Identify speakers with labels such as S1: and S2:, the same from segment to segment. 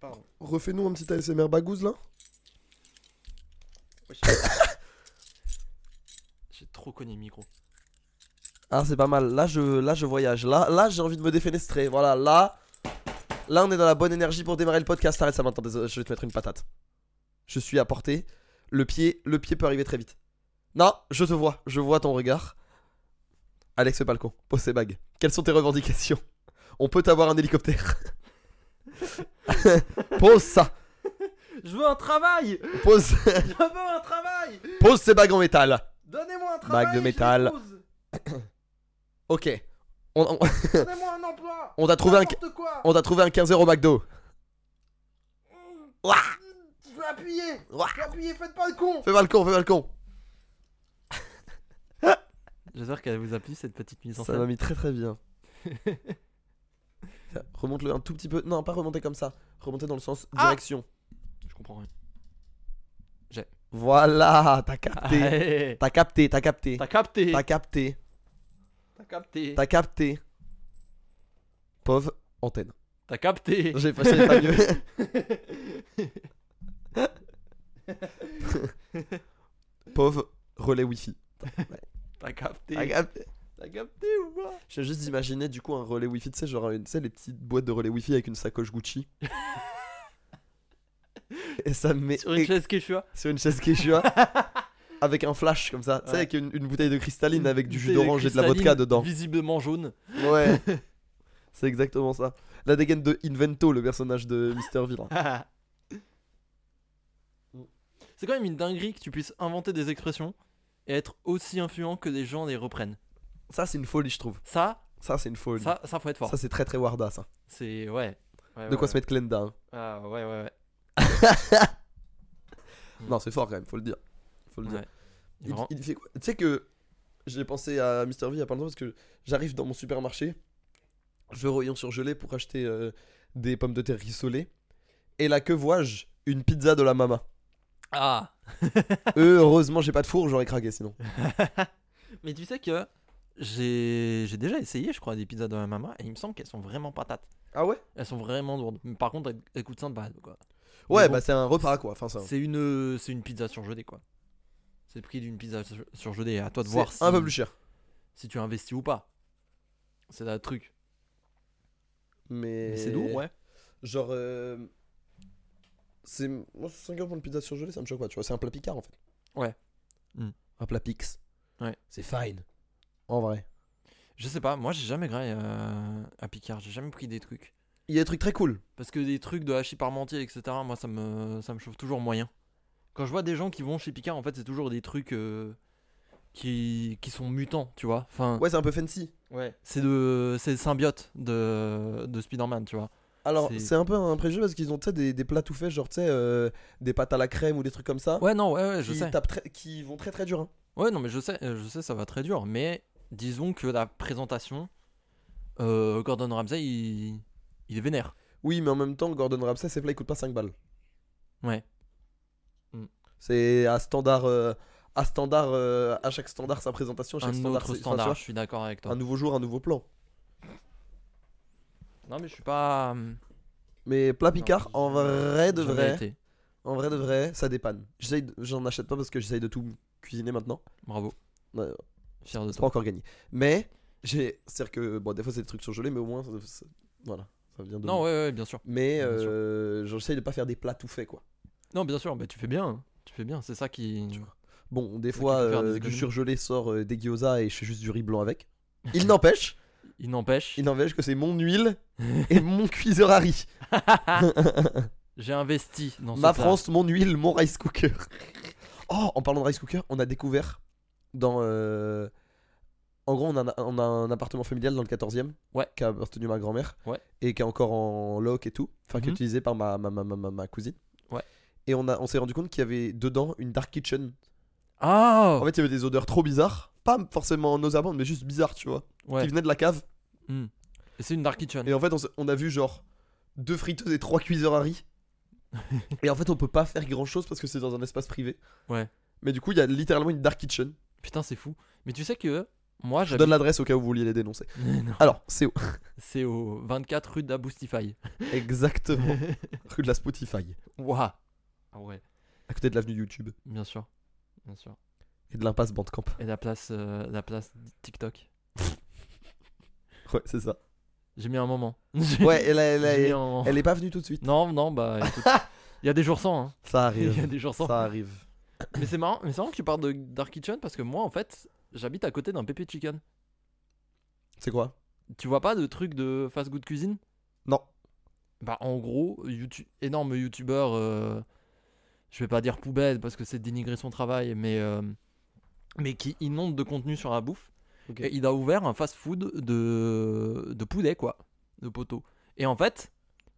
S1: Pardon.
S2: Refais-nous un petit ASMR bagouze là.
S1: Ouais, j'ai- J'ai trop cogné le micro.
S2: Ah, c'est pas mal. Là, je, là, je voyage. Là, là, j'ai envie de me défenestrer. Voilà, là. Là, on est dans la bonne énergie pour démarrer le podcast. Arrête ça maintenant. désolé, Je vais te mettre une patate. Je suis à portée. Le pied, le pied peut arriver très vite. Non, je te vois. Je vois ton regard. Alex, fais pas le con. Pose tes bagues. Quelles sont tes revendications On peut avoir un hélicoptère. pose ça.
S1: Je veux un travail
S2: Pose,
S1: Je veux un travail
S2: pose ces bagues en métal.
S1: Donnez-moi un
S2: travail,
S1: travail
S2: Bague de je métal. Ok. On, on-
S1: Donnez-moi un emploi
S2: on t'a trouvé un,
S1: quoi
S2: on t'a trouvé un 15 euros au McDo. Ouah.
S1: Je veux appuyer
S2: Ouah.
S1: Je veux appuyer, faites pas le con
S2: Fais pas le con, fais pas le con.
S1: J'espère qu'elle vous a plu cette petite mise en
S2: Ça m'a
S1: scène.
S2: mis très très bien. Ça, Remonte-le un tout petit peu. Non, pas remonter comme ça. Remonter dans le sens
S1: Ah.
S2: direction.
S1: Je comprends rien.
S2: Voilà, t'as
S1: Ah,
S2: capté.
S1: Hey,
S2: T'as capté, t'as capté.
S1: T'as capté
S2: T'as capté,
S1: T'as capté
S2: t'as capté. Pauvre antenne.
S1: T'as capté
S2: J'ai pas, j'ai pas mieux. Pauvre relais wifi.
S1: T'as capté
S2: T'as capté.
S1: T'as capté ou pas
S2: Je viens juste d'imaginer du coup un relais wifi, tu sais, genre une, tu sais, les petites boîtes de relais wifi avec une sacoche Gucci. Et ça me met
S1: Sur une chaise Quechua
S2: sur une chaise Quechua avec un flash comme ça, tu sais,
S1: Ouais.
S2: avec une, une bouteille de cristalline
S1: Une
S2: avec du jus
S1: bouteille
S2: d'orange et de la
S1: cristalline
S2: vodka dedans.
S1: Visiblement jaune.
S2: Ouais, c'est exactement ça. La dégaine de Invento, le personnage de Mister V. là.
S1: C'est quand même une dinguerie que tu puisses inventer des expressions et être aussi influent que des gens les reprennent.
S2: Ça, c'est une folie, je trouve.
S1: Ça,
S2: Ça, c'est une folie. Ça,
S1: ça, ça faut être fort.
S2: c'est très très Warda, ça.
S1: C'est ouais. Ouais,
S2: de quoi
S1: ouais,
S2: se mettre Glenda. hein.
S1: ouais. Ah ouais ouais ouais. Mm.
S2: Non, c'est fort quand même, faut le dire. Faut le dire.
S1: Ouais. Il est
S2: Il-
S1: vraiment-
S2: il fait quoi Tu sais que j'ai pensé à Mr. V il y a pas longtemps parce que j'arrive dans mon supermarché, je vais au rayon surgelé pour acheter euh, des pommes de terre rissolées. Et là, que vois-je Une pizza de la mama.
S1: Ah.
S2: Heureusement, j'ai pas de four, j'aurais craqué sinon.
S1: Mais tu sais que j'ai j'ai déjà essayé, je crois, des pizzas de ma maman et il me semble qu'elles sont vraiment patates.
S2: Ah ouais
S1: Elles sont vraiment lourdes. Mais par contre, elles, elles coûtent 5 balles quoi.
S2: Ouais,
S1: Mais bon,
S2: bah c'est un repas quoi. Enfin, ça.
S1: c'est une c'est une pizza surgelée quoi. C'est le prix d'une pizza sur- surgelée. À toi de
S2: c'est
S1: voir.
S2: un
S1: si-
S2: peu plus cher.
S1: si tu investis ou pas. C'est un truc.
S2: Mais,
S1: Mais c'est lourd, ouais.
S2: Genre. euh, C'est. Moi, 5 euros pour une pizza surgelée, ça me choque pas, tu vois. C'est un plat picard en fait.
S1: Ouais. Hmm.
S2: Un plat pix.
S1: Ouais.
S2: C'est fine. En vrai.
S1: Je sais pas, moi j'ai jamais graillé euh, à Picard, j'ai jamais pris des trucs.
S2: Il y a des trucs très cool.
S1: Parce que des trucs de hachis parmentier, etc., moi ça me, ça me chauffe toujours moyen. Quand je vois des gens qui vont chez Picard, en fait c'est toujours des trucs euh, qui, qui sont mutants, tu vois. Enfin,
S2: Ouais, c'est un peu fancy.
S1: c'est de c'est le symbiote de, de Spider-Man, tu vois.
S2: Alors,
S1: C'est-
S2: c'est un peu un préjugé parce qu'ils ont, tu sais, des, des plats tout faits, genre, tu sais, euh, des pâtes à la crème ou des trucs comme ça.
S1: Ouais, non, ouais, ouais, je
S2: qui,
S1: sais.
S2: tapent très- qui vont très très dur. hein.
S1: Ouais, non, mais je sais, euh, je sais, ça va très dur. Mais disons que la présentation, euh, Gordon Ramsay, il, il est vénère.
S2: Oui, mais en même temps, Gordon Ramsay, ses plats, ils coûtent pas 5 balles.
S1: Ouais. Mm.
S2: C'est à standard. euh, à standard. euh, à chaque standard, sa présentation. à Chaque
S1: Un
S2: standard,
S1: autre
S2: c'est- enfin, tu
S1: standard,
S2: vois,
S1: je suis d'accord avec toi.
S2: un nouveau jour, un nouveau plan.
S1: Non, mais je suis pas. hum,
S2: Mais plat picard,
S1: Non,
S2: en vrai de
S1: jamais
S2: vrai.
S1: été.
S2: En vrai de vrai, ça dépanne. J'essaye de- J'en achète pas parce que j'essaye de tout cuisiner maintenant. Euh,
S1: Bravo.
S2: Ouais,
S1: Fier de
S2: C'est pas
S1: toi.
S2: encore gagné. Mais j'ai, c'est-à-dire que bon, des fois c'est des trucs surgelés, mais au moins, ça- ça- voilà, ça vient de.
S1: Non,
S2: nous.
S1: ouais, ouais, bien sûr.
S2: Mais
S1: Bien sûr.
S2: euh, j'essaye de pas faire des plats tout faits quoi.
S1: Non, bien sûr, bah, tu fais bien. Tu fais bien, c'est ça qui.
S2: Tu Bon, des
S1: faut
S2: fois
S1: faire des
S2: euh, du
S1: économies.
S2: surgelé sort euh, des gyoza et je fais juste du riz blanc avec. Il n'empêche,
S1: Il n'empêche,
S2: il n'empêche que c'est mon huile et mon cuiseur à riz.
S1: j'ai investi dans
S2: Ma
S1: ce plat.
S2: France, mon huile, mon rice cooker. Oh, en parlant de rice cooker, on a découvert dans. euh, En gros, on a, un- on a un appartement familial dans le 14 e
S1: Ouais.
S2: qui a appartenu à ma grand-mère
S1: Ouais.
S2: et qui est encore en loc et tout, enfin qui est
S1: Mhm.
S2: utilisé par ma, ma, ma, ma, ma- ma cousine.
S1: Ouais.
S2: Et on, a- on s'est rendu compte qu'il y avait dedans une dark kitchen.
S1: Ah
S2: En fait, il y avait des odeurs trop bizarres, pas forcément nauséabondes, mais juste bizarres, tu vois,
S1: Ouais.
S2: qui venaient de la cave.
S1: hum. Et C'est une Dark Kitchen.
S2: Et en fait, on, s- on a vu genre deux friteuses et trois cuiseurs à riz. et en fait, on peut pas faire grand chose parce que c'est dans un espace privé.
S1: Ouais.
S2: Mais du coup, il y a littéralement une dark kitchen.
S1: Putain, c'est fou. Mais tu sais que Moi,
S2: Je
S1: j'habite.
S2: donne l'adresse au cas où vous vouliez les dénoncer.
S1: Non,
S2: Alors, c'est où
S1: C'est au 24 rue d'Aboustify.
S2: Exactement. Rue de la Spotify.
S1: Ouah. Ah ouais,
S2: À côté de l'avenue YouTube
S1: bien sûr. Bien sûr.
S2: et de l'impasse Bandcamp.
S1: Et la place, euh, la place TikTok.
S2: Ouais, c'est ça.
S1: J'ai mis un moment.
S2: Ouais, elle, elle,
S1: J'ai mis
S2: elle,
S1: un moment.
S2: elle est pas venue tout de suite.
S1: Non, non, bah écoute. Il y a des jours sans. hein.
S2: Ça
S1: Il y a
S2: arrive.
S1: des jours sans.
S2: euh, ça arrive.
S1: Mais c'est marrant, mais c'est marrant que tu parles de Dark Kitchen parce que moi, en fait, j'habite à côté d'un Pepe Chicken.
S2: C'est quoi
S1: Tu vois pas de truc de fast good cuisine
S2: Non.
S1: Bah, en gros, YouTube, énorme youtubeur. euh, je vais pas dire poubelle parce que c'est dénigrer son travail, mais. euh, mais qui inonde de contenu sur la bouffe.
S2: Ok.
S1: Et il a ouvert un fast-food de, de poulet, quoi. De poteau. Et en fait,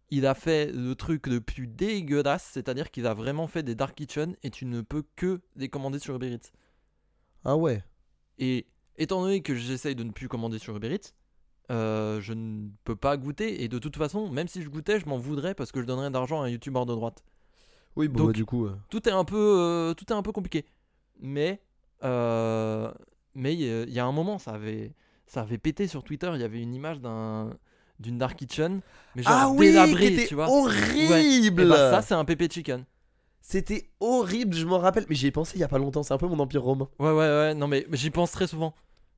S1: il a fait le truc le plus dégueulasse, c'est-à-dire qu'il a vraiment fait des Dark Kitchen et tu ne peux que les commander sur Uber Eats.
S2: Ah ouais.
S1: Et étant donné que j'essaye de ne plus commander sur Uber Eats, euh, je ne peux pas goûter. Et de toute façon, même si je goûtais, je m'en voudrais parce que je donnerais d'argent à un youtubeur de droite.
S2: Oui, bon,
S1: Donc-
S2: bah, du coup. euh,
S1: Tout est un peu, euh, tout est un peu compliqué. Mais, euh, mais il y a- il y a un moment, ça avait, ça avait pété sur Twitter. Il y avait une image d'un, d'une dark kitchen, mais genre
S2: Ah oui,
S1: délabrée,
S2: qui était
S1: tu vois.
S2: horrible.
S1: Et bah
S2: ben,
S1: ça, c'est un pépé chicken.
S2: C'était horrible, je m'en rappelle. Mais j'y ai pensé il y a pas longtemps. C'est un peu mon empire romain.
S1: Ouais, ouais, ouais. Non, mais j'y pense très souvent.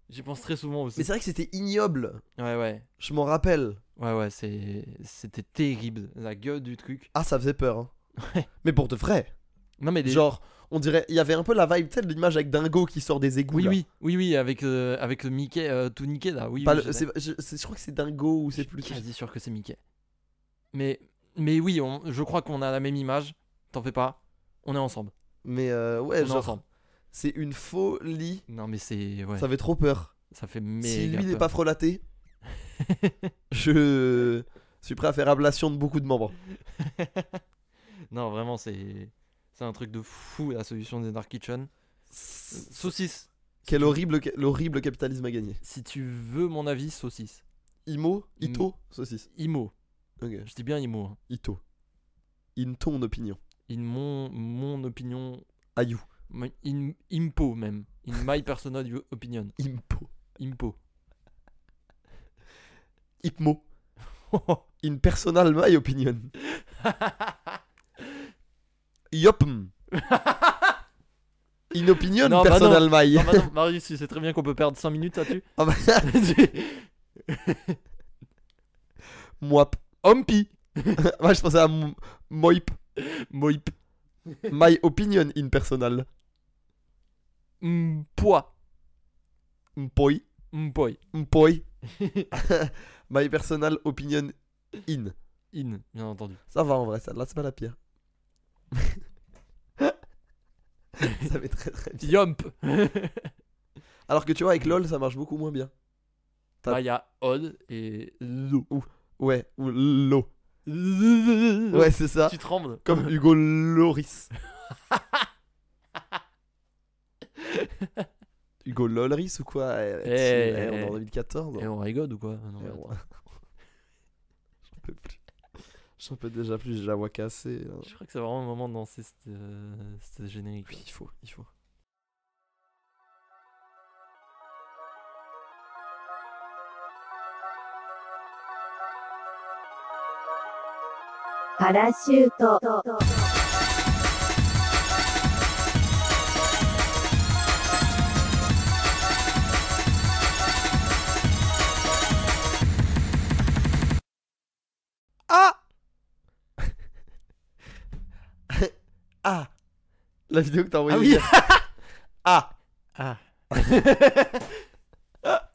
S1: J'y pense très souvent aussi.
S2: Mais c'est vrai que c'était ignoble.
S1: Ouais, ouais.
S2: Je m'en rappelle.
S1: Ouais, ouais, c'est... c'était terrible, la gueule du truc.
S2: Ah, ça faisait peur. hein.
S1: Ouais.
S2: Mais pour de vrai.
S1: Non, mais des...
S2: Genre, on dirait. Il y avait un peu la vibe, tu sais, de l'image avec Dingo qui sort des égouts.
S1: oui,
S2: là.
S1: oui, oui, oui, avec, euh, avec le Mickey euh, tout niqué là, oui.
S2: Pas
S1: oui,
S2: le-
S1: je sais.
S2: c'est- je, c'est- je crois que c'est Dingo ou
S1: Je
S2: c'est
S1: suis
S2: plus.
S1: quasi sûr que c'est Mickey. Mais, mais oui, on- je crois qu'on a la même image, t'en fais pas, on est ensemble.
S2: Mais euh,
S1: on
S2: ouais,
S1: est
S2: genre,
S1: ensemble.
S2: c'est une folie.
S1: Non, mais c'est. Ouais,
S2: Ça
S1: ça,
S2: fait trop peur.
S1: fait
S2: si
S1: méga.
S2: lui n'est
S1: peur.
S2: pas frelaté, je suis prêt à faire ablation de beaucoup de membres.
S1: non, vraiment, c'est. C'est un truc de fou la solution des Dark Kitchen. Saucisse.
S2: Quel horrible, l'horrible capitalisme a gagné.
S1: Si tu veux mon avis, saucisse.
S2: Imo, Ito,
S1: Mm.
S2: saucisse.
S1: Imo.
S2: Ok.
S1: Je dis bien Imo. hein.
S2: Ito. In ton opinion.
S1: In mon, mon opinion
S2: Ayou.
S1: My- In, impo même. In my personal u- opinion.
S2: Impo.
S1: Impo.
S2: Ipmo. In personal my opinion. Yopm. In opinion
S1: Non, bah
S2: personal my.
S1: Non, bah non, Marius, tu sais très bien qu'on peut perdre 5 minutes là-dessus.
S2: Ah bah, Moip.
S1: Ompi.
S2: Moi je pensais à m- Moip.
S1: Moip.
S2: My opinion in personal.
S1: Mm, Mpoi.
S2: Mpoi.
S1: Mpoi.
S2: Mpoi. My personal opinion in.
S1: In, bien entendu.
S2: Ça va en vrai, ça. Là c'est pas la pire. ça va très très bien.
S1: Yomp.
S2: Alors que tu vois, avec LOL ça marche beaucoup moins bien.
S1: Là, Ah, il y a Odd et Lo.
S2: Ouais, ou l'eau.
S1: Ouais,
S2: Ouais, c'est ça.
S1: tu trembles.
S2: Comme Hugo Loris. Hugo Lolris ou quoi Eh,
S1: Eh,
S2: tu- eh, on est
S1: eh.
S2: en 2014.
S1: Et on rigole ou quoi Ah non,
S2: Eh,
S1: attends.
S2: ouais. J'en peux plus. J'en peux déjà plus, j'ai la voix cassée. hein. là.
S1: Je crois que c'est vraiment le moment de lancer cette, euh, cette générique.
S2: Oui, il faut, il faut.
S3: Parachute.
S2: あ Ah La vidéo que t'as envoyée. hier.
S1: Ah oui.
S2: Ah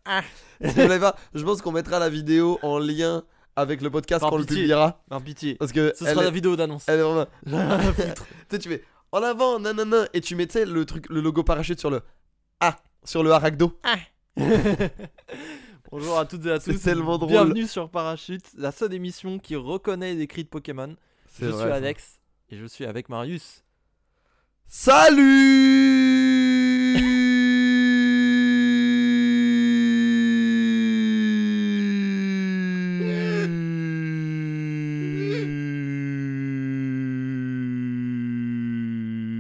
S1: Ah.
S2: Si vous l'avez pas, Je pense qu'on mettra la vidéo en lien avec le podcast
S1: Par
S2: quand on le
S1: pitié.
S2: publiera.
S1: Par pitié.
S2: Parce que
S1: Ce
S2: elle,
S1: sera la
S2: est,
S1: vidéo d'annonce.
S2: elle est vraiment-
S1: La
S2: Tu
S1: foutre.
S2: sais, tu fais en avant, nanana, et tu mets tu sais, le truc, le logo parachute sur le Ah, sur le haragdo.
S1: Bonjour à toutes et à
S2: C'est
S1: tous.
S2: tellement drôle.
S1: Bienvenue sur Parachute, la seule émission qui reconnaît les cris de Pokémon. Je suis Alex et je suis avec Marius.
S2: Salut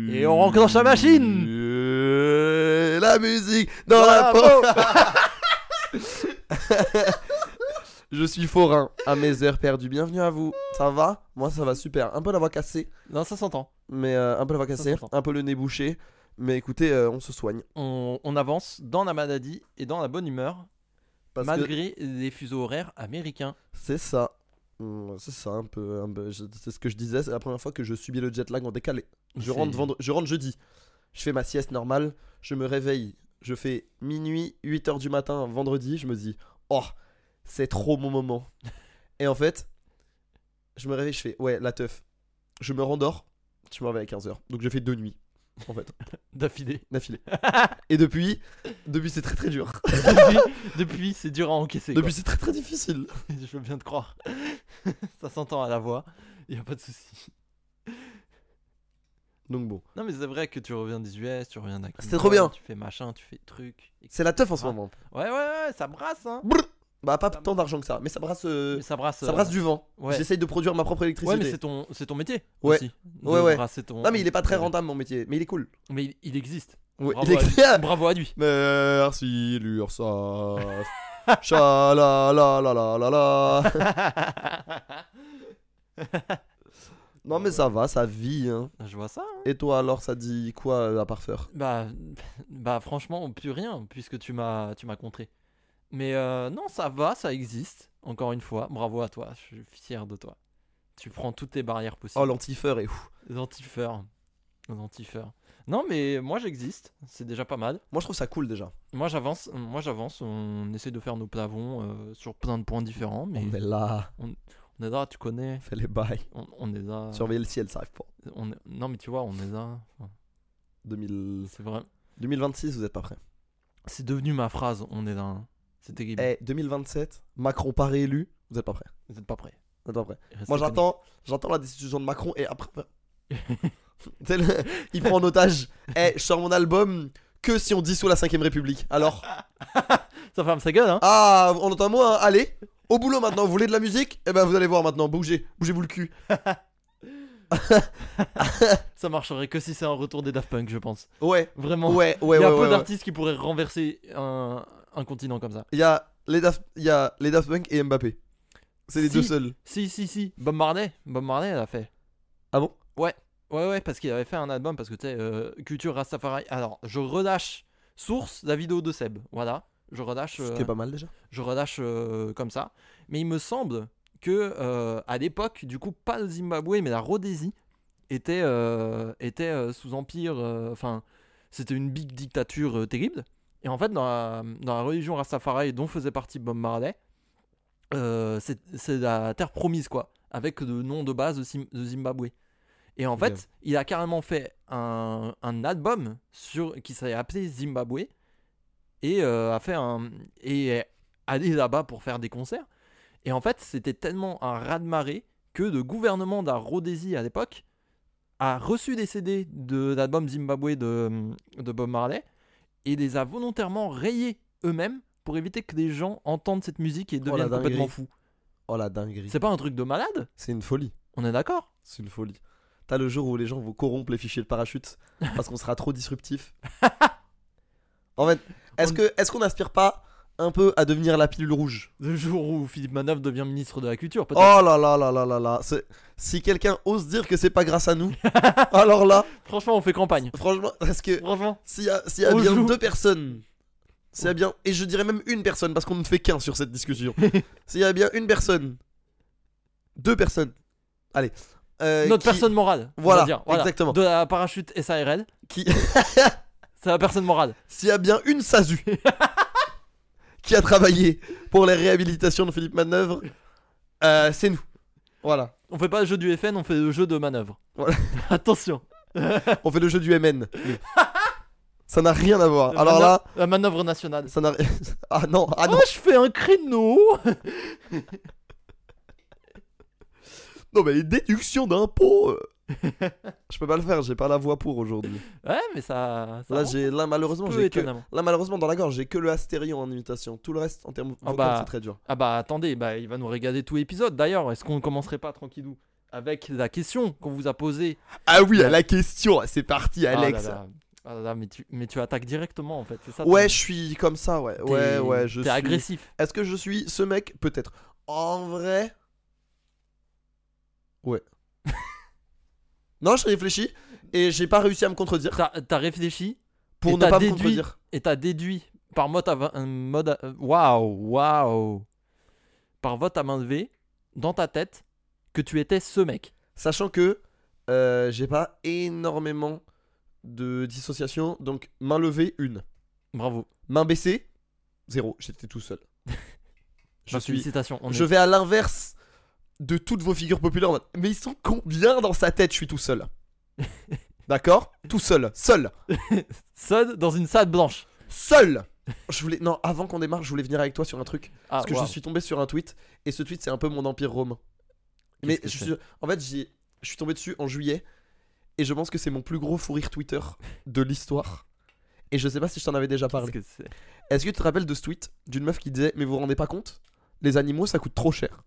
S1: Et on renclenche la machine.
S2: Euh, c'est la musique dans la peau.
S1: Bravo.
S2: Je suis forain à mes heures perdues. Bienvenue à vous. Ça va Moi, ça va super. Un peu la voix cassée,
S1: Non, ça s'entend.
S2: mais euh, un peu la voix
S1: Ça
S2: cassée,
S1: s'entend.
S2: un peu le nez bouché. Mais écoutez, euh, on se soigne.
S1: On, on avance dans la maladie et dans la bonne humeur,
S2: Parce que
S1: malgré les fuseaux horaires américains.
S2: c'est ça. Hum, C'est ça, un peu. un peu- je- c'est ce que je disais. C'est la première fois que je subis le jet lag en décalé. Je rentre,
S1: C'est-
S2: vendre- je rentre jeudi. Je fais ma sieste normale. Je me réveille. Je fais minuit, 8h du matin, vendredi. Je me dis, oh, c'est trop mon moment. Et en fait, je me réveille. Je fais, ouais, la teuf. Je me rendors. Je me réveille à 15h. Donc j'ai fait deux nuits, en fait,
S1: D'affilée.
S2: d'affilée. Et depuis, depuis c'est très très dur.
S1: depuis, depuis, c'est dur à encaisser. quoi.
S2: Depuis, c'est très très difficile.
S1: Je veux bien te croire. ça s'entend à la voix. Il a pas de souci.
S2: Donc bon,
S1: Non, mais c'est vrai que tu reviens des US, tu reviens d'un
S2: C'était trop bien.
S1: Tu fais machin, tu fais truc. etc.
S2: c'est la teuf en ce
S1: Ah.
S2: moment.
S1: Ouais, ouais, ouais, ça brasse, hein.
S2: Bah, pas tant d'argent que ça, mais ça brasse, euh,
S1: Mais ça brasse.
S2: ça brasse du vent.
S1: ouais.
S2: J'essaye de produire ma propre
S1: Ouais,
S2: électricité.
S1: mais c'est ton, c'est ton métier.
S2: Ouais.
S1: Aussi, de
S2: Ouais, ouais.
S1: brasser ton-
S2: non, mais il est pas très
S1: Ouais.
S2: rentable mon métier, mais il est cool.
S1: Mais il, il existe.
S2: Oui,
S1: Bravo
S2: il est
S1: à lui.
S2: clair.
S1: Bravo à lui.
S2: Merci l'URSSAF. Cha la la la la la la. Non mais ça va, ça vit. hein.
S1: Je vois ça. hein.
S2: Et toi alors, ça dit quoi euh, à part faire
S1: Bah, bah franchement, plus rien, puisque tu m'as, tu m'as contré. Mais euh, non, ça va, ça existe. Encore une fois, bravo à toi. Je suis fier de toi. Tu prends toutes tes barrières
S2: Oh
S1: possibles.
S2: l'antifeur et ouf.
S1: Les antifeurs. Les antifeurs. Non, mais moi j'existe. C'est déjà pas mal.
S2: Moi je trouve ça cool déjà.
S1: Moi j'avance. Moi j'avance. On essaie de faire nos pavons euh, sur plein de points différents, mais
S2: On est là,
S1: on est là. Tu connais.
S2: fais les bails.
S1: On, on est là.
S2: Surveiller le ciel, ça arrive pas.
S1: On est- Non, mais tu vois, on est là. Enfin,
S2: 2000...
S1: C'est vrai.
S2: 2026, vous êtes pas prêts.
S1: C'est devenu ma phrase. On est là. hein. C'est terrible.
S2: Eh, 2027, Macron pas réélu, vous êtes pas prêts.
S1: Vous êtes pas prêts.
S2: Vous êtes pas prêts.
S1: Restez
S2: Moi
S1: connectés.
S2: j'attends, j'attends la décision de Macron et après. Tu sais, le- Il prend en otage. Eh, je sors mon album que si on dissout la 5ème République. Alors.
S1: Ça ferme sa gueule, hein
S2: Ah, on entend moi, hein. allez, au boulot maintenant, vous voulez de la musique Eh ben vous allez voir maintenant, bougez, bougez-vous le cul.
S1: Ça marcherait que si c'est un retour des Daft Punk, je pense.
S2: Ouais,
S1: Vraiment.
S2: ouais, ouais, ouais.
S1: Oh, Il y a
S2: ouais,
S1: peu
S2: ouais.
S1: d'artistes qui pourraient renverser un, un continent comme ça.
S2: Il y a les Daft, il y a les Daft Punk et Mbappé. C'est les
S1: Si.
S2: deux seuls.
S1: Si, si, si. Bob Marley. Bob Marley l'a fait.
S2: Ah bon
S1: Ouais, ouais, parce qu'il avait fait un album, parce que tu sais, euh, Culture Rastafari. Alors, je relâche source la vidéo de Seb. Voilà. Je relâche.
S2: Ce
S1: euh,
S2: qui est pas mal déjà.
S1: je relâche euh, comme ça. Mais il me semble que euh, à l'époque, du coup, pas le Zimbabwe, mais la Rhodésie était, euh, était euh, sous empire. euh, Enfin, c'était une big dictature euh, terrible. Et en fait, dans la, dans la religion Rastafari dont faisait partie Bob Marley, euh, c'est c'est la terre promise, quoi, avec le nom de base de, Sim- de Zimbabwe. Et en
S2: Ok.
S1: fait, il a carrément fait un, un album sur, qui s'est appelé Zimbabwe et euh, a fait un et aller là-bas pour faire des concerts. Et en fait, c'était tellement un raz-de-marée que le gouvernement de la Rhodésie à l'époque a reçu des CD de l'album Zimbabwe de, de Bob Marley et les a volontairement rayés eux-mêmes pour éviter que les gens entendent cette musique et
S2: la
S1: deviennent
S2: dinguerie.
S1: complètement fous.
S2: Oh la dinguerie.
S1: C'est pas un truc de malade
S2: C'est une folie.
S1: On est d'accord
S2: C'est une folie. T'as le jour où les gens vont corrompre les fichiers de parachute parce qu'on sera trop disruptif. en fait, est-ce
S1: On-
S2: que est-ce qu'on aspire pas un peu à devenir la pilule rouge
S1: Le jour où Philippe Manœuvre devient ministre de la Culture, peut-être.
S2: Oh là là là là là là. C'est- Si quelqu'un ose dire que c'est pas grâce à nous, alors là,
S1: Franchement, on fait campagne.
S2: Oh. franchement, parce que
S1: Franchement.
S2: S'il y a, s'il y a
S1: On
S2: bien
S1: joue.
S2: deux personnes, s'il y a bien, et je dirais même une personne, parce qu'on ne fait qu'un sur cette discussion. s'il y a bien une personne, deux personnes, allez. euh,
S1: Notre
S2: qui-
S1: personne morale. on va
S2: Voilà,
S1: dire.
S2: exactement.
S1: De la parachute SARL.
S2: Qui-
S1: C'est la personne morale.
S2: S'il y a bien une SASU qui a travaillé pour les réhabilitations de Philippe Manœuvre, euh, c'est nous. Voilà.
S1: On fait pas le jeu du FN, on fait le jeu de manœuvre.
S2: Voilà.
S1: Attention.
S2: On fait le jeu du MN. nous. ça n'a rien à voir.
S1: Le
S2: Alors là,
S1: manœuvre- La manœuvre nationale.
S2: ça n'a. ah non, ah non.
S1: Oh, je fais un créneau
S2: Non, mais les déductions d'impôts. euh, Je peux pas le faire, j'ai pas la voix pour aujourd'hui.
S1: Ouais, mais ça. ça
S2: Là,
S1: rentre
S2: j'ai, là, malheureusement,
S1: peu,
S2: j'ai que,
S1: étonnamment.
S2: là, malheureusement, dans la gorge, j'ai que le astérion en imitation. Tout le reste, en termes
S1: Ah
S2: vocaux,
S1: bah.
S2: c'est très dur.
S1: Ah bah attendez, bah, il va nous regarder tout épisode. D'ailleurs, est-ce qu'on commencerait pas tranquillou avec la question qu'on vous a posée
S2: Ah oui,
S1: à
S2: la question, c'est parti,
S1: Ah là là. Ah là là, mais tu, mais tu attaques directement en fait, c'est ça ton-
S2: Ouais, je suis comme ça, ouais.
S1: t'es-
S2: Ouais, ouais, je
S1: T'es
S2: suis.
S1: agressif.
S2: Est-ce que je suis ce mec Peut-être. En vrai. Ouais. non, je réfléchis et j'ai pas réussi à me contredire
S1: T'as t'as réfléchi
S2: pour
S1: Et
S2: ne
S1: t'as
S2: pas me
S1: déduit.
S2: contredire.
S1: et t'as déduit par mode à va- un mode à- waouh waouh par vote à main levée dans ta tête que tu étais ce mec.
S2: Sachant que euh, j'ai pas énormément de dissociation, donc main levée, une.
S1: Bravo.
S2: Main baissée, zéro. J'étais tout seul. je
S1: Bah,
S2: suis
S1: Félicitations. On
S2: Je
S1: est-
S2: vais à l'inverse de toutes vos figures populaires. en mode, Mais ils sont combien dans sa tête Je suis tout seul. D'accord Tout seul. Seul.
S1: Seul dans une salle blanche.
S2: Seul. Je voulais. Non, avant qu'on démarre, je voulais venir avec toi sur un truc.
S1: Ah,
S2: parce que
S1: waouh.
S2: je suis tombé sur un tweet. Et ce tweet, c'est un peu mon empire romain.
S1: Qu'est-ce
S2: Mais
S1: que
S2: je
S1: c'est
S2: suis... en fait, j'y- je suis tombé dessus en juillet. Et je pense que c'est mon plus gros fou rire Twitter de l'histoire. Et je sais pas si je t'en avais déjà
S1: Qu'est-ce
S2: parlé.
S1: que c'est
S2: Est-ce que tu te rappelles de ce tweet d'une meuf qui disait Mais vous vous rendez pas compte Les animaux, ça coûte trop cher.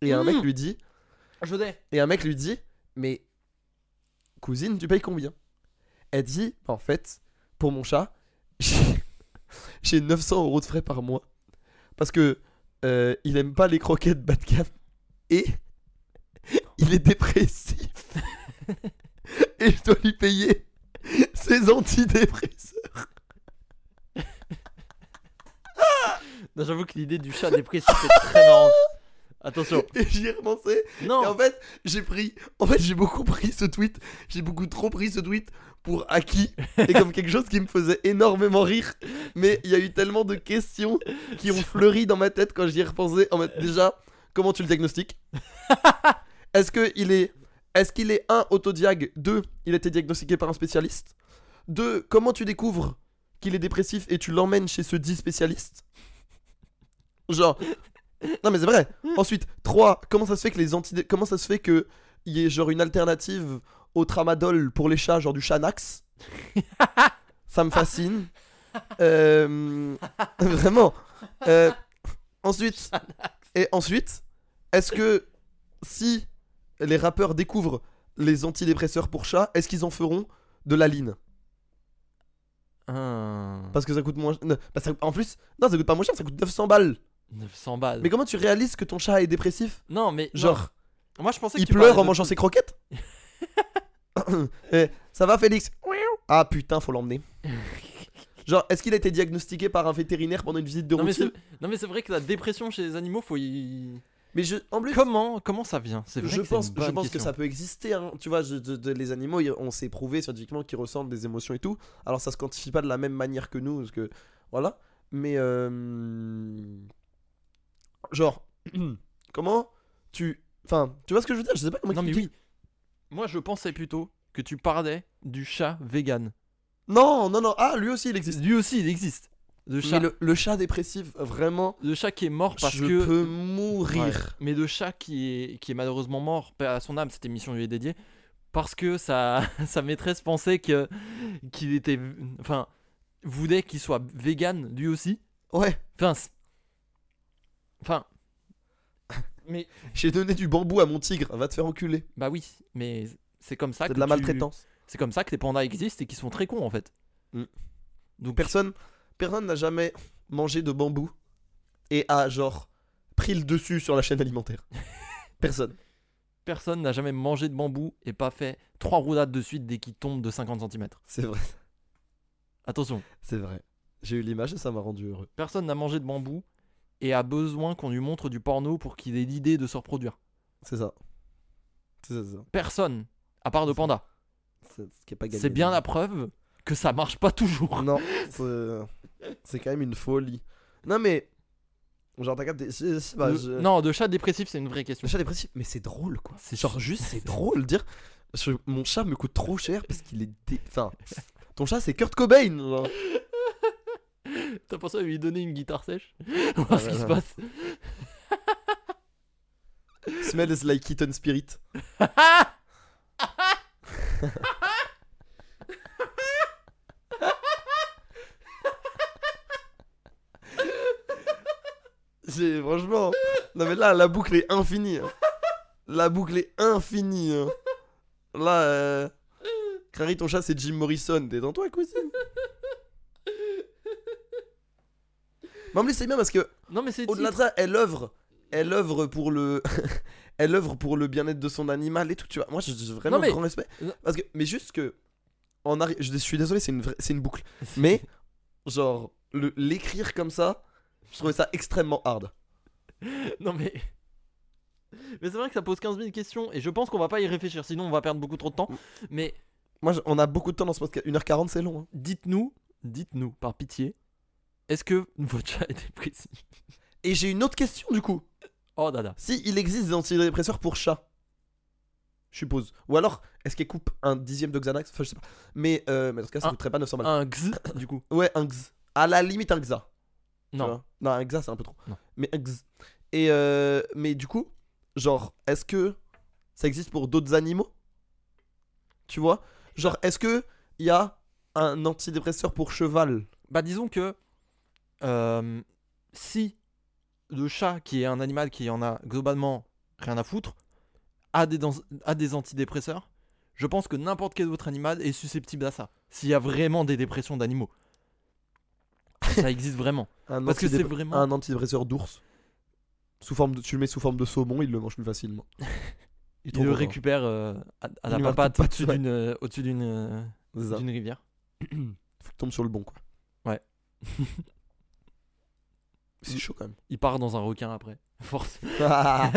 S2: Et un mec
S1: Mm.
S2: lui dit
S1: Je l'ai.
S2: Et un mec lui dit Mais cousine, tu payes combien Elle dit bah, En fait, pour mon chat, j'ai- j'ai 900 euros de frais par mois. Parce que euh, il aime pas les croquettes bas de gamme. Et il est dépressif. et je dois lui payer ses antidépresseurs.
S1: Non, J'avoue que l'idée du chat dépressif est très marrante. Attention.
S2: Et j'y ai repensé. Et
S1: Non.
S2: en fait, j'ai pris. En fait, j'ai beaucoup pris ce tweet. J'ai beaucoup trop pris ce tweet pour acquis et comme quelque chose qui me faisait énormément rire. Mais il y a eu tellement de questions qui ont fleuri dans ma tête quand j'y ai repensé. En mode, déjà, comment tu le diagnostiques Est-ce que il est. Est-ce qu'il est 1 autodiag 2 Il a été diagnostiqué par un spécialiste 2. Comment tu découvres qu'il est dépressif et tu l'emmènes chez ce dit spécialiste Genre. Non mais c'est vrai. Ensuite, 3. Comment ça se fait que les anti comment ça se fait que il y ait genre une alternative au tramadol pour les chats, genre du Xanax Ça me fascine. Euh, vraiment. Euh, ensuite et ensuite, est-ce que si les rappeurs découvrent les antidépresseurs pour chats, est-ce qu'ils en feront de la line
S1: Hum,
S2: Parce que ça coûte moins. non, bah ça- En plus, non, ça coûte pas moins cher, ça coûte 900 balles.
S1: 900 balles.
S2: Mais comment tu réalises que ton chat est dépressif
S1: Non, mais non.
S2: Genre,
S1: Moi, je pensais que
S2: Il
S1: tu
S2: pleure
S1: parlais
S2: en
S1: de-
S2: mangeant ses croquettes Eh, Ça va Félix Ah putain, faut l'emmener. Genre, est-ce qu'il a été diagnostiqué par un vétérinaire pendant une visite de
S1: Non mais, c'est...
S2: routine
S1: non, mais c'est vrai que la dépression chez les animaux, faut y.
S2: mais, je, en plus,
S1: Comment, comment ça vient C'est vrai
S2: je
S1: que c'est
S2: pense,
S1: une
S2: je
S1: bonne
S2: pense que
S1: question.
S2: ça peut exister. hein. Tu vois, je- de- de- les animaux, ils- on s'est prouvé scientifiquement qu'ils ressentent des émotions et tout. Alors ça se quantifie pas de la même manière que nous, parce que voilà. Mais euh, genre, comment tu, enfin, tu vois ce que je veux dire Je sais pas comment.
S1: Non mais
S2: expliquer.
S1: oui. Moi je pensais plutôt que tu parlais du chat vegan.
S2: Non, non, non. Ah, lui aussi, il existe.
S1: Lui aussi il existe. Le
S2: Mais
S1: chat, le...
S2: le, le chat dépressif, vraiment,
S1: chat qui est mort parce
S2: je
S1: que.
S2: peux mourir.
S1: Mais le chat qui est, qui est malheureusement mort, paix à son âme, cette émission lui est dédiée, parce que sa, sa maîtresse pensait que qu'il était. Enfin, voulait qu'il soit vegan lui aussi.
S2: Ouais,
S1: Enfin. c'est- Enfin. Mais.
S2: j'ai donné du bambou à mon tigre, va te faire enculer.
S1: Bah oui, mais c'est comme
S2: C'est
S1: ça Ah, que.
S2: de la
S1: tu-
S2: maltraitance.
S1: C'est comme ça que les pandas existent et qu'ils sont très cons en fait.
S2: Mm.
S1: Donc
S2: Personne personne n'a jamais mangé de bambou et a, genre, pris le dessus sur la chaîne alimentaire. Personne.
S1: personne n'a jamais mangé de bambou et pas fait trois roulades de suite dès qu'il tombe de 50 cm.
S2: C'est vrai,
S1: Attention,
S2: c'est vrai. J'ai eu l'image et ça m'a rendu heureux.
S1: personne n'a mangé de bambou et a besoin qu'on lui montre du porno pour qu'il ait l'idée de se reproduire.
S2: C'est ça. C'est ça, c'est ça.
S1: Personne, à part de panda.
S2: C'est ce qui est pas gagné.
S1: C'est bien la preuve que ça marche pas toujours.
S2: Non, c'est- c'est quand même une folie. Non, mais. Genre, t'as capté. je- je sais pas,
S1: Le-
S2: Bah, je-
S1: Non, de chat dépressif, c'est une vraie question.
S2: Le chat dépressif, mais c'est drôle quoi.
S1: C'est
S2: genre
S1: su-
S2: juste, c'est drôle de dire je- mon chat me coûte trop cher parce qu'il est. dé- Enfin, ton chat c'est Kurt Cobain. genre.
S1: T'as pensé à lui donner une guitare sèche
S2: Ah,
S1: Voir ce qui
S2: ouais,
S1: se
S2: ouais.
S1: passe.
S2: Smells like kitten spirit. J'ai franchement. Non mais là, la boucle est infinie. hein. La boucle est infinie. hein. Là. euh, Crary, ton chat, c'est Jim Morrison. Détends-toi, cousine. Mais en plus, c'est bien parce que
S1: Non, mais c'est
S2: au-delà de ça, elle œuvre. Elle œuvre pour le. elle œuvre pour le bien-être de son animal et tout, tu vois. Moi, j'ai vraiment
S1: Non, mais-
S2: grand respect.
S1: Non.
S2: Parce que. Mais juste que. En arri- Je suis désolé, c'est une, vraie- c'est une boucle. Mais, genre, le- l'écrire comme ça, je trouvais ça extrêmement hard.
S1: Non mais. Mais c'est vrai que ça pose 15 000 questions et je pense qu'on va pas y réfléchir, sinon on va perdre beaucoup trop de temps. Mais
S2: Moi, je- on a beaucoup de temps dans ce podcast. 1h40, c'est long. hein.
S1: dites-nous, dites-nous par pitié, est-ce que votre chat est dépressif
S2: Et j'ai une autre question, du coup.
S1: Oh dada.
S2: Si il existe des antidépresseurs pour chat, je suppose. Ou alors, est-ce qu'elle coupe un dixième de Xanax Enfin, je sais pas. Mais, euh, mais dans ce cas, ça
S1: Un-
S2: coûterait pas 900 balles.
S1: Un x du coup.
S2: Ouais, un X. À la limite, un Xa. tu
S1: Non.
S2: vois. Non, un Xa, c'est un peu trop.
S1: Non.
S2: Mais un X. Et euh, mais du coup, genre, est-ce que ça existe pour d'autres animaux Tu vois Genre,
S1: Ah.
S2: est-ce que il y a un antidépresseur pour cheval
S1: Bah disons que euh, si le chat qui est un animal qui en a globalement rien à foutre a des, dans- a des antidépresseurs, je pense que n'importe quel autre animal est susceptible à ça. S'il y a vraiment des dépressions d'animaux. Ça existe vraiment.
S2: un
S1: Parce que c'est
S2: antidépre-
S1: vraiment-
S2: un antidépresseur d'ours. Sous forme de, tu le mets sous forme de saumon, il le mange plus facilement. est
S1: Il
S2: trop
S1: le
S2: content.
S1: récupère euh, à, à
S2: Il
S1: la
S2: lui met un coup de
S1: papate
S2: patte,
S1: au-dessus
S2: ouais.
S1: d'une euh, au-dessus d'une euh,
S2: C'est ça.
S1: d'une rivière.
S2: Faut qu'il tombe sur le bon, quoi.
S1: Ouais.
S2: C'est chaud quand même.
S1: Il part dans un requin après. Force.
S2: Ah,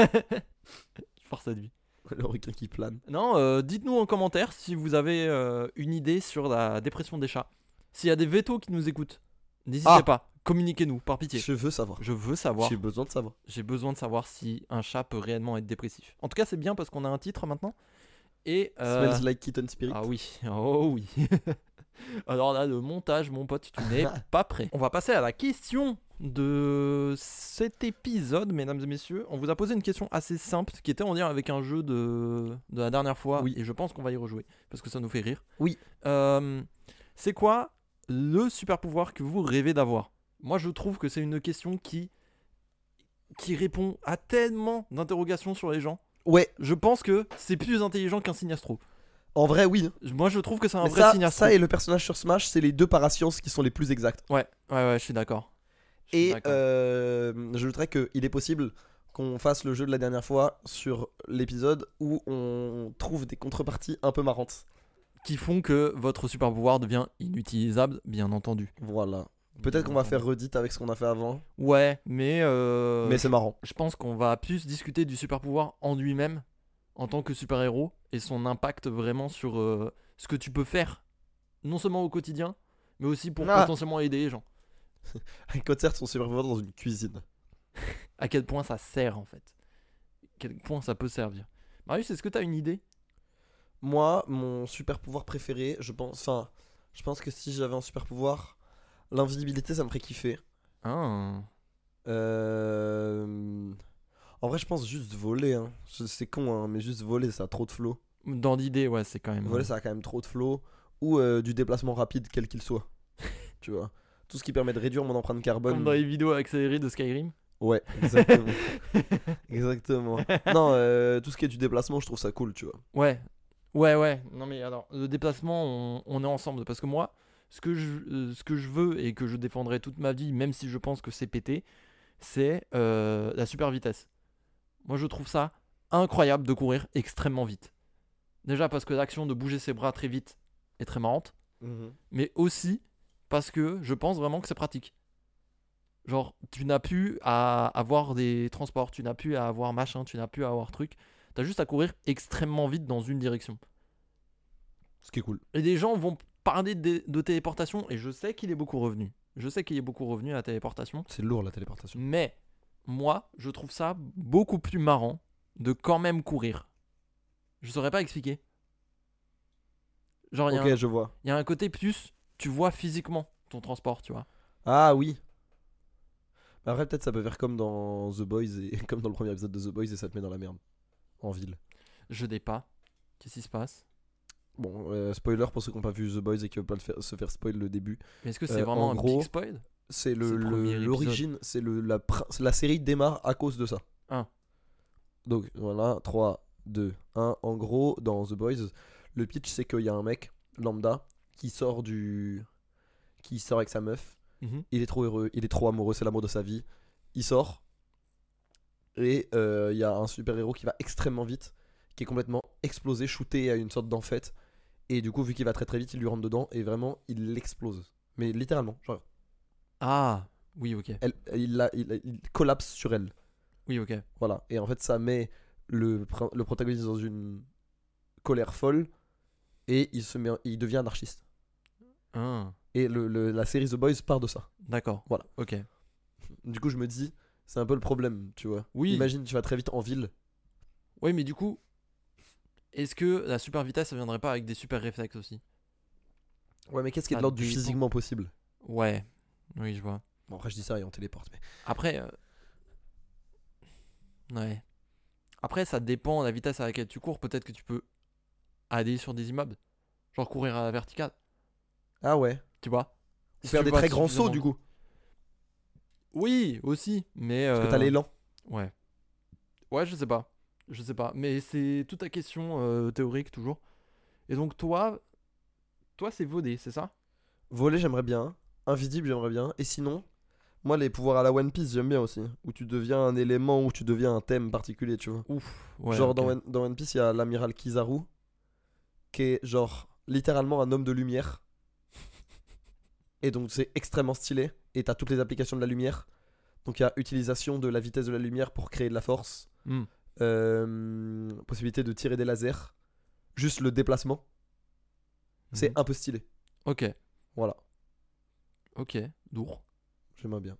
S1: Force à lui.
S2: le requin qui plane.
S1: Non, euh, dites-nous en commentaire si vous avez euh, une idée sur la dépression des chats. S'il y a des vétos qui nous écoutent, n'hésitez
S2: Ah.
S1: pas, communiquez-nous par pitié.
S2: Je veux savoir.
S1: Je veux savoir,
S2: J'ai besoin de savoir.
S1: j'ai besoin de savoir si un chat peut réellement être dépressif. En tout cas, c'est bien parce qu'on a un titre maintenant. Et euh,
S2: Smells like kitten spirit.
S1: ah oui, oh oui. Alors là, le montage, mon pote, tu n'es pas prêt. On va passer à la question de cet épisode, mesdames et messieurs. On vous a posé une question assez simple qui était en lien avec un jeu de, de la dernière fois.
S2: Oui.
S1: Et je pense qu'on va y rejouer parce que ça nous fait rire.
S2: Oui.
S1: Euh, c'est quoi le super pouvoir que vous rêvez d'avoir Moi, je trouve que c'est une question qui qui répond à tellement d'interrogations sur les gens.
S2: Ouais,
S1: Je pense que c'est plus intelligent qu'un signastro.
S2: en vrai, oui.
S1: Moi, je trouve que c'est un
S2: Mais
S1: vrai
S2: ça,
S1: signastro.
S2: ça et le personnage sur Smash, c'est les deux parasciences qui sont les plus exactes.
S1: Ouais, ouais, ouais, je suis d'accord. Je suis
S2: Et
S1: d'accord.
S2: euh, je voudrais qu'il est possible qu'on fasse le jeu de la dernière fois sur l'épisode où on trouve des contreparties un peu marrantes.
S1: qui font que votre super pouvoir devient inutilisable, bien entendu.
S2: Voilà. Peut-être
S1: Bien
S2: qu'on va
S1: entendu.
S2: faire redite avec ce qu'on a fait avant,
S1: Ouais, mais, euh,
S2: mais c'est marrant.
S1: je pense qu'on va plus discuter du super pouvoir en lui-même, en tant que super héros, et son impact vraiment sur euh, ce que tu peux faire, non seulement au quotidien, mais aussi pour
S2: Ah.
S1: potentiellement aider les gens.
S2: Un concert sont super dans une cuisine.
S1: À quel point ça sert en fait. Quel point ça peut servir. Marius, est-ce que t'as une idée
S2: Moi, mon super pouvoir préféré, je pense, enfin, je pense que si j'avais un super pouvoir, l'invisibilité, ça me ferait kiffer.
S1: Hein
S2: Euh... En vrai, je pense juste voler. Hein. Je- C'est con, hein, mais juste voler, ça a trop de flow.
S1: Dans l'idée, ouais, c'est quand même.
S2: Voler, ça a quand même trop de flow. Ou euh, du déplacement rapide, quel qu'il soit. tu vois. Tout ce qui permet de réduire mon empreinte
S1: Comme dans
S2: carbone.
S1: les vidéos accélérées de Skyrim.
S2: Ouais, exactement. exactement. Non, euh, tout ce qui est du déplacement, je trouve ça cool, tu vois.
S1: Ouais, ouais, ouais. Non, mais alors, le déplacement, on, on est ensemble. Parce que moi, ce que, je, euh, ce que je veux et que je défendrai toute ma vie, même si je pense que c'est pété, c'est euh, la super vitesse. Moi, je trouve ça incroyable de courir extrêmement vite. Déjà parce que l'action de bouger ses bras très vite est très marrante,
S2: Mhm.
S1: mais aussi parce que je pense vraiment que c'est pratique. Genre, tu n'as plus à avoir des transports, tu n'as plus à avoir machin, tu n'as plus à avoir truc. T'as juste à courir extrêmement vite dans une direction.
S2: Ce qui est cool.
S1: Et des gens vont parler de, de téléportation, et je sais qu'il est beaucoup revenu. Je sais qu'il est beaucoup revenu à la téléportation.
S2: C'est lourd la téléportation.
S1: Mais moi, je trouve ça beaucoup plus marrant de quand même courir. Je saurais pas expliquer. Genre, il y a
S2: Ok,
S1: un-
S2: je vois.
S1: il y a un côté plus, tu vois physiquement ton transport, tu vois.
S2: Ah oui. Mais Après, peut-être ça peut faire comme dans The Boys et comme dans le premier épisode de The Boys et ça te met dans la merde. En ville.
S1: Je n'ai pas. Qu'est-ce qui se passe
S2: Bon, euh, spoiler pour ceux qui n'ont pas vu The Boys et qui veulent pas le faire- se faire spoil le début.
S1: Mais est-ce que
S2: Euh,
S1: c'est
S2: en
S1: vraiment un
S2: gros-
S1: big spoil
S2: C'est
S1: C'est
S2: le-
S1: le premier
S2: le-
S1: épisode.
S2: l'origine, c'est le, la, pr- la série démarre à cause de ça.
S1: Ah.
S2: Donc voilà, 3, 2, 1. En gros, dans The Boys, le pitch c'est qu'il y a un mec lambda qui sort du. qui sort avec sa meuf.
S1: Mhm.
S2: Il est trop heureux, il est trop amoureux, c'est l'amour de sa vie. Il sort. Et euh, il y a un super héros qui va extrêmement vite, qui est complètement explosé, shooté à une sorte d'enfête. Et du coup, vu qu'il va très très vite, il lui rentre dedans et vraiment, il l'explose. Mais littéralement, genre,
S1: Ah, oui, ok.
S2: elle, il, la- il- il collapse sur elle.
S1: Oui, ok.
S2: Voilà. Et en fait, ça met le, pr- le protagoniste dans une colère folle et il, se met, en- il devient anarchiste.
S1: Ah,
S2: Et le, le- la série The Boys part de ça.
S1: D'accord.
S2: Voilà.
S1: Ok.
S2: Du coup, je me dis, c'est un peu le problème, tu vois.
S1: Oui.
S2: Imagine, tu vas très vite en ville.
S1: Oui, mais du coup, est-ce que la super vitesse, ça viendrait pas avec des super réflexes aussi
S2: Ouais, mais qu'est-ce qui est de
S1: Ça
S2: l'ordre du
S1: dépend.
S2: physiquement possible
S1: Ouais. Oui, je vois.
S2: Bon, après, je dis ça et on téléporte. Mais...
S1: Après. euh, Ouais. Après, ça dépend de la vitesse à laquelle tu cours. Peut-être que tu peux aller sur des immeubles. Genre courir à la verticale.
S2: Ah ouais.
S1: Tu vois
S2: Ou
S1: Si
S2: faire
S1: tu
S2: des
S1: vas
S2: très grands sauts, du
S1: suffisamment-
S2: coup.
S1: Oui, aussi. Mais.
S2: Parce que
S1: euh,
S2: t'as l'élan.
S1: Ouais. Ouais, je sais pas. Je sais pas. Mais c'est toute ta question euh, théorique, toujours. Et donc, toi. Toi, c'est vaudé, c'est ça
S2: Voler, j'aimerais bien. Invisible, j'aimerais bien. Et sinon, moi, les pouvoirs à la One Piece, j'aime bien aussi. Où tu deviens un élément, où tu deviens un thème particulier, tu vois.
S1: Ouf. Ouais,
S2: genre
S1: ok.
S2: dans, One, dans One Piece, il y a l'amiral Kizaru, qui est genre littéralement un homme de lumière. Et donc c'est extrêmement stylé. Et t'as toutes les applications de la lumière. Donc il y a utilisation de la vitesse de la lumière pour créer de la force.
S1: Hmm.
S2: Euh, possibilité de tirer des lasers. Juste le déplacement. C'est
S1: Mhm.
S2: un peu stylé.
S1: Ok.
S2: Voilà,
S1: Ok. Lourd.
S2: j'aime bien.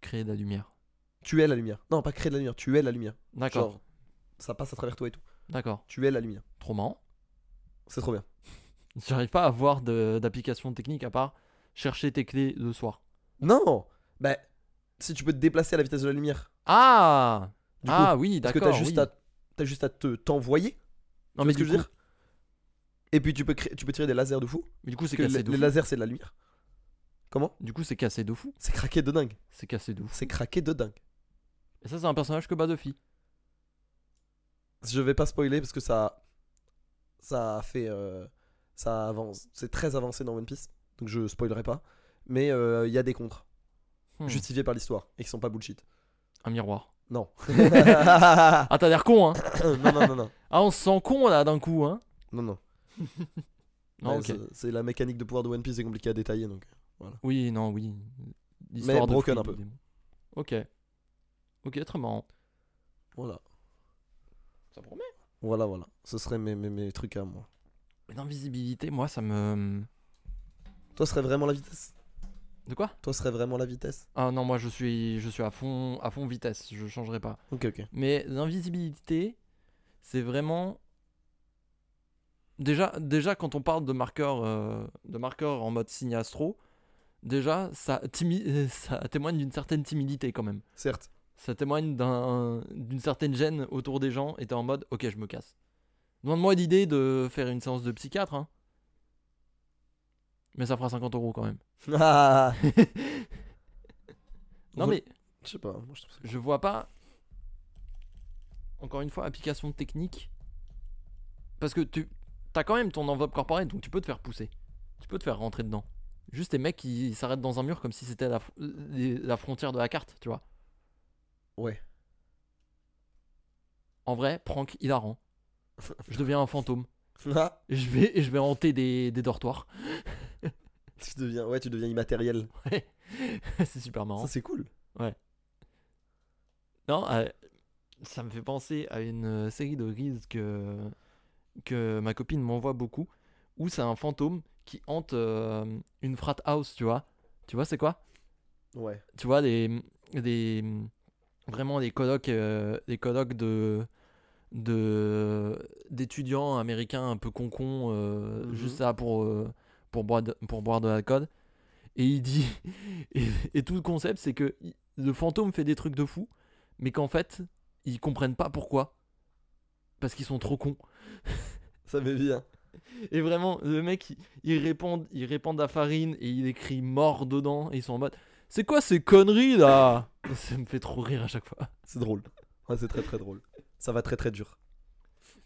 S1: Créer de la lumière.
S2: Tu es la lumière. Non, pas créer de la lumière. Tu es la lumière.
S1: D'accord.
S2: Genre, ça passe à travers toi et tout.
S1: D'accord.
S2: Tu es la lumière.
S1: Trop marrant.
S2: C'est trop bien.
S1: J'arrive pas à voir de- d'application technique à part chercher tes clés le soir.
S2: Non Bah, si tu peux te déplacer à la vitesse de la lumière.
S1: Ah
S2: Du coup,
S1: Ah oui,
S2: Parce que
S1: d'accord.
S2: t'as juste,
S1: oui.
S2: à- t'as juste à te t'envoyer.
S1: Non,
S2: tu vois
S1: mais
S2: ce que
S1: du,
S2: je
S1: coup,
S2: veux dire Et puis tu peux, créer- tu peux tirer des lasers de fou.
S1: mais du coup, c'est
S2: Parce que les,
S1: cassé de
S2: les
S1: fou.
S2: lasers, c'est de la lumière. Comment
S1: Du coup, c'est cassé de fou.
S2: C'est craqué de dingue.
S1: C'est cassé de fou.
S2: C'est craqué de dingue.
S1: Et ça, c'est un personnage que Badofi.
S2: Je vais pas spoiler parce que ça. Ça a fait. euh, ça avance. C'est très avancé dans One Piece. Donc je spoilerai pas. Mais euh, il y a des contres.
S1: Hmm,
S2: Justifiés par l'histoire. Et qui sont pas bullshit.
S1: Un miroir.
S2: Non.
S1: Ah, t'as l'air con, hein
S2: non, non, non, non.
S1: Ah, on se sent con là d'un coup, hein
S2: Non, non. Ouais,
S1: Non, Ah, ok.
S2: c'est- C'est la mécanique de pouvoir de One Piece. C'est compliqué à détailler. Donc.
S1: Oui, non, oui.
S2: Mais
S1: de
S2: broken
S1: fluide,
S2: un peu.
S1: évidemment. Ok. Ok, très marrant.
S2: Voilà.
S1: Ça promet.
S2: Voilà, voilà. Ce serait mes, mes, mes trucs à moi.
S1: Mais l'invisibilité, moi, ça me. hum,
S2: Toi, ce serait vraiment la vitesse
S1: De quoi
S2: Toi, ce serait vraiment la vitesse
S1: Ah non, moi, je suis, je suis à fond, à fond vitesse. Je changerai pas.
S2: Ok, ok.
S1: Mais l'invisibilité, c'est vraiment. Déjà, déjà, quand on parle de marqueur, euh, de marqueur en mode signe astro, déjà, ça, timi- ça témoigne d'une certaine timidité quand même.
S2: Certes.
S1: Ça témoigne d'un- d'une certaine gêne autour des gens et t'es en mode, ok, je me casse. Demande-moi l'idée de faire une séance de psychiatre, hein. Mais ça fera 50 euros quand même.
S2: Ah
S1: Non,
S2: Vous-
S1: mais
S2: Je sais pas, moi je trouve ça.
S1: je vois pas. Encore une fois, application technique. Parce que tu as quand même ton enveloppe corporelle, donc tu peux te faire pousser. Tu peux te faire rentrer dedans. Juste les mecs qui s'arrêtent dans un mur comme si c'était la, fr- les- la frontière de la carte, tu vois.
S2: Ouais.
S1: En vrai, prank hilarant. Je deviens un fantôme.
S2: Ah,
S1: Et je vais, et je vais hanter des, des dortoirs.
S2: tu deviens, ouais, tu deviens immatériel.
S1: Ouais. C'est super marrant.
S2: Ça, c'est cool.
S1: Non, euh, ça me fait penser à une euh, série de reels que, que ma copine m'envoie beaucoup, où c'est un fantôme qui hante euh, une frat house, tu vois. Tu vois, c'est quoi
S2: Ouais.
S1: Tu vois, des, des, vraiment des colloques, euh, des colloques de de- d'étudiants américains un peu concons euh,
S2: Mhm.
S1: juste là pour euh, pour boire de, pour boire de l'alcool et il dit et, et tout le concept c'est que il- le fantôme fait des trucs de fou mais qu'en fait ils comprennent pas pourquoi parce qu'ils sont trop cons
S2: Ça m'est bien.
S1: et vraiment le mec il, il répand il répand de la farine et il écrit mort dedans et ils sont en mode c'est quoi ces conneries là ça me fait trop rire à chaque fois
S2: C'est drôle. Ouais, c'est très très drôle. Ça va très très dur.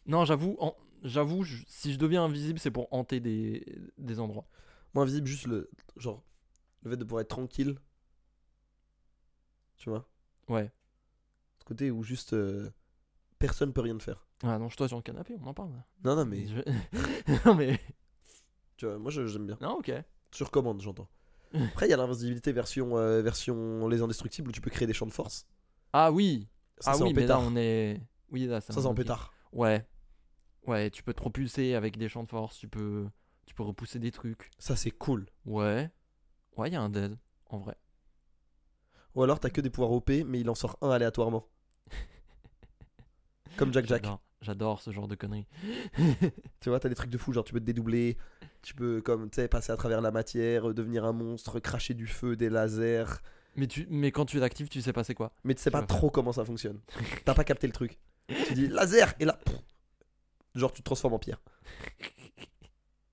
S1: Non, j'avoue, en- j'avoue, je- si je deviens invisible, c'est pour hanter des, des endroits.
S2: Moi, invisible, juste le. Genre, le fait de pouvoir être tranquille. Tu vois
S1: Ouais.
S2: Ce côté où juste. euh, personne peut rien te faire.
S1: Ah non, je toi sur le canapé, on en parle. là.
S2: Non, non, mais.
S1: Je- non, mais.
S2: Tu vois, moi, je- j'aime bien.
S1: Non, ok.
S2: Sur commande, j'entends. Après, il y a l'invisibilité version, euh, version Les Indestructibles où tu peux créer des champs de force.
S1: Ah oui
S2: Ça,
S1: Ah
S2: c'est
S1: oui,
S2: en
S1: mais là,
S2: pétard.
S1: on est. Oui, là, ça
S2: Ça, c'est
S1: me
S2: en
S1: bloquait.
S2: pétard.
S1: Ouais. Ouais, tu peux te propulser avec des champs de force, tu peux, tu peux repousser des trucs.
S2: Ça, c'est cool.
S1: Ouais. Ouais, il y a un dead, en vrai.
S2: Ou alors, t'as que des pouvoirs OP, mais il en sort un aléatoirement. Comme Jack Jack.
S1: J'adore- J'adore ce genre de conneries.
S2: Tu vois, t'as des trucs de fou, genre tu peux te dédoubler, tu peux, comme, tu sais, passer à travers la matière, euh, devenir un monstre, cracher du feu, des lasers.
S1: Mais, tu, mais quand tu l'actives, tu sais pas c'est quoi.
S2: Mais tu sais pas
S1: Ouais.
S2: trop comment ça fonctionne. T'as pas capté le truc. Tu dis laser et là, pff, genre tu te transformes en pierre.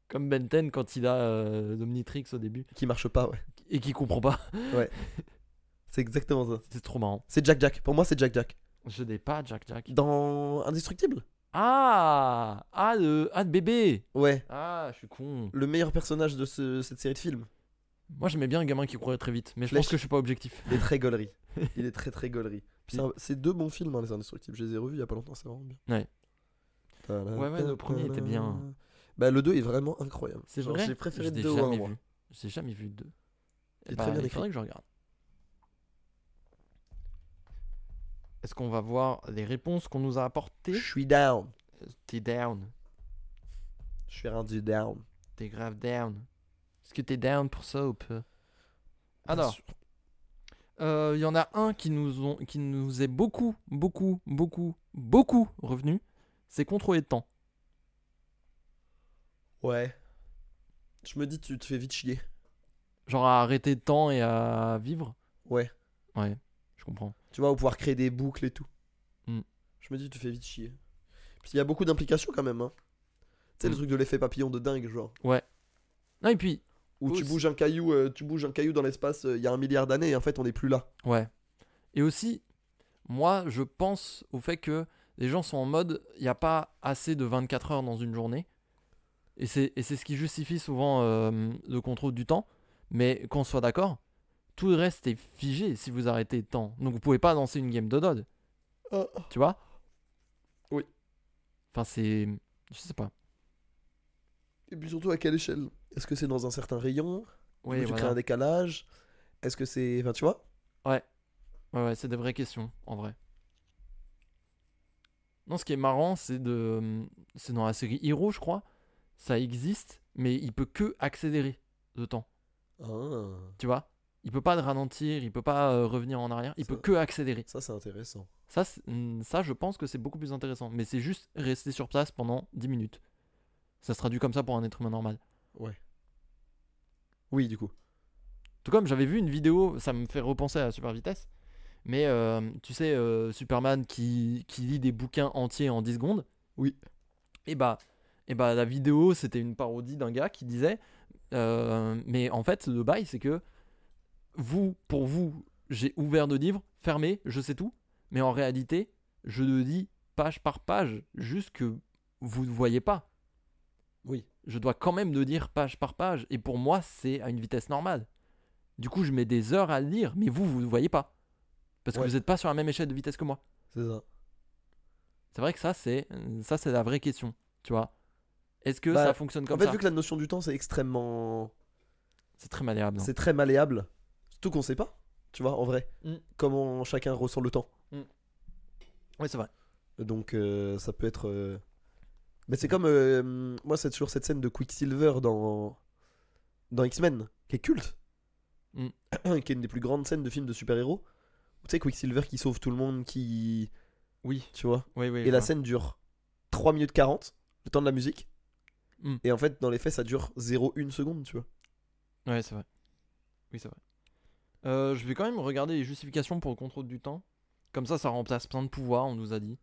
S1: Comme Benten quand il a euh, Omnitrix au début
S2: Qui marche pas, ouais.
S1: et qui comprend pas.
S2: C'est exactement ça.
S1: C'est trop marrant.
S2: C'est Jack Jack. Pour moi, c'est Jack Jack.
S1: Je n'ai pas Jack Jack.
S2: Dans Indestructible
S1: Ah Ah de, ah, de bébé
S2: Ouais.
S1: Ah, je suis con.
S2: Le meilleur personnage de ce- cette série de films.
S1: Moi, j'aimais bien un gamin qui courait très vite, mais je
S2: Flèche.
S1: pense que je suis pas objectif.
S2: Il est très gaulerie. Il est très très gaulerie. Puis c'est un- C'est deux bons films, hein, Les Indestructibles. Je les ai revus il y a pas longtemps, c'est vraiment bien.
S1: Ouais.
S2: Tadam,
S1: Ouais, ouais, le premier
S2: tadam.
S1: était bien.
S2: Bah, le 2 est vraiment incroyable.
S1: C'est
S2: Genre,
S1: vrai
S2: J'ai préféré
S1: Je
S2: le
S1: l'ai
S2: 2 au 1
S1: jamais
S2: moi.
S1: vu. J'ai jamais vu de. Bah,
S2: Il est très bien
S1: il
S2: écrit.
S1: faudrait que je regarde. Est-ce qu'on va voir les réponses qu'on nous a
S2: Je
S1: apportées
S2: suis down.
S1: T'es down.
S2: Je suis rendu down.
S1: T'es grave down. Est-ce que t'es down pour ça ou pas
S2: Bien
S1: Alors,
S2: sûr.
S1: euh, il y en a un qui nous, ont, qui nous est beaucoup, beaucoup, beaucoup, beaucoup revenu. C'est contrôler le temps.
S2: Ouais. Je me dis, tu te fais vite chier.
S1: Genre à arrêter le temps et à vivre.
S2: Ouais.
S1: Ouais, je comprends.
S2: Tu vois, ou pouvoir créer des boucles et tout.
S1: Mm.
S2: Je me dis, tu te fais vite chier. Puis il y a beaucoup d'implications quand même. Hein. Tu sais, le
S1: Mm.
S2: truc de l'effet papillon de dingue, genre.
S1: Non, et puis,
S2: Où tu
S1: Aussi.
S2: bouges, un caillou, euh, tu bouges un caillou dans l'espace euh, il y a un milliard d'années et en fait, on n'est plus là.
S1: Ouais. Et aussi, moi, je pense au fait que les gens sont en mode, il n'y a pas assez de 24 heures dans une journée. Et c'est et c'est ce qui justifie souvent euh, le contrôle du temps. Mais qu'on soit d'accord, tout le reste est figé si vous arrêtez le temps. Donc vous pouvez pas lancer une game de dod,
S2: Ah.
S1: tu vois
S2: Oui.
S1: Enfin, c'est... Je sais pas.
S2: Et puis surtout, à quelle échelle Est-ce que c'est dans un certain rayon
S1: Oui,
S2: Ou tu crées
S1: voilà.
S2: un décalage Est-ce que c'est. Enfin, tu vois
S1: Ouais, ouais, c'est des vraies questions, en vrai. Non, ce qui est marrant, c'est de. hum, C'est dans la série Hero, je crois. Ça existe, mais il peut que accélérer le temps,
S2: Ah,
S1: tu vois. Il peut pas le ralentir, il peut pas euh, revenir en arrière, il
S2: Ça-
S1: peut que accélérer.
S2: ça, c'est intéressant.
S1: Ça, c'est- hmm, ça, je pense que c'est beaucoup plus intéressant. Mais c'est juste rester sur place pendant 10 minutes. Ça se traduit comme ça pour un être humain normal.
S2: Oui, du coup.
S1: Tout comme j'avais vu une vidéo, ça me fait repenser à la super vitesse. Mais euh, tu sais, euh, Superman qui, qui lit des bouquins entiers en 10 secondes.
S2: Oui.
S1: Et bah, et bah la vidéo, c'était une parodie d'un gars qui disait euh, Mais en fait, le bail, c'est que vous, pour vous, j'ai ouvert deux livres, fermé, je sais tout. Mais en réalité, je le lis page par page, juste que vous ne voyez pas.
S2: Oui.
S1: Je dois quand même le lire page par page. Et pour moi, c'est à une vitesse normale. Du coup, je mets des heures à le lire, mais vous, vous ne voyez pas. Parce que
S2: Ouais.
S1: vous n'êtes pas sur la même échelle de vitesse que moi.
S2: C'est ça.
S1: C'est vrai que ça, c'est euh, ça, c'est la vraie question. Tu vois Est-ce que
S2: Bah,
S1: ça fonctionne comme
S2: en fait,
S1: ça
S2: vu que la notion du temps, c'est extrêmement.
S1: C'est très malléable. hein.
S2: C'est très malléable. Surtout qu'on sait pas, tu vois, en vrai,
S1: Mm.
S2: comment chacun ressent le temps.
S1: Ouais, c'est vrai.
S2: Donc euh, ça peut être. euh, Mais
S1: Mm.
S2: c'est comme. euh, hum, moi, c'est toujours cette scène de Quicksilver dans. Dans X-Men, qui est culte.
S1: Mm.
S2: qui est une des plus grandes scènes de films de super-héros. Tu sais, Quicksilver qui sauve tout le monde, qui.
S1: Oui,
S2: Tu vois.
S1: oui, oui.
S2: Et la
S1: voilà.
S2: scène dure 3 minutes 40, le temps de la musique.
S1: Mm.
S2: Et en fait, dans les faits, ça dure 0,1 seconde, tu vois.
S1: Ouais, c'est vrai. Oui, c'est vrai. Euh, je vais quand même regarder les justifications pour le contrôle du temps. Comme ça, ça remplace plein de pouvoirs, on nous a dit.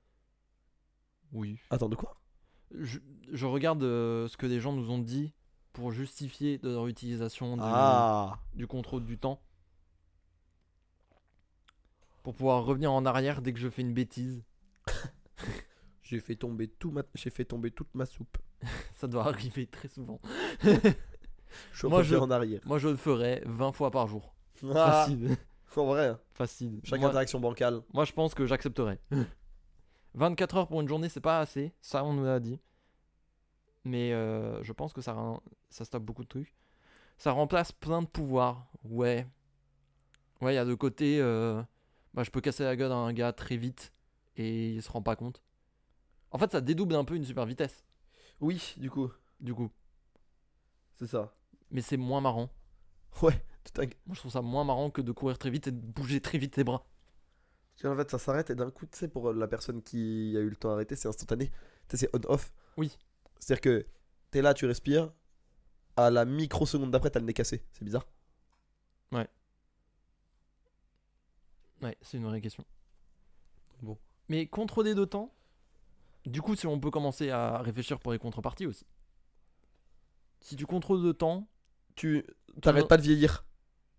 S1: Oui.
S2: Attends, de quoi
S1: Je, je regarde euh, ce que les gens nous ont dit pour justifier de leur utilisation du,
S2: Ah
S1: du contrôle du temps. Pour pouvoir revenir en arrière dès que je fais une bêtise.
S2: J'ai fait tomber tout ma... j'ai fait tomber toute ma soupe.
S1: Ça doit arriver très souvent.
S2: Je suis
S1: Moi,
S2: revenu
S1: je-
S2: en arrière.
S1: Moi, je le ferais 20 fois par jour.
S2: Ah,
S1: Facile.
S2: en vrai, hein.
S1: Facile.
S2: chaque
S1: Moi-
S2: interaction bancale.
S1: Moi, je pense que j'accepterais. 24 heures pour une journée, c'est pas assez. Ça, on nous l'a dit. Mais euh, je pense que ça, ren- ça stoppe beaucoup de trucs. Ça remplace plein de pouvoirs. Ouais. Ouais, il y a le côté. euh, bah, je peux casser la gueule à un gars très vite et il se rend pas compte. En fait, ça dédouble un peu une super vitesse,
S2: Oui, du coup,
S1: du coup.
S2: c'est ça.
S1: Mais c'est moins marrant.
S2: Ouais, tout à
S1: Moi, je trouve ça moins marrant que de courir très vite et de bouger très vite les bras.
S2: Parce qu'en fait, ça s'arrête et d'un coup, tu sais, pour la personne qui a eu le temps arrêté, c'est instantané. Tu sais, c'est on-off.
S1: Oui.
S2: C'est-à-dire que t'es là, tu respires. À la microseconde d'après, t'as le nez cassé. C'est bizarre.
S1: Ouais, c'est une vraie question.
S2: Bon.
S1: Mais contrôler de temps Du coup, si on peut commencer à réfléchir pour les contreparties aussi. Si tu contrôles de temps,
S2: Tu
S1: me-
S2: t'arrêtes pas de vieillir.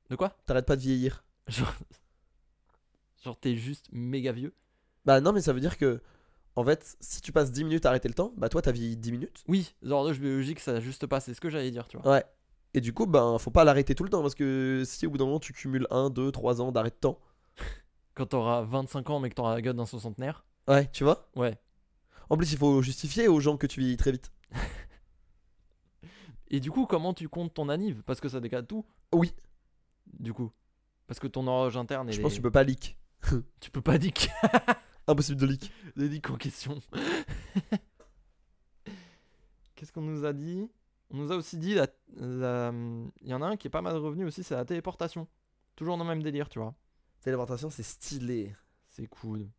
S1: de quoi
S2: T'arrêtes pas de vieillir.
S1: Genre, genre t'es juste méga vieux.
S2: Bah non, mais ça veut dire que, en fait, si tu passes 10 minutes à arrêter le temps, bah toi, t'as vieilli 10 minutes.
S1: Oui, l'horloge biologique, ça a juste pas, c'est ce que j'allais dire, tu vois.
S2: Ouais. Et du coup, ben, faut pas l'arrêter tout le temps parce que si au bout d'un moment, tu cumules 1, 2, 3 ans d'arrêt de temps.
S1: Quand t'auras 25 ans mais que t'auras la gueule d'un soixantenaire,
S2: Ouais, tu vois
S1: ouais.
S2: En plus, il faut justifier aux gens que tu vieillis très vite.
S1: Et du coup, comment tu comptes ton anniv Parce que ça décale tout.
S2: Oui.
S1: Du coup. Parce que ton horloge interne,
S2: Je
S1: elle
S2: pense
S1: est-
S2: que tu peux pas leak.
S1: tu peux pas dire
S2: Impossible de leak.
S1: Le leak en question. Qu'est-ce qu'on nous a dit On nous a aussi dit, la- la- il y en a un qui est pas mal revenu aussi, c'est la téléportation. Toujours dans le même délire, tu vois.
S2: Téléportation, c'est stylé.
S1: C'est cool.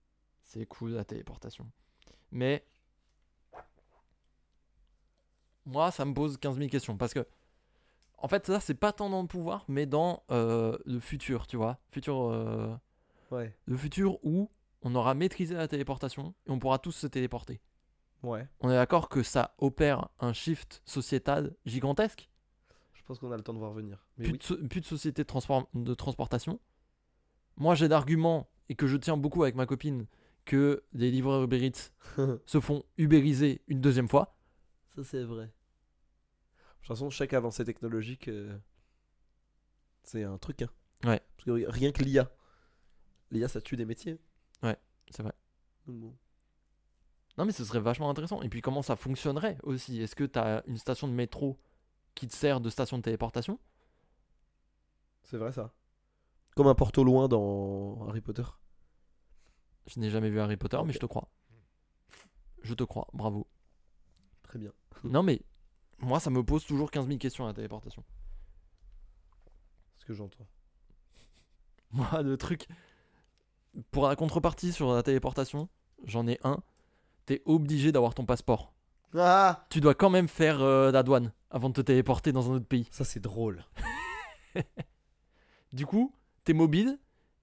S1: C'est cool la téléportation. Mais... Moi, ça me pose 15 000 questions. Parce que... En fait, ça, c'est pas tant dans le pouvoir, mais dans euh, le futur, tu vois. Futur... euh,
S2: Ouais.
S1: le futur où on aura maîtrisé la téléportation et on pourra tous se téléporter.
S2: Ouais.
S1: on est d'accord que ça opère un shift sociétal gigantesque.
S2: Je pense qu'on a le temps de voir venir. Mais
S1: Plus, de, so- plus de société de, transport- de transportation. Moi, j'ai l'argument, et que je tiens beaucoup avec ma copine, que des livreurs Uber Eats se font ubériser une deuxième fois.
S2: ça c'est vrai. De toute façon, chaque avancée technologique, euh, c'est un truc. Hein.
S1: Ouais.
S2: Parce que ri- rien que l'IA. L'IA, ça tue des métiers. hein.
S1: Ouais, c'est vrai.
S2: Donc bon.
S1: Non, mais ce serait vachement intéressant. Et puis, comment ça fonctionnerait aussi Est-ce que tu as une station de métro qui te sert de station de téléportation
S2: C'est vrai ça. Comme un porte au loin dans Harry Potter.
S1: Je n'ai jamais vu Harry Potter, mais
S2: Ok. Hmm.
S1: je te crois. Je te crois, bravo.
S2: Très bien.
S1: Non, mais moi, ça me pose toujours 15 000 questions à la téléportation.
S2: Ce que j'entends.
S1: Moi, le truc. Pour la contrepartie sur la téléportation, j'en ai un. T'es obligé d'avoir ton passeport.
S2: Ah
S1: Tu dois quand même faire euh, la douane avant de te téléporter dans un autre pays.
S2: Ça c'est drôle.
S1: Du coup, t'es mobile,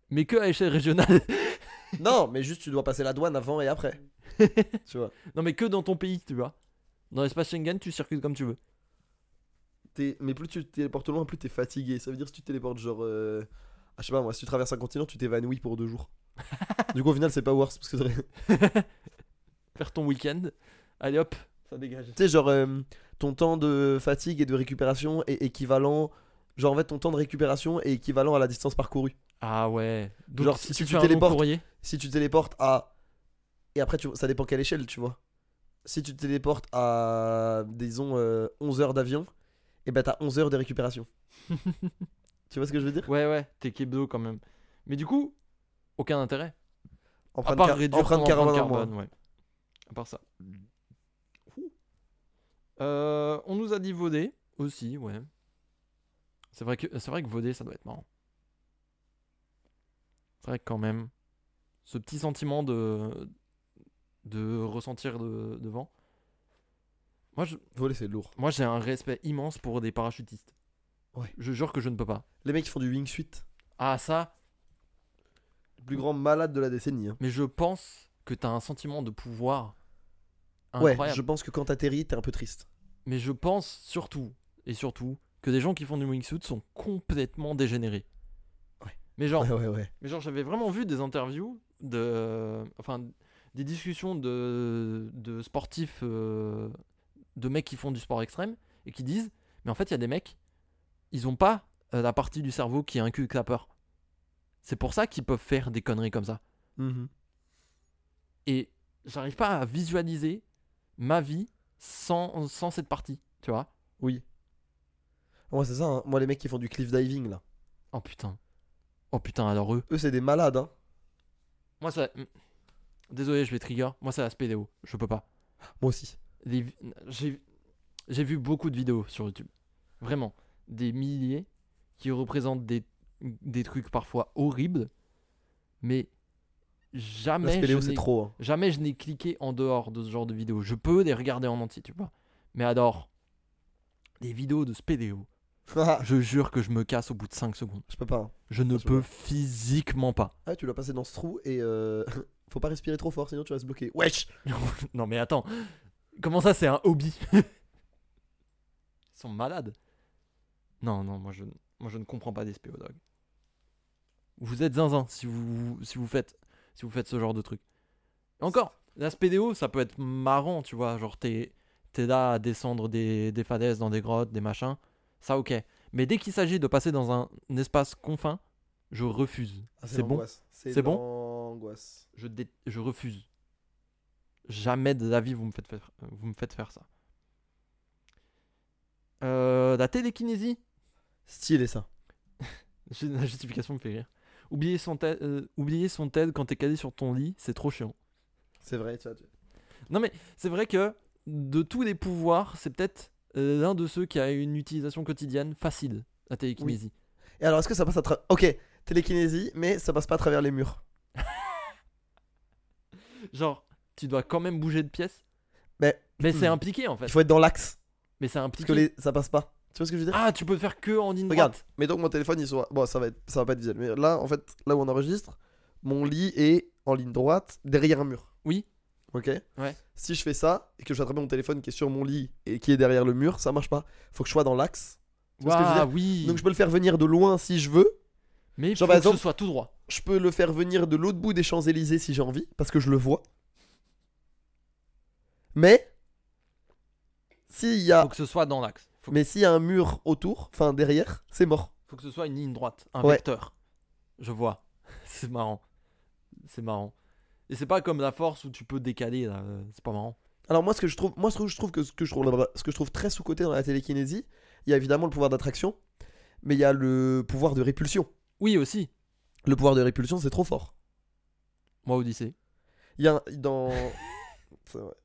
S1: mais que à échelle régionale.
S2: non, mais juste tu dois passer la douane avant et après. tu vois.
S1: non, mais que dans ton pays, tu vois. Dans l'espace Schengen, tu circules comme tu veux.
S2: T'es- Mais plus tu te téléportes loin, plus t'es fatigué. Ça veut dire si tu téléportes genre. euh, ah, je sais pas moi, si tu traverses un continent, tu t'évanouis pour deux jours. du coup, au final, c'est pas worse. Parce que t'aurais- tu
S1: Faire ton week-end. Allez hop, ça dégage.
S2: sais, genre, euh, ton temps de fatigue et de récupération est équivalent. Genre, en fait, ton temps de récupération est équivalent à la distance parcourue.
S1: Ah ouais. Donc,
S2: Genre,
S1: si,
S2: si
S1: tu,
S2: tu
S1: fais un long
S2: téléportes-
S1: courrier.
S2: Si tu téléportes à. Et après, tu... ça dépend quelle échelle, tu vois. Si tu te téléportes à. Disons, euh, 11 heures d'avion, et ben t'as 11 heures de récupération. tu vois ce que je veux dire
S1: Ouais, ouais, t'es kebdo quand même. Mais du coup, aucun intérêt.
S2: Empreinte,
S1: à part
S2: car-
S1: réduire
S2: empreinte
S1: ton
S2: carbone en
S1: empreinte
S2: moins.
S1: carbone, ouais. À part ça. Euh, on nous a dit voder aussi, ouais. C'est vrai que c'est vrai que voder, ça doit être marrant. C'est vrai que quand même, ce petit sentiment de de ressentir de, devant. Moi, je-
S2: Voler, c'est lourd.
S1: moi, j'ai un respect immense pour des parachutistes.
S2: Ouais.
S1: Je jure que je ne peux pas.
S2: Les mecs qui font du wingsuit.
S1: Ah ça,
S2: Le plus grand malade de la décennie. hein.
S1: mais je pense que t'as un sentiment de pouvoir
S2: Ouais,
S1: incroyable.
S2: je pense que quand t'atterris, t'es un peu triste.
S1: Mais je pense surtout, et surtout, que des gens qui font du wingsuit sont complètement dégénérés.
S2: Ouais.
S1: Mais genre,
S2: ouais, ouais.
S1: mais genre j'avais vraiment vu des interviews de... Enfin, des discussions de, de sportifs, euh, de mecs qui font du sport extrême, et qui disent, mais en fait, il y a des mecs, ils ont pas euh, la partie du cerveau qui inculque la peur. C'est pour ça qu'ils peuvent faire des conneries comme ça.
S2: Mhm.
S1: Et j'arrive pas à visualiser ma vie sans, sans cette partie, tu vois.
S2: Oui. Moi, c'est ça. hein. Moi, les mecs qui font du cliff diving, là.
S1: Oh putain. Oh putain, alors eux.
S2: Eux, c'est des malades, hein.
S1: Moi, ça. mm. Désolé, je vais trigger. Moi, c'est la spédéo. Je peux pas.
S2: Moi aussi.
S1: Les vi- J'ai j'ai vu beaucoup de vidéos sur YouTube. Vraiment. Des milliers qui représentent des, des trucs parfois horribles. Mais
S2: La
S1: jamais.
S2: spéléo,
S1: je
S2: c'est
S1: n'ai-
S2: trop. hein.
S1: Jamais je n'ai cliqué en dehors de ce genre de vidéos. Je peux les regarder en entier, tu vois. Mais alors, des vidéos de spédéo,
S2: Ah,
S1: je jure que je me casse au bout de 5 secondes.
S2: je peux pas. hein.
S1: Je ne
S2: je
S1: peux physiquement pas.
S2: Ah, tu dois passer dans ce trou et euh, faut pas respirer trop fort, sinon tu vas se bloquer. Wesh
S1: non mais attends, comment ça c'est un hobby Ils sont malades. Non, non, moi je, moi je ne comprends pas des spéodogues. Vous êtes zinzin si vous, si vous, faites, si vous faites ce genre de truc. Et encore, la spédéo, ça peut être marrant, tu vois. Genre, t'es t'es là à descendre des, des falaises dans des grottes, des machins. Ça, ok. Mais dès qu'il s'agit de passer dans un, un espace confin, je refuse.
S2: Ah,
S1: C'est bon
S2: l'angoisse.
S1: C'est bon
S2: l'angoisse.
S1: Je, dé- je refuse. Jamais de la vie vous me faites faire, vous me faites faire ça. Euh, la télékinésie,
S2: Stylé ça.
S1: J'ai- la justification me fait rire. Oublier son, tel- euh, oublier son tel quand t'es calé sur ton lit, c'est trop chiant.
S2: C'est vrai, tu vois. tu-
S1: C'est vrai que de tous les pouvoirs, c'est peut-être euh, l'un de ceux qui a une utilisation quotidienne facile, la télékinésie.
S2: Et alors, est-ce que ça passe à travers. Ok, télékinésie, mais ça passe pas à travers les murs.
S1: Genre, tu dois quand même bouger de pièce,
S2: Mais
S1: mais c'est
S2: Hmm.
S1: impliqué en
S2: il
S1: fait.
S2: faut être dans l'axe.
S1: Mais c'est
S2: Parce
S1: impliqué.
S2: que les... ça passe pas. Tu vois ce que je veux dire
S1: Ah, tu peux le faire que en ligne
S2: Regarde,
S1: droite.
S2: mais donc mon téléphone, ils sont. Bon, ça va, être... ça va pas être visuel. Mais là, en fait, là où on enregistre, mon lit est en ligne droite derrière un mur.
S1: Oui.
S2: Ok
S1: Ouais.
S2: Si je fais ça et que je vais attraper mon téléphone qui est sur mon lit et qui est derrière le mur, ça marche pas. Faut que je sois dans l'axe. Tu vois ce que je veux
S1: Ouah,
S2: dire
S1: oui.
S2: Donc je peux le faire venir de loin si je veux.
S1: Mais il faut
S2: Genre, par
S1: que ce
S2: exemple-
S1: soit tout droit.
S2: Je peux le faire venir de l'autre bout des Champs-Élysées si j'ai envie, parce que je le vois. Mais. S'il y a.
S1: Faut que ce soit dans l'axe. Faut
S2: Mais s'il y a un mur autour, enfin derrière, c'est mort.
S1: faut que ce soit une ligne droite, un
S2: Ouais.
S1: vecteur. Je vois. C'est marrant. C'est marrant. Et c'est pas comme la force où tu peux décaler là, euh, c'est pas marrant.
S2: Alors moi ce que je trouve, moi ce que je trouve que ce que je trouve, blablabla, ce que je trouve très sous côté dans la télékinésie, il y a évidemment le pouvoir d'attraction, mais il y a le pouvoir de répulsion.
S1: Oui aussi,
S2: Le pouvoir de répulsion c'est trop fort.
S1: moi Odyssée.
S2: Il y a un- dans. C'est vrai.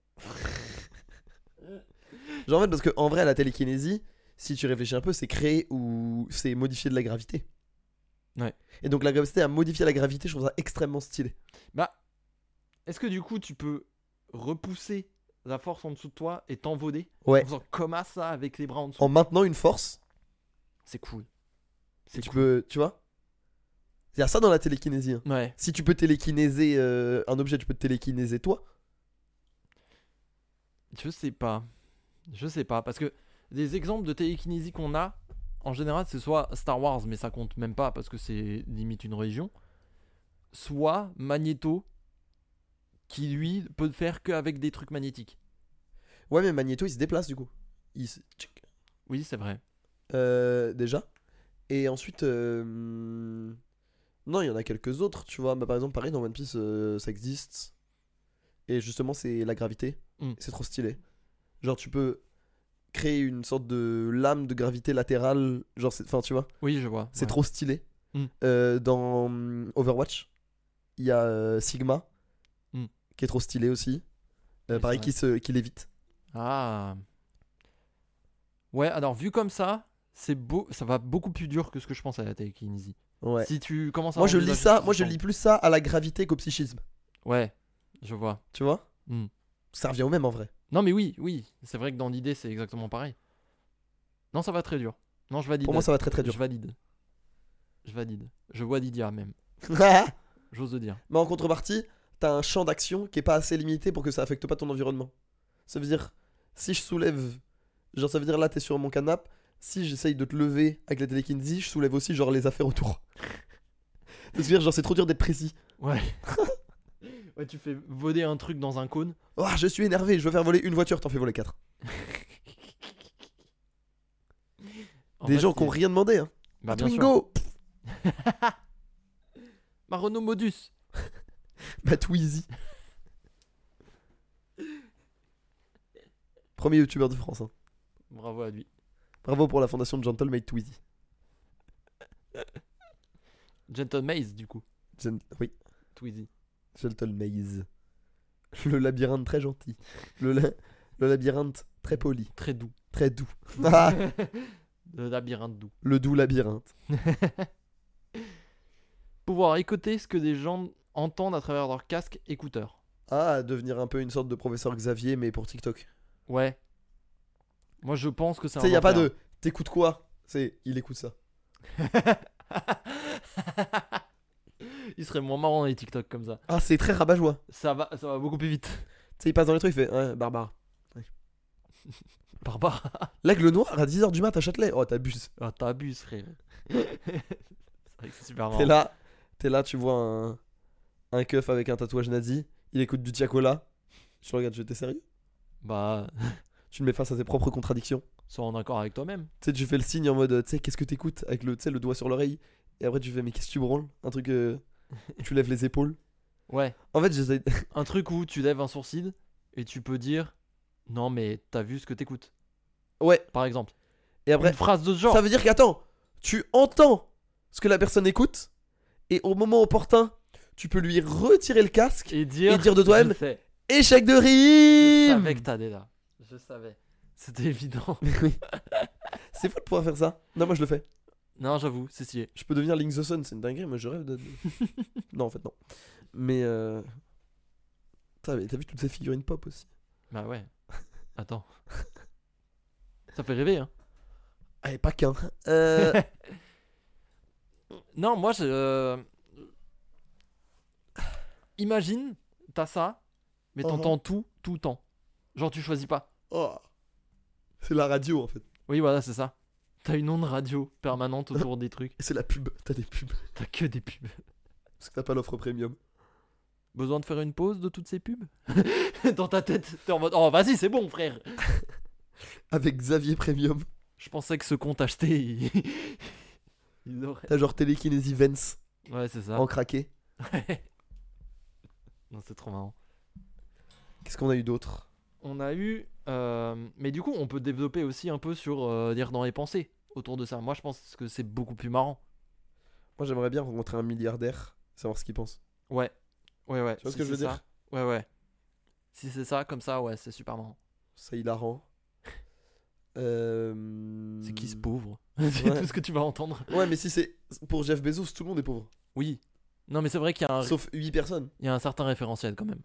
S2: Genre en fait parce que en vrai la télékinésie, si tu réfléchis un peu, c'est créer ou c'est modifier de la gravité.
S1: Ouais.
S2: Et donc la gravité à modifier la gravité, je trouve ça extrêmement stylé.
S1: Bah est-ce que du coup tu peux repousser la force en dessous de toi et t'envoler
S2: Ouais.
S1: en faisant comme ça avec les bras en dessous
S2: En maintenant une force,
S1: C'est cool.
S2: tu
S1: C'est cool.
S2: peux, tu vois. Il y a ça dans la télékinésie. hein.
S1: Ouais.
S2: Si tu peux télékinéser euh, un objet, tu peux télékinéser toi.
S1: Je sais pas. Je sais pas. Parce que les exemples de télékinésie qu'on a, en général, c'est soit Star Wars, mais ça compte même pas parce que c'est limite une religion. Soit Magneto, qui lui peut le faire qu'avec des trucs magnétiques.
S2: Ouais, mais Magneto, il se déplace du coup. Il se- tchic.
S1: Oui, c'est vrai.
S2: Euh, déjà. Et ensuite. euh, Non, il y en a quelques autres, tu vois. Bah, par exemple, pareil, dans One Piece, euh, ça existe. Et justement, c'est la gravité.
S1: Mm.
S2: C'est trop stylé. Genre, tu peux créer une sorte de lame de gravité latérale. Genre, c'est- enfin, tu vois.
S1: Oui, je vois.
S2: C'est trop stylé.
S1: Mm.
S2: Euh, dans hum, Overwatch, il y a euh, Sigma,
S1: Mm.
S2: qui est trop stylé aussi. Euh,
S1: Oui,
S2: pareil,
S1: c'est
S2: qui, se, qui lévite.
S1: Ah. Ouais, alors vu comme ça, c'est beau, ça va beaucoup plus dur que ce que je pense à la télékinésie.
S2: Ouais.
S1: Si tu commences à
S2: moi, je
S1: envisager
S2: lis ça,
S1: ce
S2: moi, je
S1: sens-
S2: lis plus ça à la gravité qu'au psychisme.
S1: Ouais, je vois.
S2: Tu vois
S1: Mm.
S2: Ça revient au même en vrai.
S1: Non mais oui, oui, c'est vrai que dans l'idée c'est exactement pareil. Non, ça va très dur. Non, je valide.
S2: Pour moi, ça va très très dur.
S1: Je valide. Je valide. Je vois Lydia même.
S2: Mais
S1: J'ose le dire.
S2: en contrepartie, t'as un champ d'action qui est pas assez limité pour que ça affecte pas ton environnement. Ça veut dire, si je soulève, genre, ça veut dire là, t'es sur mon canap', si j'essaye de te lever avec la télékinésie, je soulève aussi, genre, les affaires autour. Ça veut dire, genre, c'est trop dur d'être précis.
S1: Ouais. Ouais, tu fais voler un truc dans un cône.
S2: Oh, je suis énervé, je veux faire voler une voiture, t'en fais voler quatre.
S1: En
S2: Des
S1: fait,
S2: gens
S1: c'est-
S2: qui ont rien demandé. Hein.
S1: Bah,
S2: Un
S1: bien sûr.
S2: Twingo, pff,
S1: Ma Renault Modus.
S2: ma Bah, Twizy. Premier youtubeur de France. hein.
S1: Bravo à lui.
S2: Bravo pour la fondation de Gentle Made Twizy.
S1: Gentle Maze, du coup.
S2: Gen- Oui,
S1: Twizy.
S2: Gentle Maze. Le labyrinthe très gentil. Le, la- le labyrinthe très poli,
S1: Très doux.
S2: très doux. Ah,
S1: Le labyrinthe doux.
S2: le doux labyrinthe.
S1: Pouvoir écouter ce que des gens entendent à travers leur casque écouteur.
S2: Ah, devenir un peu une sorte de professeur Xavier, mais pour TikTok.
S1: Ouais. Moi, je pense que c'est
S2: Tu
S1: un.
S2: sais, y a pas
S1: enfer.
S2: de t'écoutes quoi C'est il écoute ça.
S1: Il serait moins marrant dans les TikTok comme ça.
S2: Ah, c'est très rabat-joie.
S1: Ça va, ça va beaucoup plus vite.
S2: Tu sais, il passe dans les trucs, il fait ouais, barbare.
S1: Barbare.
S2: L'aigle noir à 10h du mat à Châtelet. Oh, t'abuses.
S1: Ah, t'abuses, frère. c'est vrai que c'est super marrant.
S2: T'es là, t'es là, tu vois un, un keuf avec un tatouage nazi, il écoute du Tiakola. Tu le regardes, je t'es sérieux
S1: Bah,
S2: Tu le mets face à tes propres contradictions.
S1: sois en accord avec toi-même.
S2: Tu sais, tu fais le signe en mode, tu sais, qu'est-ce que t'écoutes Avec le, tu sais, le doigt sur l'oreille. Et après, tu fais, mais qu'est-ce que tu branles Un truc. euh, tu lèves les épaules.
S1: Ouais.
S2: En fait, j'essaie.
S1: Un truc où tu lèves un sourcil et tu peux dire Non, mais t'as vu ce que t'écoutes.
S2: Ouais.
S1: Par exemple.
S2: Et après,
S1: Une phrase de ce genre.
S2: Ça veut dire qu'attends, tu entends ce que la personne écoute, et au moment opportun, tu peux lui retirer le casque.
S1: Et dire,
S2: et dire de toi-même,
S1: Je sais.
S2: Échec de
S1: Je savais que
S2: rime
S1: t'allais là. Je savais. C'était évident.
S2: C'est fou de pouvoir faire ça. Non, moi je le fais.
S1: non, j'avoue, c'est si.
S2: Je peux devenir Link the Sun, c'est une dinguerie, mais je rêve de. non, en fait, non. Mais. Euh... Putain, mais T'as vu toutes ces figurines pop aussi
S1: Bah ouais. Attends. Ça fait rêver, hein.
S2: Ah, et pas qu'un. Euh,
S1: Non, moi, je. euh, Imagine, t'as ça, mais
S2: Uh-huh.
S1: t'entends tout, tout le temps. Genre, tu choisis pas.
S2: oh. C'est la radio en fait.
S1: Oui, voilà, c'est ça. T'as une onde radio permanente autour des trucs.
S2: Et C'est la pub. T'as des pubs.
S1: T'as que des pubs.
S2: Parce que t'as pas l'offre premium.
S1: Besoin de faire une pause de toutes ces pubs Dans ta tête, t'es en mode Oh, vas-y, c'est bon, frère
S2: Avec Xavier Premium,
S1: Je pensais que ce compte acheté, il. il aurait.
S2: t'as genre Telekinesis Vents
S1: Ouais, c'est ça.
S2: en craqué.
S1: non, c'est trop marrant.
S2: Qu'est-ce qu'on a eu d'autre
S1: On a eu. euh, Mais du coup, on peut développer aussi un peu sur euh, lire dans les pensées autour de ça. Moi, je pense que c'est beaucoup plus marrant.
S2: Moi, j'aimerais bien rencontrer un milliardaire, savoir ce qu'il pense.
S1: Ouais. Ouais, ouais.
S2: Tu vois ce
S1: Si
S2: que je veux
S1: c'est ça.
S2: dire
S1: Ouais, ouais. Si c'est ça, comme ça, ouais, c'est super marrant.
S2: C'est hilarant. Euh...
S1: C'est qui ce pauvre C'est
S2: Ouais.
S1: tout ce que tu vas entendre.
S2: Ouais, mais si c'est pour Jeff Bezos, tout le monde est pauvre.
S1: Oui. Non, mais c'est vrai qu'il y, a un-
S2: Sauf 8 personnes.
S1: il y a un certain référentiel quand même.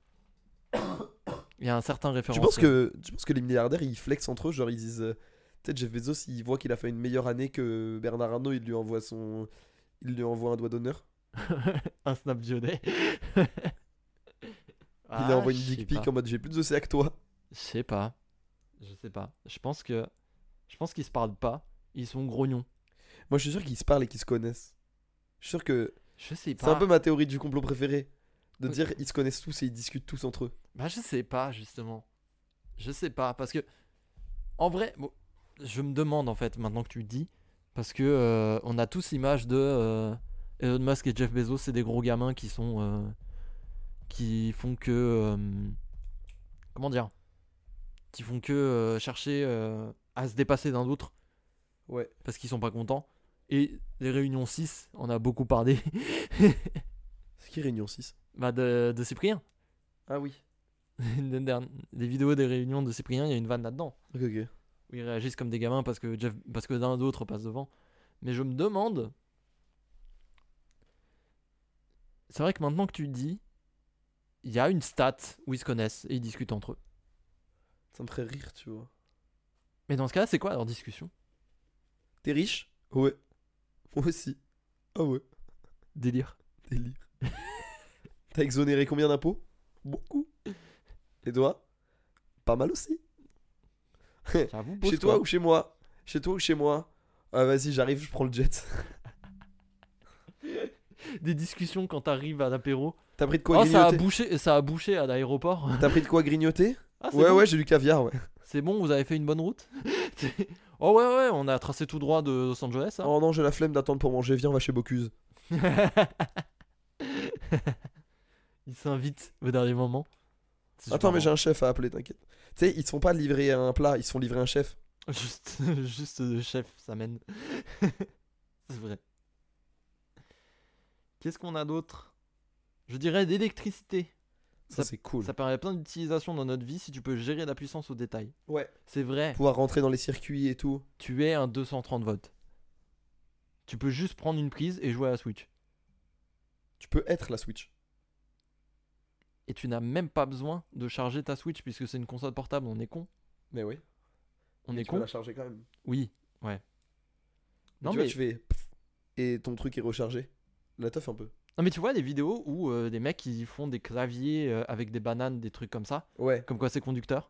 S1: Il y a un certain
S2: Tu
S1: référentiel.
S2: penses, que, tu penses que les milliardaires, ils flexent entre eux Genre, ils disent. euh, Peut-être Jeff Bezos, il voit qu'il a fait une meilleure année que Bernard Arnault, il lui envoie son. Il lui envoie un doigt d'honneur.
S1: un snap violet.
S2: il
S1: Ah,
S2: lui envoie une dick pic en mode j'ai plus de dossier que toi.
S1: Je sais pas. Je sais pas. Je pense que. Je pense qu'ils se parlent pas. Ils sont grognons.
S2: Moi, je suis sûr qu'ils se parlent et qu'ils se connaissent. Je suis sûr que.
S1: Je sais
S2: C'est un
S1: pas.
S2: peu ma théorie du complot préférée. De
S1: Ok.
S2: dire ils se connaissent tous et ils discutent tous entre eux.
S1: Bah, je sais pas, justement. Je sais pas, parce que. En vrai, bon, je me demande, en fait, maintenant que tu le dis, parce que euh, on a tous l'image de. euh, Elon Musk et Jeff Bezos, c'est des gros gamins qui sont. euh, qui font que. euh, comment dire Qui font que euh, chercher euh, à se dépasser d'un autre.
S2: Ouais.
S1: Parce qu'ils sont pas contents. Et les réunions 6, on a beaucoup parlé.
S2: C'est qui Réunion 6
S1: bah, de, de Cyprien.
S2: Ah oui.
S1: Une dernière- Des vidéos des réunions de Cyprien, il y a une vanne là-dedans.
S2: Ok, ok.
S1: où ils réagissent comme des gamins parce que Jeff, parce que l'un d'autre passe devant. Mais je me demande. C'est vrai que maintenant que tu le dis, il y a une stat où ils se connaissent et ils discutent entre eux.
S2: Ça me ferait rire, tu vois.
S1: Mais dans ce cas, c'est quoi leur discussion
S2: T'es riche Ouais. Moi aussi. Ah ouais.
S1: Délire.
S2: Délire. T'as exonéré combien d'impôts Beaucoup. Et toi Pas mal aussi.
S1: J'avoue,
S2: chez toi ou chez moi Chez toi ou chez moi Ah vas-y, j'arrive, je prends le jet.
S1: Des discussions quand t'arrives à l'apéro.
S2: T'as pris de quoi
S1: Oh, ça a
S2: grignoter
S1: bouché, ça a bouché à l'aéroport.
S2: Ah. T'as pris de quoi grignoter
S1: Ah, c'est
S2: Ouais,
S1: bon.
S2: ouais, j'ai du caviar, ouais.
S1: C'est bon, vous avez fait une bonne route C'est- Oh ouais, ouais, on a tracé tout droit de Los Angeles. hein.
S2: Oh non, j'ai la flemme d'attendre pour manger. Viens, on va chez Bocuse.
S1: Ils s'invitent au dernier moment. C'est
S2: Attends,
S1: super
S2: mais j'ai un chef à appeler, t'inquiète. Tu sais, ils se font pas livrer un plat, ils se font livrer un chef.
S1: marrant. Juste, juste le chef, ça mène. C'est vrai. Qu'est-ce qu'on a d'autre Je dirais d'électricité.
S2: Ça,
S1: Ça-
S2: c'est cool.
S1: Ça permet plein d'utilisations dans notre vie si tu peux gérer la puissance au détail.
S2: Ouais.
S1: C'est vrai,
S2: Pouvoir rentrer dans les circuits et tout.
S1: tu es un 230 volts. Tu peux juste prendre une prise et jouer à la Switch.
S2: Tu peux être la Switch.
S1: Et tu n'as même pas besoin de charger ta Switch puisque c'est une console portable, on est con.
S2: Mais oui.
S1: On est
S2: tu peux
S1: con
S2: la charger quand même.
S1: Oui, ouais. Non
S2: tu
S1: mais,
S2: vois, tu fais. pff, Et ton truc est rechargé. La teuf un peu.
S1: non mais tu vois des vidéos où euh, des mecs ils font des claviers euh, avec des bananes, des trucs comme ça,
S2: Ouais,
S1: comme quoi c'est conducteur.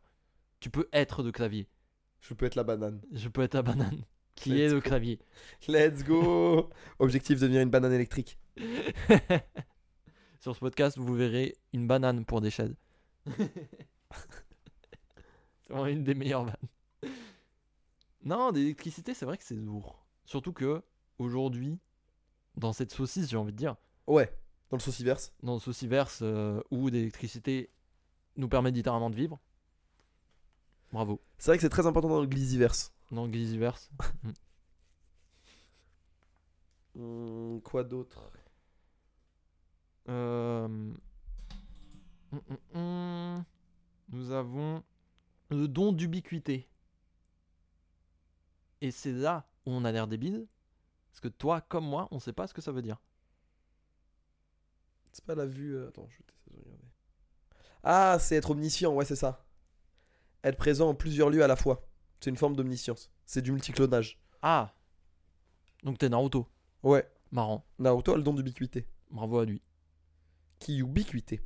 S1: Tu peux être de clavier.
S2: je peux être la banane.
S1: Je peux être la banane qui
S2: Let's
S1: est le
S2: go.
S1: clavier.
S2: Let's go Objectif devenir une banane électrique.
S1: Sur ce podcast, vous verrez une banane pour des shades. c'est vraiment une des meilleures vannes. Non, d'électricité, c'est vrai que c'est lourd. Surtout que aujourd'hui, dans cette saucisse, j'ai envie de dire,
S2: Ouais, dans le sauciverse.
S1: dans le sauciverse euh, où l'électricité nous permet littéralement de vivre. Bravo.
S2: C'est vrai que c'est très important dans le glisiverse.
S1: Dans le glisiverse.
S2: Hum, quoi d'autre
S1: Euh, hum, hum, hum. Nous avons le don d'ubiquité. Et c'est là où on a l'air débile. Parce que toi, comme moi, on sait pas ce que ça veut dire.
S2: C'est pas la vue. euh, Attends, je vais essayer de regarder. Ah, c'est être omniscient, ouais, c'est ça. Être présent en plusieurs lieux à la fois. C'est une forme d'omniscience. C'est du multiclonage.
S1: Ah Donc t'es Naruto.
S2: Ouais,
S1: Marrant.
S2: Naruto a le don d'ubiquité.
S1: Bravo à lui.
S2: Qui ubiquité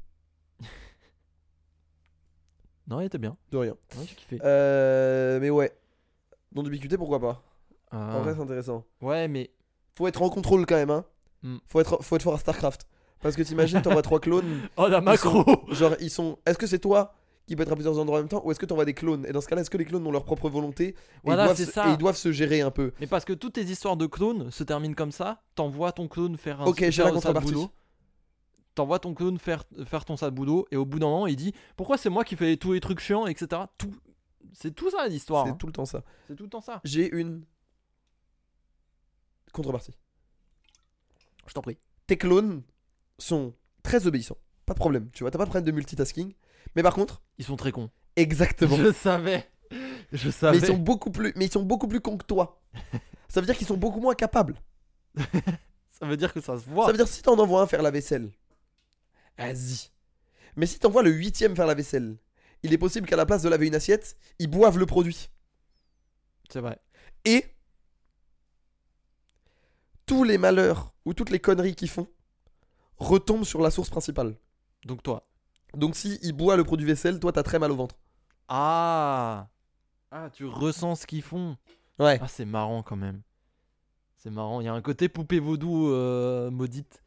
S1: Non, il était bien.
S2: De rien.
S1: Ouais, j'ai kiffé.
S2: Euh, mais ouais. Don d'ubiquité, pourquoi pas En
S1: Euh,
S2: vrai, c'est intéressant.
S1: ouais, mais
S2: Faut être en contrôle quand même, hein.
S1: Hmm.
S2: Faut, être, faut être fort à StarCraft. Parce que t'imagines, t'envoies trois clones.
S1: Oh la macro
S2: Genre, ils sont. Est-ce que c'est toi qui peux être à plusieurs endroits en même temps Ou est-ce que t'envoies des clones Et dans ce cas-là, est-ce que les clones ont leur propre volonté et ils
S1: Voilà,
S2: doivent
S1: c'est
S2: se-
S1: ça.
S2: Et ils doivent se gérer un peu.
S1: Mais parce que toutes tes histoires de clones se terminent comme ça, t'envoies ton clone faire un
S2: Ok, j'ai
S1: super
S2: la
S1: de sale
S2: contrepartie.
S1: boulot. T'envoies ton clone faire, faire ton sale boulot, et au bout d'un moment, il dit Pourquoi c'est moi qui fais tous les trucs chiants, etc. Tout... C'est tout ça l'histoire.
S2: C'est
S1: hein.
S2: tout le temps ça.
S1: C'est tout... le temps ça.
S2: J'ai une. Contrepartie.
S1: Je t'en prie.
S2: tes clones sont très obéissants. Pas de problème, tu vois, t'as pas de problème de multitasking. Mais par contre,
S1: Ils sont très cons.
S2: exactement.
S1: Je savais. Je savais.
S2: mais, ils sont beaucoup plus, mais ils sont beaucoup plus cons que toi. Ça veut dire qu'ils sont beaucoup moins capables.
S1: Ça veut dire que ça se voit.
S2: Ça veut dire si t'en envoies un faire la vaisselle, vas-y. Mais si t'envoies le huitième faire la vaisselle, il est possible qu'à la place de laver une assiette, ils boivent le produit.
S1: C'est vrai.
S2: Et tous les malheurs ou toutes les conneries qu'ils font retombent sur la source principale.
S1: Donc toi.
S2: Donc si il boit le produit vaisselle, toi t'as très mal au ventre.
S1: Ah Ah, tu ressens ce qu'ils font.
S2: Ouais.
S1: Ah, c'est marrant quand même. C'est marrant. Il y a un côté poupée vaudou euh, maudite.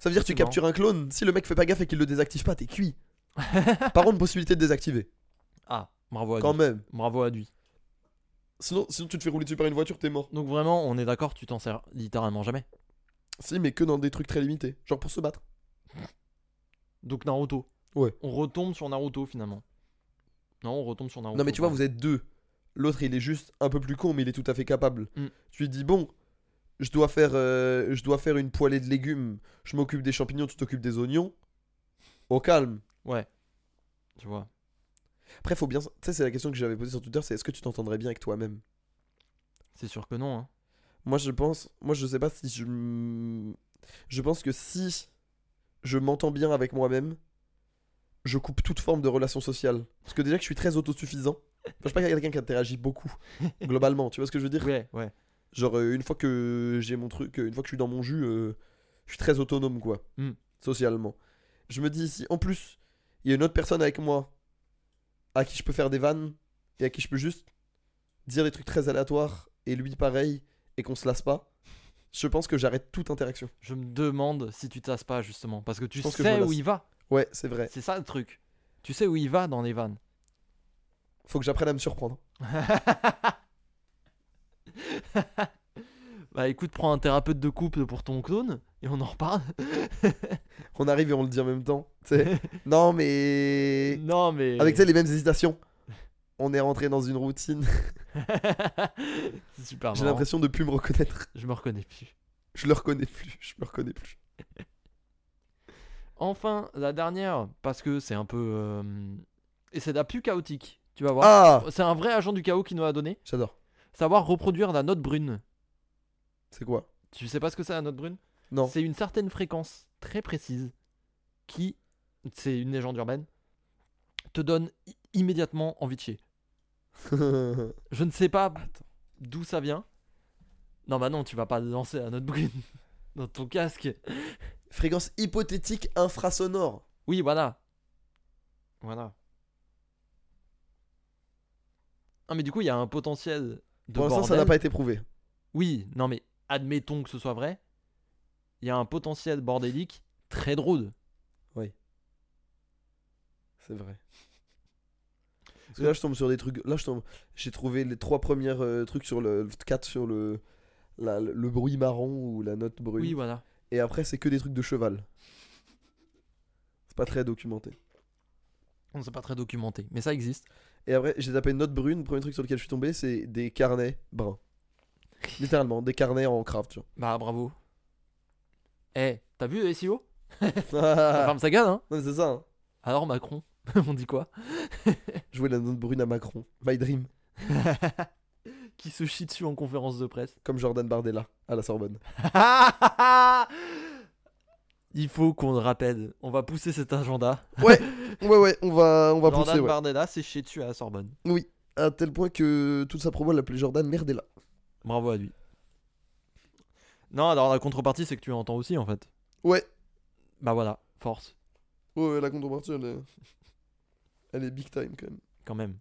S2: Ça veut dire que tu
S1: C'est marrant.
S2: captures un clone. Si le mec fait pas gaffe et qu'il le désactive pas, t'es cuit. Par contre, possibilité de désactiver.
S1: Ah, bravo à
S2: Quand
S1: lui.
S2: même.
S1: Bravo à lui.
S2: Sinon, sinon, tu te fais rouler dessus par une voiture, t'es mort.
S1: Donc vraiment, on est d'accord, tu t'en sers littéralement jamais.
S2: Si, mais que dans des trucs très limités. Genre pour se battre.
S1: Donc Naruto.
S2: Ouais.
S1: On retombe sur Naruto finalement. Non, on retombe sur Naruto.
S2: non, mais tu vois, vous êtes deux. L'autre, il est juste un peu plus con, mais il est tout à fait capable.
S1: Mm.
S2: Tu lui dis, bon, je dois faire, euh, je dois faire une poêlée de légumes. Je m'occupe des champignons, tu t'occupes des oignons. Au calme.
S1: Tu vois.
S2: Après, faut bien. Tu sais, c'est la question que j'avais posée sur Twitter c'est est-ce que tu t'entendrais bien avec toi-même
S1: C'est sûr que non. hein.
S2: Moi, je pense. Moi, je sais pas si je. m- Je pense que si je m'entends bien avec moi-même, je coupe toute forme de relation sociale. Parce que déjà que je suis très autosuffisant. Enfin, je suis pas quelqu'un qui interagit beaucoup, globalement. Tu vois ce que je veux dire
S1: Ouais, ouais.
S2: Genre, euh, une fois que j'ai mon truc, euh, une fois que je suis dans mon jus, euh, je suis très autonome, quoi.
S1: Mm.
S2: Socialement. Je me dis, si en plus, il y a une autre personne avec moi à qui je peux faire des vannes et à qui je peux juste dire des trucs très aléatoires et lui pareil et qu'on se lasse pas, je pense que j'arrête toute interaction.
S1: Je me demande si tu te tasses pas justement, parce que tu
S2: Je pense que je
S1: sais
S2: me
S1: où
S2: lasse.
S1: il va.
S2: Ouais, c'est vrai.
S1: C'est ça le truc. Tu sais où il va dans les vannes.
S2: Faut que j'apprenne à me surprendre.
S1: bah écoute, prends un thérapeute de couple pour ton clone et on en reparle.
S2: On arrive et on le dit en même temps. tu sais. non, mais.
S1: Non mais.
S2: Avec tu sais, les mêmes hésitations. On est rentré dans une routine.
S1: C'est super
S2: J'ai
S1: marrant.
S2: l'impression de plus me reconnaître.
S1: Je me reconnais plus.
S2: Je le reconnais plus. Je me reconnais plus.
S1: Enfin, la dernière, parce que c'est un peu. euh, Et c'est la plus chaotique, tu vas voir.
S2: Ah
S1: C'est un vrai agent du chaos qui nous a donné.
S2: J'adore.
S1: Savoir reproduire la note brune.
S2: C'est quoi
S1: Tu sais pas ce que c'est la note brune
S2: Non.
S1: C'est une certaine fréquence très précise qui, c'est une légende urbaine, te donne i- immédiatement envie de chier. Je ne sais pas d'où ça vient. Non, bah non, tu vas pas lancer la note brune dans ton casque.
S2: Fréquence hypothétique infrasonore.
S1: Oui, voilà. Voilà. Ah, mais du coup, il y a un potentiel de.
S2: Pour l'instant, ça
S1: bordel.
S2: n'a pas été prouvé.
S1: Oui, non, mais admettons que ce soit vrai. Il y a un potentiel bordélique très drôle.
S2: C'est vrai. Parce que là, je tombe sur des trucs. Là, je tombe. J'ai trouvé les trois premières euh, trucs sur le. le 4 sur le. la- le bruit marron ou la note brune.
S1: Oui, voilà.
S2: Et après, c'est que des trucs de cheval. C'est pas très documenté.
S1: On sait pas très documenté, mais ça existe.
S2: Et après, j'ai tapé note brune. Premier truc sur lequel je suis tombé, c'est des carnets bruns. Littéralement, des carnets en craft, genre.
S1: Bah, bravo. Eh, t'as vu le SEO Ça
S2: non,
S1: ferme sa gueule, hein
S2: mais c'est ça. hein.
S1: Alors, Macron, on dit quoi
S2: Jouer la note brune à Macron. My dream.
S1: Qui se chie dessus en conférence de presse.
S2: Comme Jordan Bardella à la Sorbonne.
S1: Il faut qu'on le rappelle. On va pousser cet agenda.
S2: Ouais, ouais, on va, on va
S1: Jordan
S2: pousser. ouais.
S1: Bardella s'est chié dessus à la Sorbonne.
S2: À tel point que toute sa promo l'appelait Jordan Merdella.
S1: Bravo à lui. Non, alors la contrepartie, c'est que tu entends aussi, en fait.
S2: Ouais,
S1: Bah voilà, force,
S2: ouais, la contrepartie, elle est. Elle est big time quand même.
S1: quand même.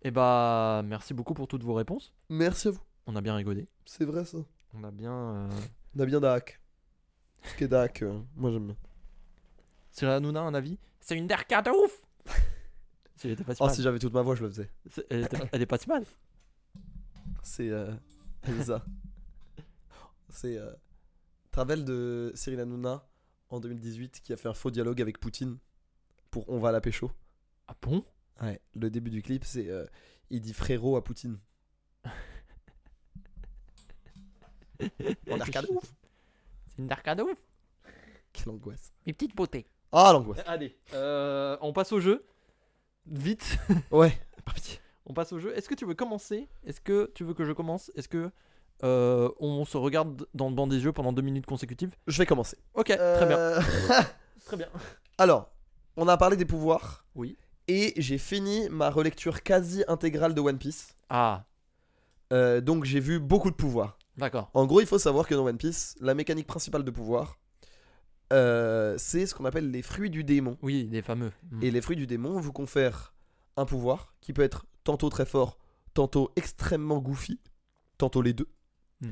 S1: Et bah, merci beaucoup pour toutes vos réponses.
S2: Merci à vous.
S1: On a bien rigolé.
S2: C'est vrai ça.
S1: On a bien. euh,
S2: On a bien d'hack. Ce qui est d'hack, euh, moi j'aime bien.
S1: Cyril Hanouna, un avis C'est une dercade de ouf Si, Elle était pas si
S2: Oh,
S1: mal.
S2: si j'avais toute ma voix, je le faisais.
S1: C'est- Elle, était- elle est pas si mal.
S2: C'est euh, Elsa. C'est euh, Travel de Cyril Hanouna en 2018 qui a fait un faux dialogue avec Poutine pour On va à la pécho.
S1: Ah bon
S2: Ouais. Le début du clip, c'est euh, il dit frérot à Poutine. On arcade ouf.
S1: C'est une dercade de ouf
S2: Quelle angoisse.
S1: Mes petites beautés.
S2: Ah l'angoisse.
S1: Eh, Allez, euh, on passe au jeu. Vite,
S2: Ouais.
S1: on passe au jeu. Est-ce que tu veux commencer Est-ce que tu veux que je commence Est-ce que euh, on se regarde dans le banc des yeux pendant deux minutes consécutives
S2: Je vais commencer.
S1: Ok, très bien.
S2: Euh,
S1: Très bien.
S2: Alors, on a parlé des pouvoirs.
S1: Oui.
S2: Et j'ai fini ma relecture quasi intégrale de One Piece.
S1: Ah,
S2: Euh, donc j'ai vu beaucoup de pouvoirs.
S1: d'accord.
S2: En gros, il faut savoir que dans One Piece, la mécanique principale de pouvoir, euh, c'est ce qu'on appelle les fruits du démon.
S1: Oui, les fameux. Mm.
S2: Et les fruits du démon vous confèrent un pouvoir qui peut être tantôt très fort, tantôt extrêmement goofy, tantôt les deux.
S1: Hmm.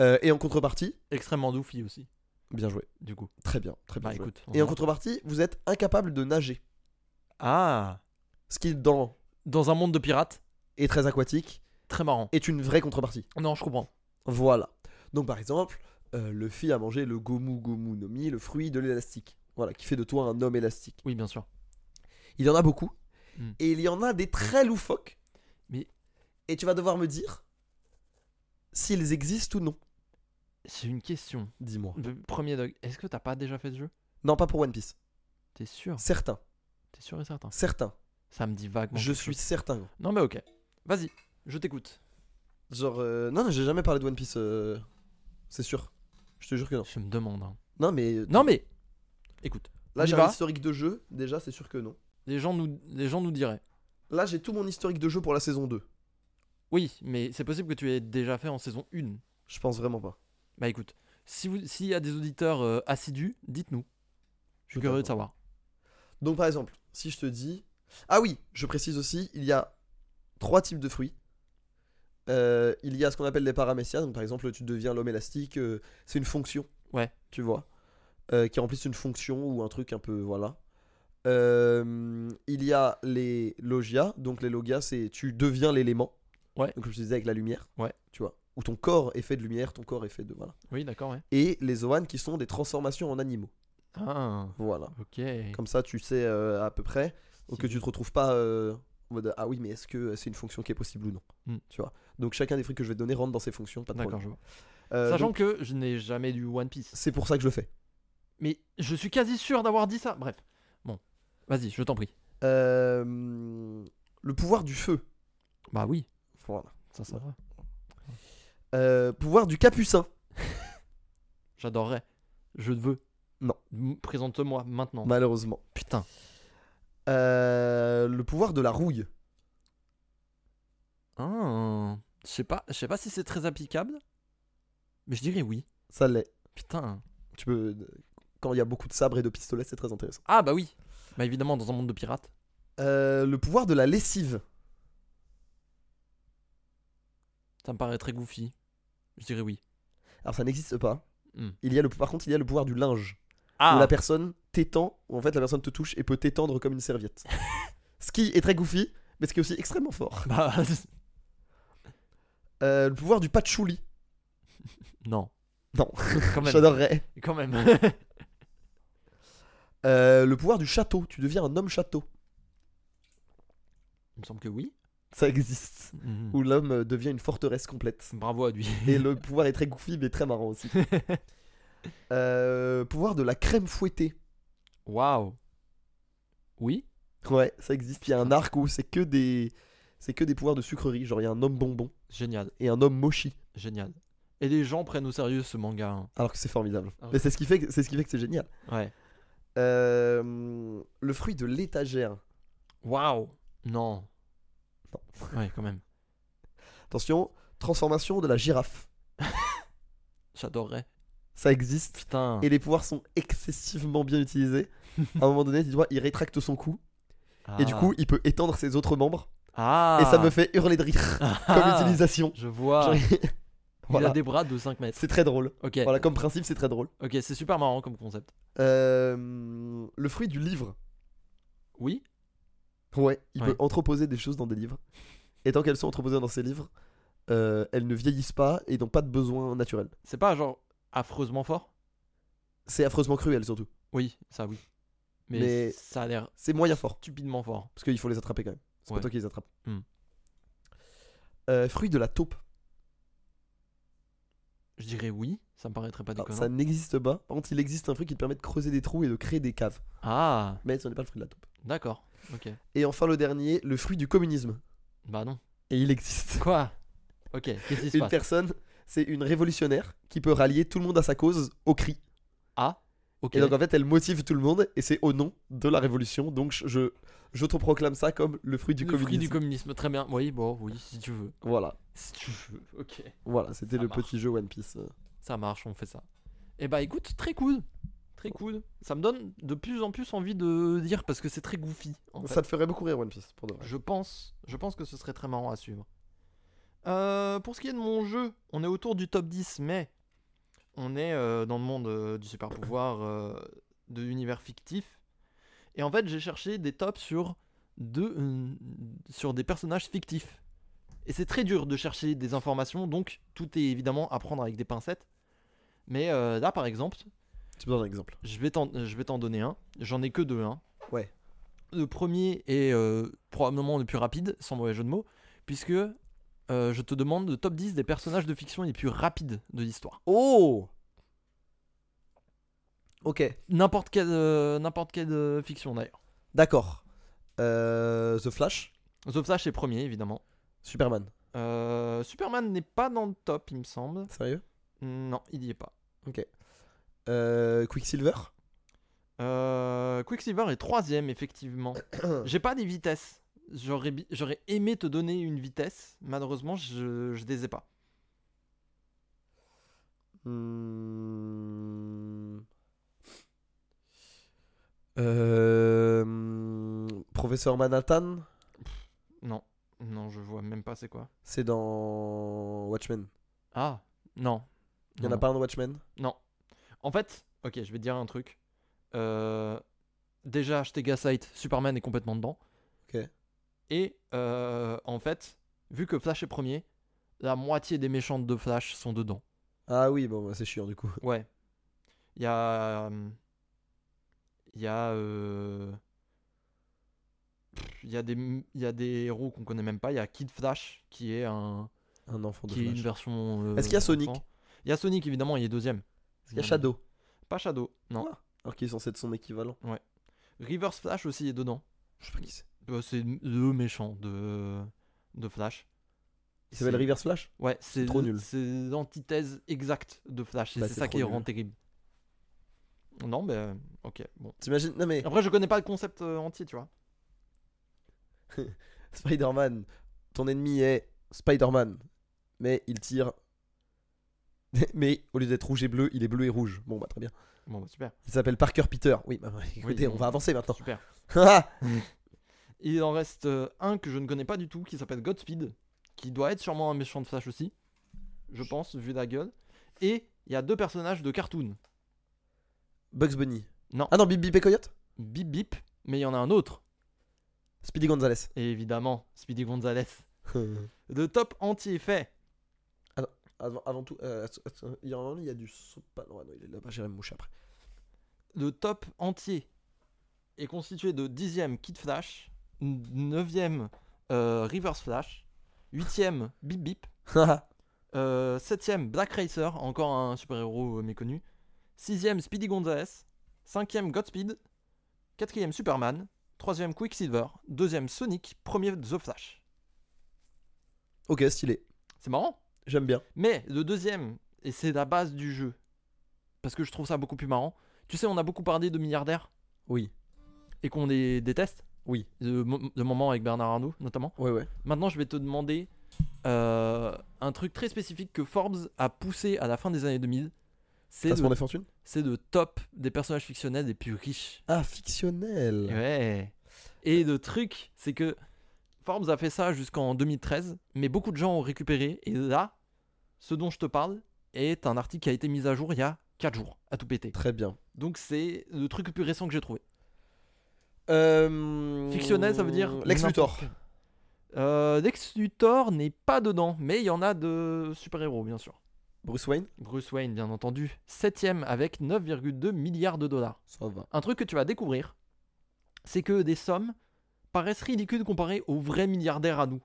S2: Euh, et en contrepartie,
S1: Extrêmement doufis aussi,
S2: bien joué,
S1: du coup.
S2: très bien, très bien
S1: Bah
S2: joué.
S1: écoute.
S2: Et
S1: on
S2: en
S1: verra.
S2: contrepartie, vous êtes incapable de nager,
S1: Ah
S2: ce qui dans
S1: Dans un monde de pirates,
S2: est très aquatique
S1: très marrant.
S2: est une vraie contrepartie.
S1: Non, je comprends.
S2: Voilà. Donc par exemple, euh, Luffy a mangé le Gomu Gomu Nomi, le fruit de l'élastique. Voilà, qui fait de toi un homme élastique.
S1: Oui, bien sûr.
S2: Il y en a beaucoup.
S1: Hmm.
S2: Et il y en a des très loufoques.
S1: Mais-
S2: Et tu vas devoir me dire s'ils existent ou non.
S1: C'est une question.
S2: Dis-moi.
S1: Le Premier dog, est-ce que t'as pas déjà fait ce jeu
S2: Non, pas pour One Piece.
S1: T'es sûr
S2: Certains.
S1: T'es sûr et certain
S2: Certains.
S1: Ça me dit vaguement.
S2: je
S1: quelque
S2: suis
S1: chose.
S2: certain.
S1: Non, mais ok. Vas-y, je t'écoute.
S2: Genre, euh, non, non, j'ai jamais parlé de One Piece. euh, C'est sûr. Je te jure que non.
S1: Je me demande. hein.
S2: Non, mais. euh,
S1: Non, mais. Écoute, on
S2: Là,
S1: y
S2: j'ai
S1: va.
S2: un historique de jeu. Déjà, c'est sûr que non.
S1: les gens nous, les gens nous diraient.
S2: Là, j'ai tout mon historique de jeu pour la saison 2.
S1: Oui, mais c'est possible que tu aies déjà fait en saison 1.
S2: Je pense vraiment pas.
S1: Bah écoute, si vous- s'il y a des auditeurs euh, assidus, dites-nous. Je suis curieux de savoir.
S2: Donc par exemple, si je te dis... Ah oui, je précise aussi, il y a trois types de fruits. euh, il y a ce qu'on appelle les paramécias. Donc, par exemple, tu deviens l'homme élastique. euh, c'est une fonction.
S1: Ouais.
S2: Tu vois. euh, qui remplissent une fonction ou un truc un peu. Voilà. Euh, il y a les logias. Donc, les logias, c'est tu deviens l'élément.
S1: Ouais.
S2: Donc, comme je te disais, avec la lumière.
S1: Ouais.
S2: Tu vois. Où ton corps est fait de lumière, ton corps est fait de. Voilà.
S1: Oui, d'accord, ouais.
S2: Et les zoanes qui sont des transformations en animaux.
S1: Ah,
S2: Voilà.
S1: ok.
S2: Comme ça, tu sais euh, à peu près ou que tu te retrouves pas euh, en mode ah oui, mais est-ce que c'est une fonction qui est possible ou non
S1: Hmm.
S2: Tu vois. Donc chacun des trucs que je vais te donner rentre dans ces fonctions, pas de
S1: D'accord,
S2: problème.
S1: je vois.
S2: Euh,
S1: Sachant
S2: donc,
S1: que je n'ai jamais lu One Piece.
S2: c'est pour ça que je le fais.
S1: Mais je suis quasi sûr d'avoir dit ça. Bref. Bon. Vas-y, je t'en prie.
S2: Euh, le pouvoir du feu.
S1: Bah oui,
S2: Voilà.
S1: ça, ça va.
S2: Euh, pouvoir du capucin.
S1: J'adorerais. Je te veux.
S2: Non.
S1: M- Présente-moi maintenant.
S2: Malheureusement.
S1: Putain.
S2: Euh, le pouvoir de la rouille.
S1: Ah. Je sais pas, je sais pas si c'est très applicable. Mais je dirais oui.
S2: Ça l'est.
S1: Putain.
S2: Tu peux. Quand il y a beaucoup de sabres et de pistolets, c'est très intéressant.
S1: Ah bah oui. Bah évidemment, dans un monde de pirates.
S2: Euh, le pouvoir de la lessive.
S1: Ça me paraît très goofy. Je dirais oui.
S2: Alors ça n'existe pas.
S1: Hmm.
S2: Il y a le, par contre, il y a le pouvoir du linge. où
S1: Ah.
S2: la personne t'étend, où en fait la personne te touche et peut t'étendre comme une serviette. ce qui est très goofy, mais ce qui est aussi extrêmement fort.
S1: Bah
S2: Euh, le pouvoir du patchouli.
S1: non.
S2: Non.
S1: Quand même.
S2: J'adorerais.
S1: Quand même.
S2: Euh, le pouvoir du château. Tu deviens un homme château.
S1: Il me semble que oui.
S2: Ça existe.
S1: Mhm.
S2: Où l'homme euh, devient une forteresse complète.
S1: Bravo à lui.
S2: Et le pouvoir est très goofy, mais très marrant aussi. Euh, pouvoir de la crème fouettée.
S1: Waouh. Oui.
S2: Ouais, ça existe. Il y a un arc où c'est que des. C'est que des pouvoirs de sucrerie, genre il y a un homme bonbon
S1: Génial.
S2: et un homme mochi,
S1: Génial. Et les gens prennent au sérieux ce manga. hein.
S2: alors que c'est formidable.
S1: Ah ouais.
S2: Mais c'est ce qui fait que c'est ce qui fait que c'est génial.
S1: Ouais.
S2: Euh, le fruit de l'étagère.
S1: Waouh. Non.
S2: Non.
S1: Ouais, quand même.
S2: Attention, transformation de la girafe.
S1: J'adorerais.
S2: Ça existe.
S1: Putain.
S2: Et les pouvoirs sont excessivement bien utilisés. à un moment donné, tu vois, il rétracte son cou. Et du
S1: Ah.
S2: coup, il peut étendre ses autres membres.
S1: Ah.
S2: Et ça me fait hurler de rire comme
S1: Ah.
S2: utilisation.
S1: Je vois.
S2: Genre,
S1: Il
S2: voilà.
S1: a des bras de 5 mètres.
S2: C'est très drôle.
S1: Ok.
S2: Voilà, comme principe, c'est très drôle.
S1: Ok, c'est super marrant comme concept.
S2: Euh, le fruit du livre.
S1: Oui.
S2: Ouais, il
S1: Ouais.
S2: peut entreposer des choses dans des livres. Et tant qu'elles sont entreposées dans ces livres, euh, elles ne vieillissent pas et n'ont pas de besoin naturel.
S1: C'est pas genre affreusement fort.
S2: C'est affreusement cruel surtout.
S1: Oui, ça oui. Mais,
S2: Mais-
S1: ça a l'air
S2: C'est moyen fort.
S1: stupidement fort.
S2: Parce qu'il faut les attraper quand même. C'est
S1: Ouais.
S2: pas toi qui les attrape.
S1: Hmm.
S2: Euh, fruit de la taupe.
S1: Je dirais oui. Ça me paraîtrait pas
S2: Alors,
S1: déconnant.
S2: Ah, ça n'existe pas. Par contre, il existe un fruit qui te permet de creuser des trous et de créer des caves.
S1: Ah.
S2: Mais ce n'est pas le fruit de la taupe.
S1: D'accord. Ok.
S2: Et enfin, le dernier, le fruit du communisme.
S1: Bah non.
S2: Et il existe.
S1: Quoi Ok. Qu'est-ce qui se
S2: Une
S1: passe
S2: personne, c'est une révolutionnaire qui peut rallier tout le monde à sa cause au cri.
S1: Ah. Ok.
S2: Et donc, en fait, elle motive tout le monde et c'est au nom de la révolution. Donc, je- je, je te proclame ça comme le fruit du
S1: Le fruit
S2: communisme.
S1: du communisme. Très bien. Oui. Bon. Oui. Si tu veux.
S2: Voilà,
S1: Si tu veux. Ok.
S2: voilà c'était
S1: Ça
S2: le
S1: marche.
S2: petit jeu One Piece.
S1: Ça marche, on fait ça. Et bah écoute, très cool. Très cool. Ça me donne de plus en plus envie de dire parce que c'est très goofy. en fait.
S2: Ça te ferait beaucoup rire, One Piece, pour de vrai.
S1: Je pense, je pense que ce serait très marrant à suivre. Euh, pour ce qui est de mon jeu, on est autour du top 10, mais on est euh, dans le monde euh, du super pouvoir, euh, de l'univers fictif. Et en fait, j'ai cherché des tops sur, deux, euh, sur des personnages fictifs. Et c'est très dur de chercher des informations, donc tout est évidemment à prendre avec des pincettes. Mais euh, là, par exemple,
S2: Tu peux donner un exemple.
S1: je vais t'en, je vais t'en donner un. J'en ai que deux. Hein.
S2: Ouais.
S1: Le premier est euh, probablement le plus rapide, sans mauvais jeu de mots, puisque euh, je te demande le top 10 des personnages de fiction les plus rapides de l'histoire.
S2: Oh Ok,
S1: N'importe quelle, euh, n'importe quelle euh, fiction d'ailleurs.
S2: d'accord. Euh, The Flash,
S1: Sauf ça, chez premier, évidemment.
S2: Superman.
S1: Euh, Superman n'est pas dans le top, il me semble.
S2: Sérieux
S1: Non, il y est pas.
S2: euh, Quicksilver
S1: Euh, Quicksilver est troisième, effectivement. J'ai pas des vitesses. J'aurais, bi- j'aurais aimé te donner une vitesse. Malheureusement, je, je les ai pas.
S2: Hmm. Euh, hmm, Professeur Manhattan
S1: Non, Non, je vois même pas c'est quoi.
S2: C'est dans Watchmen.
S1: Ah, non.
S2: Il y en
S1: Non,
S2: a pas un dans Watchmen
S1: Non. En fait, ok, je vais te dire un truc. Euh, déjà, Shtega Sight, Superman est complètement dedans.
S2: Ok.
S1: Et euh, en fait, vu que Flash est premier, la moitié des méchantes de Flash sont dedans.
S2: Ah oui, bon, bah, c'est chiant du coup.
S1: Ouais. Il y a. euh, Il y a. euh, pff, Il y, a des, il y a des héros qu'on connaît même pas. Il y a Kid Flash qui est un
S2: Un enfant de
S1: qui est
S2: Flash.
S1: une version. euh,
S2: Est-ce qu'il y a Sonic
S1: enfant. Il y a Sonic évidemment, il est deuxième.
S2: Est-ce qu'il y a Shadow
S1: Pas Shadow, non.
S2: Ah. Alors qu'il est censé être son équivalent.
S1: Reverse Flash aussi est dedans.
S2: Je sais pas qui c'est.
S1: Euh, C'est le méchant de, de Flash.
S2: Il s'appelle
S1: C'est-
S2: Reverse Flash
S1: Ouais, c'est
S2: trop nul.
S1: C'est l'antithèse exacte de Flash. Et
S2: Bah,
S1: c'est
S2: c'est
S1: ça qui
S2: trop
S1: rend
S2: nul.
S1: terrible. Non, mais euh, ok, bon.
S2: T'imagines Non mais
S1: Après, je connais pas le concept euh, entier, tu vois.
S2: Spider-Man, ton ennemi est Spider-Man, mais il tire. mais au lieu d'être rouge et bleu, il est bleu et rouge. Bon bah très bien.
S1: Bon, bah, super,
S2: Il s'appelle Parker Peter. Oui, bah, bah, écoutez,
S1: bon.
S2: on va avancer maintenant.
S1: super.
S2: Ah
S1: Il en reste euh, un que je ne connais pas du tout, qui s'appelle Godspeed, qui doit être sûrement un méchant de Flash aussi, je pense, vu la gueule. Et il y a deux personnages de cartoon.
S2: Bugs Bunny.
S1: Non.
S2: Ah non, Bip Bip et Coyote
S1: Bip Bip, mais il y en a un autre.
S2: Speedy Gonzalez.
S1: Et évidemment, Speedy Gonzales. Le top entier est fait.
S2: avant, avant tout, euh, att- att- il y en a un, il y a du sopa. Non, non, il est là-bas, j'irai me moucher après.
S1: Le top entier est constitué de 10e Kid Flash, 9e euh, Reverse Flash, 8e Bip Bip, Euh, septième, Black Racer, encore un super-héros euh, méconnu. Sixième, Speedy Gonzales. Cinquième, Godspeed. Quatrième, Superman. Troisième, Quicksilver. Deuxième, Sonic. Premier, The Flash.
S2: ok, stylé.
S1: C'est marrant.
S2: J'aime bien.
S1: Mais le deuxième, et c'est la base du jeu, parce que je trouve ça beaucoup plus marrant. Tu sais, on a beaucoup parlé de milliardaires
S2: Oui.
S1: et qu'on les déteste.
S2: Oui.
S1: Le, mo- le moment avec Bernard Arnault, notamment.
S2: Ouais, ouais.
S1: Maintenant, je vais te demander euh, un truc très spécifique que Forbes a poussé à la fin des années 2000. C'est
S2: T'as
S1: le
S2: mon fortune
S1: c'est le top des personnages fictionnels les plus riches.
S2: Ah, fictionnel.
S1: Ouais. Et le truc, c'est que Forbes a fait ça jusqu'en 2013, mais beaucoup de gens ont récupéré. Et là, ce dont je te parle est un article qui a été mis à jour il y a 4 jours, à tout péter.
S2: Très bien.
S1: Donc c'est le truc le plus récent que j'ai trouvé.
S2: Euh,
S1: Fictionnel, ça veut dire
S2: Lex Luthor.
S1: n'importe quel. Euh, Lex Luthor n'est pas dedans, mais il y en a de super-héros, bien sûr.
S2: Bruce Wayne
S1: Bruce Wayne, bien entendu, septième avec 9,2 milliards de dollars.
S2: Ça va.
S1: un truc que tu vas découvrir, c'est que des sommes paraissent ridicules comparées aux vrais milliardaires à nous.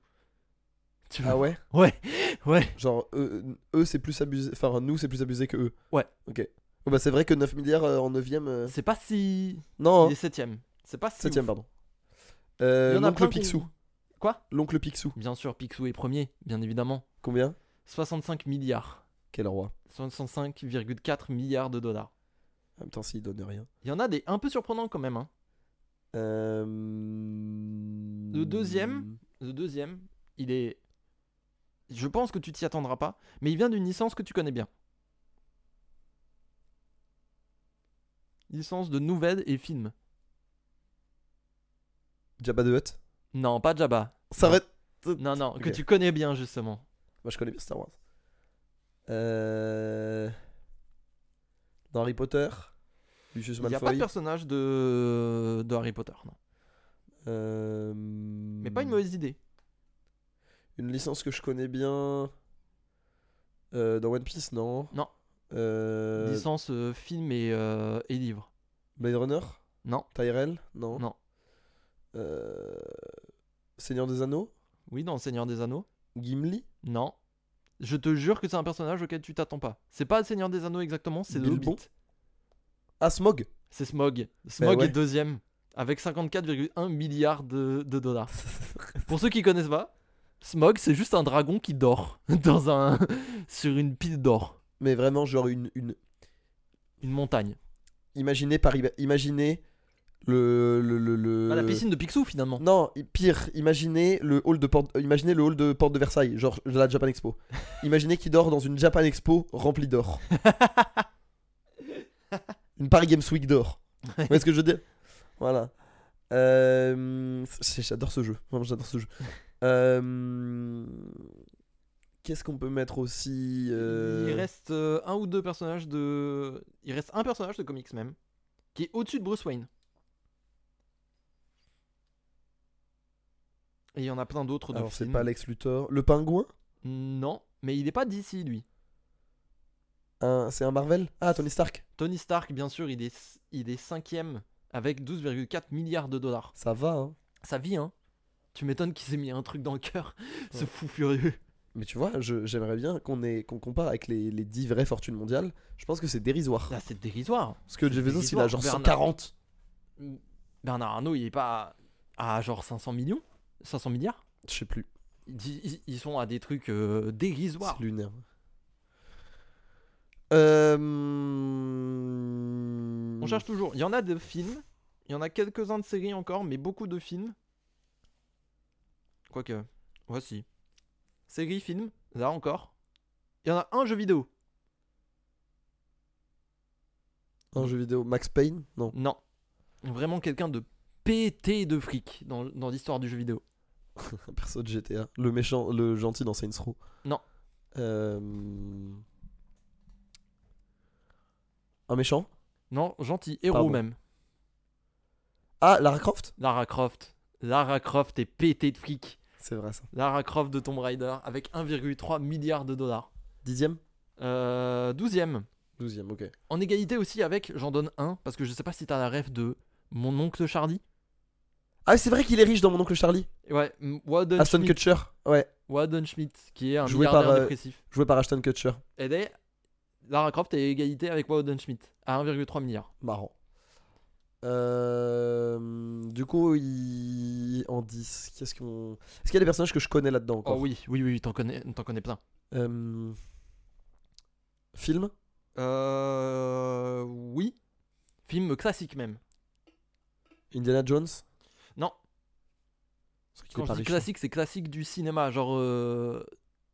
S1: Tu
S2: Ah
S1: vois
S2: ouais
S1: Ouais, ouais.
S2: Genre, eux, eux, c'est plus abusé. Enfin, nous, c'est plus abusé que eux.
S1: Ouais.
S2: Ok. Oh, bah, c'est vrai que 9 milliards euh, en 9ème.
S1: C'est pas si.
S2: Non,
S1: Il est
S2: hein.
S1: septième. C'est pas si.
S2: 7ème,
S1: ouf.
S2: pardon.
S1: Il y
S2: Euh,
S1: en a
S2: L'oncle
S1: plein qu'on-
S2: Picsou.
S1: Quoi
S2: L'oncle Picsou.
S1: Bien sûr, Picsou est premier, bien évidemment.
S2: Combien
S1: 65 milliards.
S2: Quel roi.
S1: 65,4 milliards de dollars.
S2: En même temps, s'il donne rien.
S1: Il y en a des un peu surprenants quand même. hein.
S2: Euh...
S1: Le deuxième Le deuxième, il est. Je pense que tu t'y attendras pas, mais il vient d'une licence que tu connais bien. Licence de nouvelles et films.
S2: Jabba the Hutt.
S1: Non, pas Jabba.
S2: Ça
S1: Non.
S2: va
S1: Non, non, que
S2: Ok.
S1: tu connais bien justement.
S2: Moi, je connais bien Star Wars. Euh... Dans Harry Potter. Lucius
S1: Il n'y a pas de
S2: Malfoy.
S1: personnage de, de Harry Potter, non.
S2: Euh...
S1: Mais pas une mauvaise idée.
S2: Une licence que je connais bien. Euh, dans One Piece, non
S1: Non.
S2: Euh,
S1: Licence euh, film et, euh, et livre.
S2: Blade Runner
S1: Non.
S2: Tyrell Non.
S1: Non.
S2: Euh, Seigneur des Anneaux
S1: Oui, dans Le Seigneur des Anneaux.
S2: Gimli
S1: Non. Je te jure que c'est un personnage auquel tu t'attends pas. C'est pas le Seigneur des Anneaux exactement, c'est le
S2: Bilbo
S1: Hobbit.
S2: Ah, Smog
S1: C'est Smog. Smog
S2: Ben ouais.
S1: est deuxième, avec 54,1 milliards de, de dollars. Pour ceux qui connaissent pas, Smog, c'est juste un dragon qui dort dans un sur une pile d'or,
S2: Mais vraiment, genre une. une...
S1: une montagne.
S2: Imaginez, Paris... Imaginez le. le, le, le-
S1: Bah, la piscine de Picsou finalement.
S2: Non, i- pire, imaginez le hall de porte, euh, imaginez le hall de porte de Versailles, genre la Japan Expo. imaginez qu'il dort dans une Japan Expo remplie d'or. une Paris Games Week d'or. Vous voyez ce que je veux dire Voilà. Euh, c'est- J'adore ce jeu. Vraiment, j'adore ce jeu. Euh, Qu'est-ce qu'on peut mettre aussi euh,
S1: Il reste euh, un ou deux personnages de. Il reste un personnage de comics même qui est au-dessus de Bruce Wayne. Et il y en a plein d'autres de
S2: Alors, c'est
S1: films.
S2: pas Lex Luthor. Le pingouin
S1: Non, mais il n'est pas d'ici lui.
S2: Un- C'est un Marvel Ah, Tony Stark.
S1: Tony Stark, bien sûr, il est, il est cinquième avec 12,4 milliards de dollars.
S2: Ça va, hein.
S1: Ça vit, hein Tu m'étonnes qu'il s'est mis un truc dans le cœur, ce
S2: Ouais.
S1: fou furieux.
S2: Mais tu vois, je- j'aimerais bien qu'on ait- qu'on compare avec les, les 10 vraies fortunes mondiales. Je pense que c'est dérisoire.
S1: Là, c'est dérisoire.
S2: Parce que
S1: c'est
S2: Jeff Bezos, il
S1: dérisoire,
S2: a genre
S1: Bernard.
S2: 140.
S1: Bernard Arnault, il est pas à, à genre 500 millions 500 milliards
S2: Je sais plus.
S1: ils, ils- ils sont à des trucs euh, dérisoires.
S2: C'est lunaire. Euh...
S1: On cherche toujours. Il y en a de films, il y en a quelques-uns de séries encore, mais beaucoup de films. Quoique, voici. Séries, films, là encore. Il y en a un jeu vidéo.
S2: un jeu vidéo. Max Payne Non.
S1: Non. Vraiment quelqu'un de pété de fric dans, dans l'histoire du jeu vidéo.
S2: Un perso de GTA. Le méchant, le gentil dans Saints Row.
S1: Non.
S2: Euh, Un méchant
S1: Non, gentil, héros
S2: Pardon.
S1: même.
S2: Ah, Lara Croft
S1: Lara Croft. Lara Croft est pété de fric.
S2: C'est vrai ça.
S1: Lara Croft de Tomb Raider avec 1,3 milliard de dollars.
S2: Dixième
S1: Euh, douzième.
S2: Douzième, ok.
S1: En égalité aussi avec, j'en donne un, parce que je sais pas si t'as la rêve de mon oncle Charlie.
S2: Ah, c'est vrai qu'il est riche dans Mon Oncle Charlie.
S1: Ouais, m- Warden
S2: Ashton
S1: Schmidt,
S2: Kutcher. Ouais,
S1: Warden Schmidt, qui est un
S2: Joué par,
S1: milliardaire
S2: euh,
S1: dépressif.
S2: joué par Ashton Kutcher.
S1: Et d'ailleurs, Lara Croft est à égalité avec Warden Schmidt, à 1,3 milliard.
S2: Marrant. Euh, Du coup, il... en 10, qu'est-ce qu'on. Est-ce qu'il y a des personnages que je connais là-dedans encore
S1: Oh oui, oui, oui, oui, t'en connais, t'en connais plein.
S2: Euh, Film
S1: Euh... Oui. Film classique même.
S2: Indiana Jones
S1: Non.
S2: C'est vrai qu'il est
S1: Quand
S2: pas
S1: je dis
S2: riche,
S1: classique, c'est classique du cinéma, genre... euh,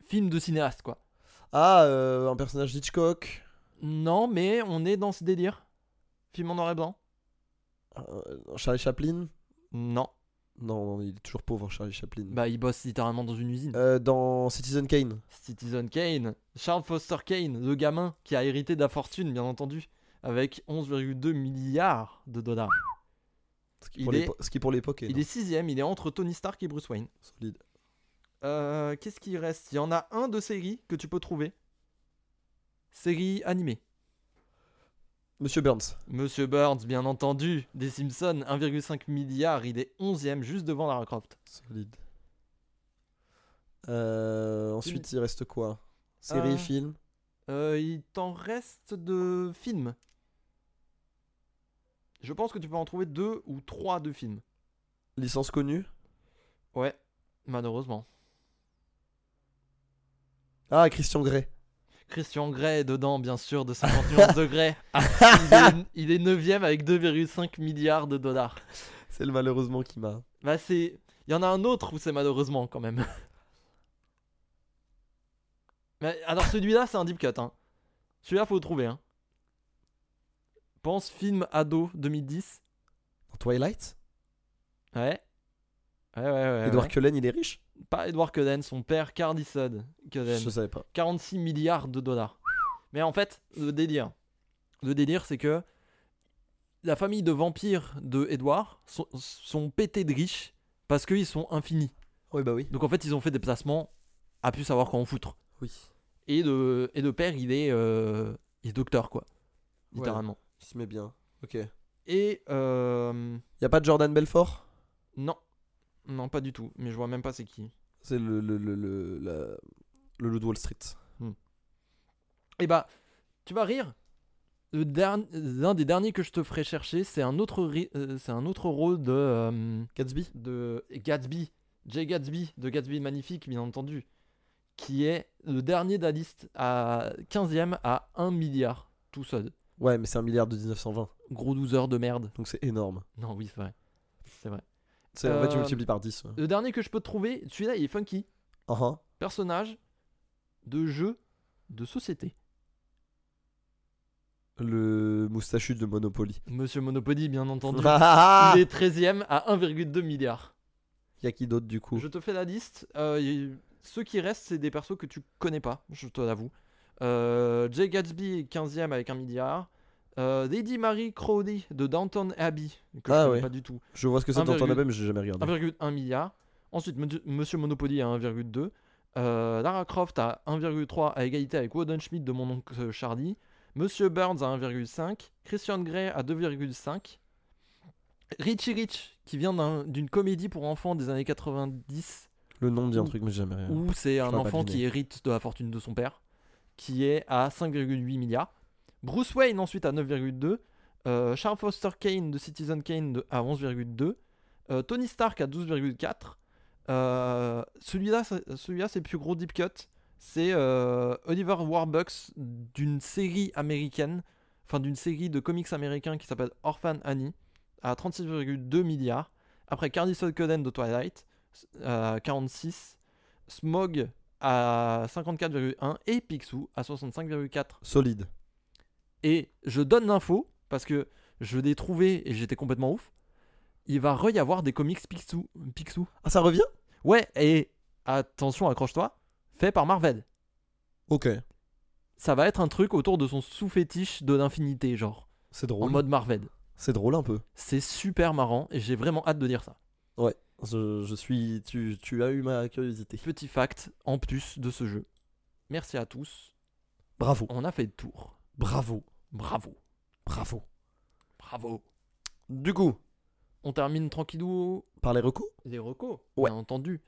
S1: Film de cinéaste, quoi.
S2: hein. Ah, euh, un personnage d'Hitchcock.
S1: Non, mais on est dans ce délire. Film en noir et blanc
S2: Euh, Charlie Chaplin
S1: Non.
S2: non, non, il est toujours pauvre, Charlie Chaplin.
S1: Bah, il bosse littéralement dans une usine.
S2: Euh, dans Citizen Kane.
S1: Citizen Kane, Charles Foster Kane, le gamin qui a hérité de la fortune, bien entendu, avec 11,2 milliards de dollars.
S2: Ce qui,
S1: Il
S2: pour
S1: est-
S2: l'épo- ce qui pour l'époque est,
S1: Il
S2: non,
S1: est sixième, il est entre Tony Stark et Bruce Wayne.
S2: solide.
S1: Euh, Qu'est-ce qu'il reste Il y en a un de série que tu peux trouver. Série animée.
S2: Monsieur Burns.
S1: Monsieur Burns, bien entendu, des Simpsons, 1,5 milliard, il est 11ème, juste devant Lara Croft.
S2: Solide. Euh, ensuite, il reste quoi Série,
S1: Euh,
S2: film
S1: Euh, il t'en reste de films. Je pense que tu peux en trouver deux ou trois de films.
S2: Licence connue
S1: Ouais, malheureusement.
S2: Ah, Christian Grey.
S1: Christian Grey est dedans, bien sûr, de 50 nuances de Grey. Il est, il est 9ème avec 2,5 milliards de dollars.
S2: C'est le malheureusement qui m'a.
S1: Bah, c'est. Il y en a un autre où c'est malheureusement quand même. Mais alors, celui-là, c'est un deep cut. Hein. Celui-là, faut le trouver. Hein. Pense film ado 2010.
S2: Dans Twilight
S1: Ouais. Ouais, ouais, ouais.
S2: Edward
S1: Euh, ouais.
S2: Cullen, il est riche
S1: Pas Edward Cullen, son père, Carl Sud Cullen.
S2: Je savais pas.
S1: 46 milliards de dollars. Mais en fait, le délire, le délire, c'est que la famille de vampires de Edward sont, sont pétés de riches parce qu'ils sont infinis.
S2: Oui, bah oui.
S1: Donc en fait, ils ont fait des placements à plus savoir quoi en foutre.
S2: Oui.
S1: Et le, et le père, il est, euh, il est docteur, quoi.
S2: Ouais.
S1: Littéralement.
S2: Il se met bien. Ok.
S1: Et. euh,
S2: Y a pas de Jordan Belfort
S1: non. Non, pas du tout. Mais je vois même pas c'est qui.
S2: C'est le le le le la- le loup de Wall Street.
S1: Et bah, tu vas rire. Le dern- L'un des derniers que je te ferai chercher, c'est un, autre ri- euh, c'est un autre rôle de. euh,
S2: Gatsby
S1: de Gatsby, Jay Gatsby, de Gatsby Magnifique, bien entendu, qui est le dernier de la liste à 15e à 1 milliard, tout seul.
S2: Ouais, mais c'est un milliard de 1920,
S1: Gros 12 heures de merde.
S2: donc c'est énorme.
S1: Non, oui, c'est vrai. C'est vrai.
S2: C'est en fait tu
S1: Euh,
S2: multiplies par 10. ouais.
S1: Le dernier que je peux te trouver, celui-là, il est funky.
S2: Ah ah.
S1: Personnage de jeu de société.
S2: Le moustachu de Monopoly.
S1: Monsieur Monopoly, bien entendu.
S2: Ah, ah, ah
S1: Il est 13e à 1,2 milliard.
S2: Il y a qui d'autre du coup
S1: Je te fais la liste. Euh, y- ceux qui restent, c'est des persos que tu connais pas, je te l'avoue. Euh, Jay Gatsby est 15ème avec un milliard. Euh, Lady Mary Crowley de Downton Abbey, que
S2: Ah
S1: je connais
S2: ouais.
S1: pas du tout,
S2: Je vois ce que c'est dans ton
S1: 1,8.
S2: album, mais j'ai jamais regardé.
S1: 1,1 milliard. Ensuite, Mon- Monsieur Monopoly à 1,2. Euh, Lara Croft à 1,3 à égalité avec Woden Schmidt de mon oncle Charlie. Monsieur Burns à 1,5. Christian Grey à 2,5. Richie Rich, qui vient d'un- d'une comédie pour enfants des années 90,
S2: Le nom me dit un
S1: Ouh.
S2: truc, mais j'ai jamais regardé.
S1: où c'est un
S2: pourrais pas
S1: enfant qui
S2: deviner.
S1: hérite de la fortune de son père, qui est à 5,8 milliards. Bruce Wayne ensuite à 9,2. Euh, Charles Foster Kane de Citizen Kane de- à 11,2. Euh, Tony Stark à 12,4. Euh, celui-là, c'est- celui-là, c'est plus gros deep cut. C'est euh, Oliver Warbucks d'une série américaine, enfin d'une série de comics américains qui s'appelle Orphan Annie à 36,2 milliards. Après Cardison Coden de Twilight euh, à 46. Smog à 54,1 et Picsou à 65,4.
S2: Solide.
S1: Et je donne l'info parce que je l'ai trouvé et j'étais complètement ouf. Il va re y avoir des comics Picsou. Picsou.
S2: Ah, ça revient
S1: Ouais, et attention, accroche-toi, fait par Marvel.
S2: Ok.
S1: Ça va être un truc autour de son sous-fétiche de l'infinité, genre,
S2: C'est
S1: en
S2: drôle.
S1: mode Marvel.
S2: C'est drôle un peu.
S1: C'est super marrant et j'ai vraiment hâte de lire ça.
S2: Je, je suis. Tu, tu as eu ma curiosité.
S1: Petit fact en plus de ce jeu. Merci à tous,
S2: Bravo.
S1: on a fait le tour.
S2: Bravo.
S1: Bravo,
S2: Bravo.
S1: bravo.
S2: Du coup,
S1: On termine tranquillou
S2: par les recours
S1: les recos,
S2: Ouais.
S1: bien entendu.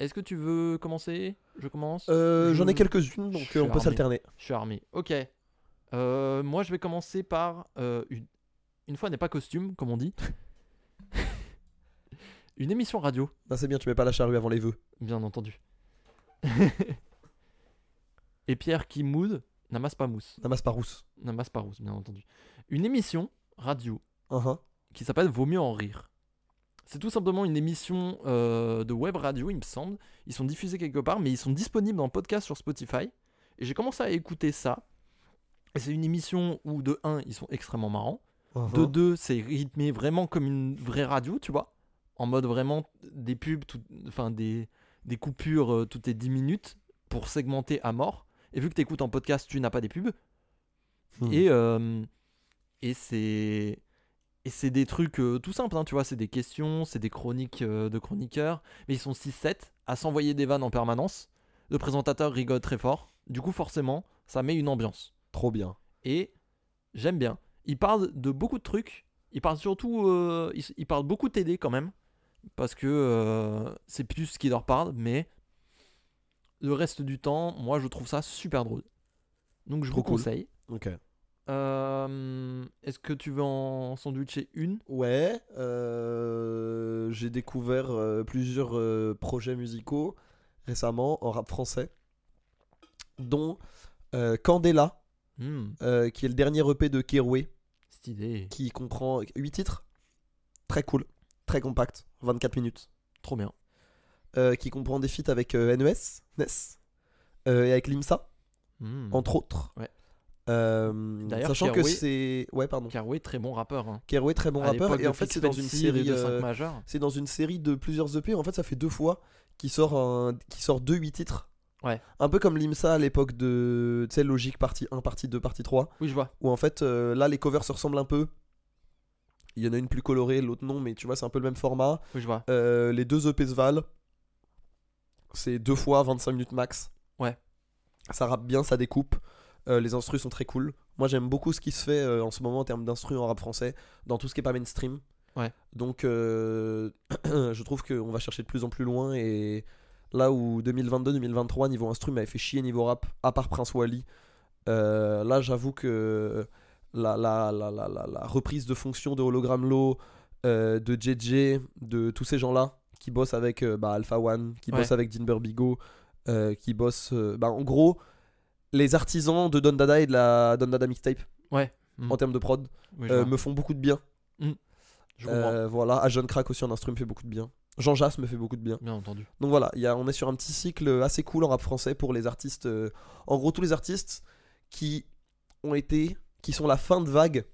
S1: Est-ce que tu veux commencer Je commence
S2: Euh, J'en ai
S1: Je-
S2: quelques-unes, donc
S1: je
S2: euh,
S1: suis
S2: on peut
S1: armé.
S2: s'alterner.
S1: Je suis armé. Ok. Euh, moi, je vais commencer par euh, une... une fois n'est pas costume, comme on dit. une émission radio,
S2: Ah, c'est bien, tu mets pas la charrue avant les vœux.
S1: bien entendu. Et Pierre qui moude, n'amasse pas mousse.
S2: Damas Parousse.
S1: N'amasse pas rousse, bien entendu. Une émission radio
S2: Uh-huh.
S1: qui s'appelle Vaut mieux en rire. C'est tout simplement une émission euh, de web radio, il me semble. Ils sont diffusés quelque part, mais ils sont disponibles en podcast sur Spotify. Et j'ai commencé à écouter ça. Et c'est une émission où, de 1, ils sont extrêmement marrants. De
S2: Uh-huh.
S1: 2, c'est rythmé vraiment comme une vraie radio, tu vois. En mode vraiment des pubs, tout- enfin des, des coupures euh, toutes les 10 minutes pour segmenter à mort. Et vu que tu écoutes en podcast, tu n'as pas des pubs.
S2: Hmm.
S1: Et, euh, et c'est. Et c'est des trucs euh, tout simples, hein, tu vois, c'est des questions, c'est des chroniques euh, de chroniqueurs, mais ils sont 6-7 à s'envoyer des vannes en permanence. Le présentateur rigole très fort, du coup forcément, ça met une ambiance.
S2: Trop bien.
S1: Et j'aime bien. Ils parlent de beaucoup de trucs, ils parlent surtout, euh, ils, ils parlent beaucoup TD quand même, parce que euh, c'est plus ce qui leur parle, mais le reste du temps, moi je trouve ça super drôle. Donc je
S2: Trop
S1: vous
S2: cool.
S1: conseille.
S2: Ok.
S1: Euh, Est-ce que tu veux en sandwicher une
S2: Ouais, euh, j'ai découvert euh, plusieurs euh, projets musicaux récemment en rap français, dont euh, Candela,
S1: Hmm,
S2: euh, qui est le dernier EP de Keroué,
S1: Stylé.
S2: qui comprend 8 titres, très cool, très compact, 24 minutes,
S1: Trop bien.
S2: euh, qui comprend des feats avec euh, NES, NES, euh, et avec Limsa,
S1: Hmm.
S2: entre autres.
S1: Ouais.
S2: Euh,
S1: D'ailleurs,
S2: sachant que
S1: Keroué-
S2: c'est... Ouais, pardon.
S1: Carway, très bon rappeur. hein.
S2: Keroué, très bon
S1: À
S2: rappeur,
S1: l'époque
S2: et
S1: de
S2: en fait c'est dans une
S1: Fitzpatrick et
S2: série...
S1: de 5
S2: euh,
S1: majeurs.
S2: C'est dans une série de plusieurs EP. En fait, ça fait deux fois qu'il sort, un... qu'il sort deux huit titres.
S1: Ouais.
S2: Un peu comme l'IMSA à l'époque de. Tu sais, Logique partie 1, partie 2, partie 3.
S1: Oui, je vois.
S2: Où en fait, euh, là, les covers se ressemblent un peu. Il y en a une plus colorée, l'autre non, mais tu vois, c'est un peu le même format.
S1: Oui, je vois.
S2: Euh, les deux EP se valent. C'est deux fois 25 minutes max.
S1: Ouais.
S2: Ça rappe bien, ça découpe. Euh, les instrus sont très cool. Moi, j'aime beaucoup ce qui se fait euh, en ce moment en termes d'instrus en rap français, dans tout ce qui est pas mainstream.
S1: Ouais.
S2: Donc, euh, je trouve qu'on va chercher de plus en plus loin. Et là où 2022-2023, niveau instru, m'avait fait chier niveau rap, à part Prince Wally, euh, là, j'avoue que la, la, la, la, la, la reprise de fonction de Hologram Low, euh, de JJ, de tous ces gens-là qui bossent avec euh, bah, Alpha One, qui
S1: Ouais.
S2: bossent avec Dean Burbigo, euh, qui bossent. euh, bah, en gros, les artisans de Don Dada et de la Don Dada mixtape
S1: Ouais. Mm.
S2: en termes de prod
S1: Oui, je
S2: euh,
S1: vois.
S2: me font beaucoup de bien.
S1: Je comprends.
S2: Euh, voilà, à Jeune Crack aussi en instru me fait beaucoup de bien. Jean Jass me fait beaucoup de bien.
S1: Bien entendu.
S2: Donc voilà, il y a, on est sur un petit cycle assez cool en rap français pour les artistes. euh, en gros, tous les artistes qui ont été, qui sont la fin de vague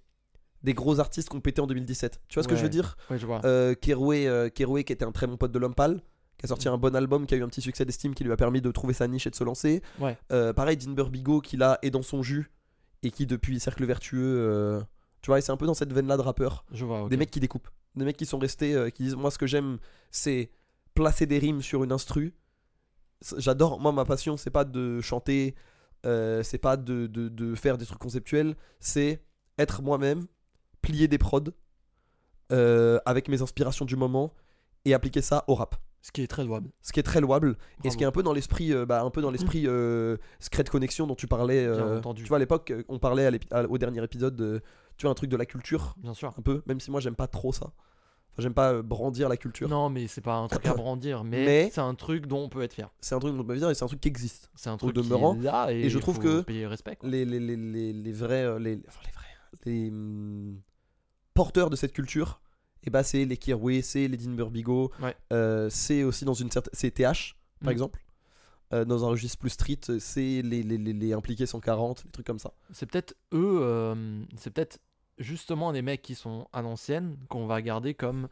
S2: des gros artistes qui ont pété en 2017. Tu vois ce que
S1: Ouais.
S2: je veux dire
S1: Ouais, je vois.
S2: euh, Keroué, euh, Keroué, qui était un très bon pote de Lompal, qui a
S1: Mm.
S2: sorti un bon album, qui a eu un petit succès d'estime, qui lui a permis de trouver sa niche et de se lancer.
S1: Ouais.
S2: Euh, pareil, Dean Burbigo, qui là est dans son jus, et qui depuis Cercle Vertueux, euh, tu vois, et c'est un peu dans cette veine-là de rappeur.
S1: Je vois. ok.
S2: Des mecs qui découpent, des mecs qui sont restés, euh, qui disent Moi, ce que j'aime, c'est placer des rimes sur une instru. C'est- J'adore, moi, ma passion, c'est pas de chanter, euh, c'est pas de, de- de faire des trucs conceptuels, c'est être moi-même, plier des prods euh, avec mes inspirations du moment et appliquer ça au rap.
S1: Ce qui est très louable.
S2: Ce qui est très louable et
S1: Bravo.
S2: ce qui est un peu dans l'esprit, euh, bah, un peu dans l'esprit euh, secret de connexion dont tu parlais.
S1: Bien
S2: euh,
S1: entendu.
S2: Tu vois, à l'époque, euh, on parlait à l'épi- à- au dernier épisode, de, tu vois, un truc de la culture,
S1: Bien sûr.
S2: un peu, même si moi j'aime pas trop ça. Enfin, j'aime pas euh, brandir la culture.
S1: Non, mais c'est pas un truc à brandir, mais,
S2: Mais-
S1: c'est un truc dont on peut être fier.
S2: C'est un truc dont on peut dire et c'est un truc qui existe.
S1: C'est un truc
S2: demeurant,
S1: qui est là et,
S2: et je trouve
S1: faut
S2: que
S1: payer respect. quoi.
S2: Les, les, les, les, les vrais, euh, les, enfin, les vrais, les hum, porteurs de cette culture, et bah c'est les Kirwe, c'est les Dean Burbigo,
S1: Ouais.
S2: euh, c'est aussi dans une certaine, c'est TH par
S1: Mm.
S2: exemple. Euh, dans un registre plus street, c'est les, les, les, les impliqués 140, des trucs comme ça.
S1: C'est peut-être eux, euh, c'est peut-être justement des mecs qui sont à l'ancienne qu'on va garder comme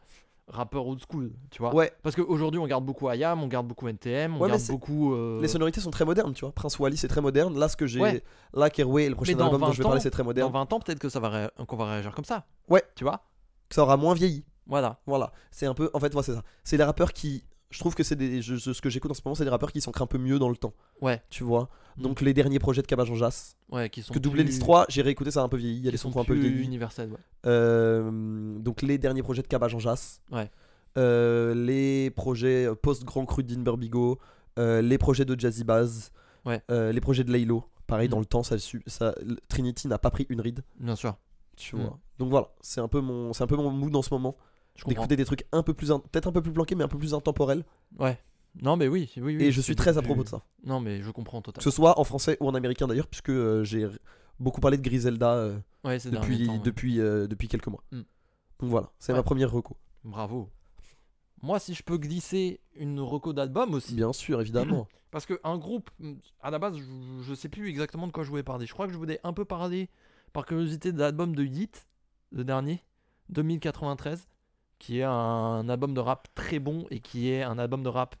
S1: rappeurs old school, tu vois.
S2: Ouais,
S1: Parce qu'aujourd'hui, on garde beaucoup IAM, on garde beaucoup NTM, on
S2: Ouais, mais
S1: garde
S2: c'est-
S1: beaucoup. euh,
S2: Les sonorités sont très modernes, tu vois. Prince Wally, c'est très moderne. Là, ce que j'ai.
S1: Ouais.
S2: Là, Keroué, le prochain
S1: dans
S2: album dont
S1: 20
S2: je vais parler,
S1: ans,
S2: c'est très
S1: Dans
S2: moderne.
S1: 20 ans, peut-être que ça va ré- qu'on va réagir comme ça.
S2: Ouais.
S1: Tu vois
S2: Que ça aura moins vieilli.
S1: Voilà.
S2: Voilà. C'est un peu. En fait, voilà, c'est ça. C'est les rappeurs qui. Je trouve que c'est des. je- je- ce que j'écoute en ce moment, c'est des rappeurs qui s'ancrent un peu mieux dans le temps.
S1: Ouais.
S2: Tu vois.
S1: Mm.
S2: Donc, les derniers projets de Cabage en Jas.
S1: Ouais, qui sont
S2: Que doublé
S1: plus-
S2: liste 3, j'ai réécouté ça a un peu vieilli. Il y a
S1: qui
S2: des sons qui
S1: sont
S2: ont un peu
S1: plus
S2: vieilli.
S1: universels, ouais.
S2: Euh, donc les derniers projets de Cabage en Jas.
S1: Ouais.
S2: Euh, les projets post-Grand Cru de Dean Burbigo, euh, les projets de Jazzy Baz,
S1: Ouais.
S2: euh, les projets de Laylo. Pareil,
S1: Mm.
S2: dans le temps, ça, su- ça- l- Trinity n'a pas pris une ride,
S1: Bien sûr.
S2: tu
S1: Mm.
S2: vois. Donc voilà, c'est un peu mon, c'est un peu mon mood en ce moment,
S1: Je comprends.
S2: d'écouter des trucs un peu plus, in- peut-être un peu plus planqués, mais un peu plus intemporels.
S1: Ouais. Non, mais oui, oui, oui.
S2: et je suis
S1: c'est
S2: très à
S1: plus-
S2: propos de ça,
S1: Non, mais je comprends
S2: que
S1: totalement.
S2: ce soit en français ou en américain d'ailleurs, puisque euh, j'ai r- beaucoup parlé de Griselda euh,
S1: Ouais, ces derniers
S2: depuis,
S1: temps, ouais.
S2: depuis, euh, depuis quelques mois.
S1: Mm.
S2: Donc voilà, c'est
S1: Ouais.
S2: ma première reco.
S1: Bravo. Moi, si je peux glisser une reco d'album aussi.
S2: Bien sûr, évidemment.
S1: Parce que un groupe, mm, à la base, je, je sais plus exactement de quoi je voulais parler. Je crois que je voulais un peu parler, par curiosité, de l'album de Yeet, le dernier, 2093, qui est un album de rap très bon et qui est un album de rap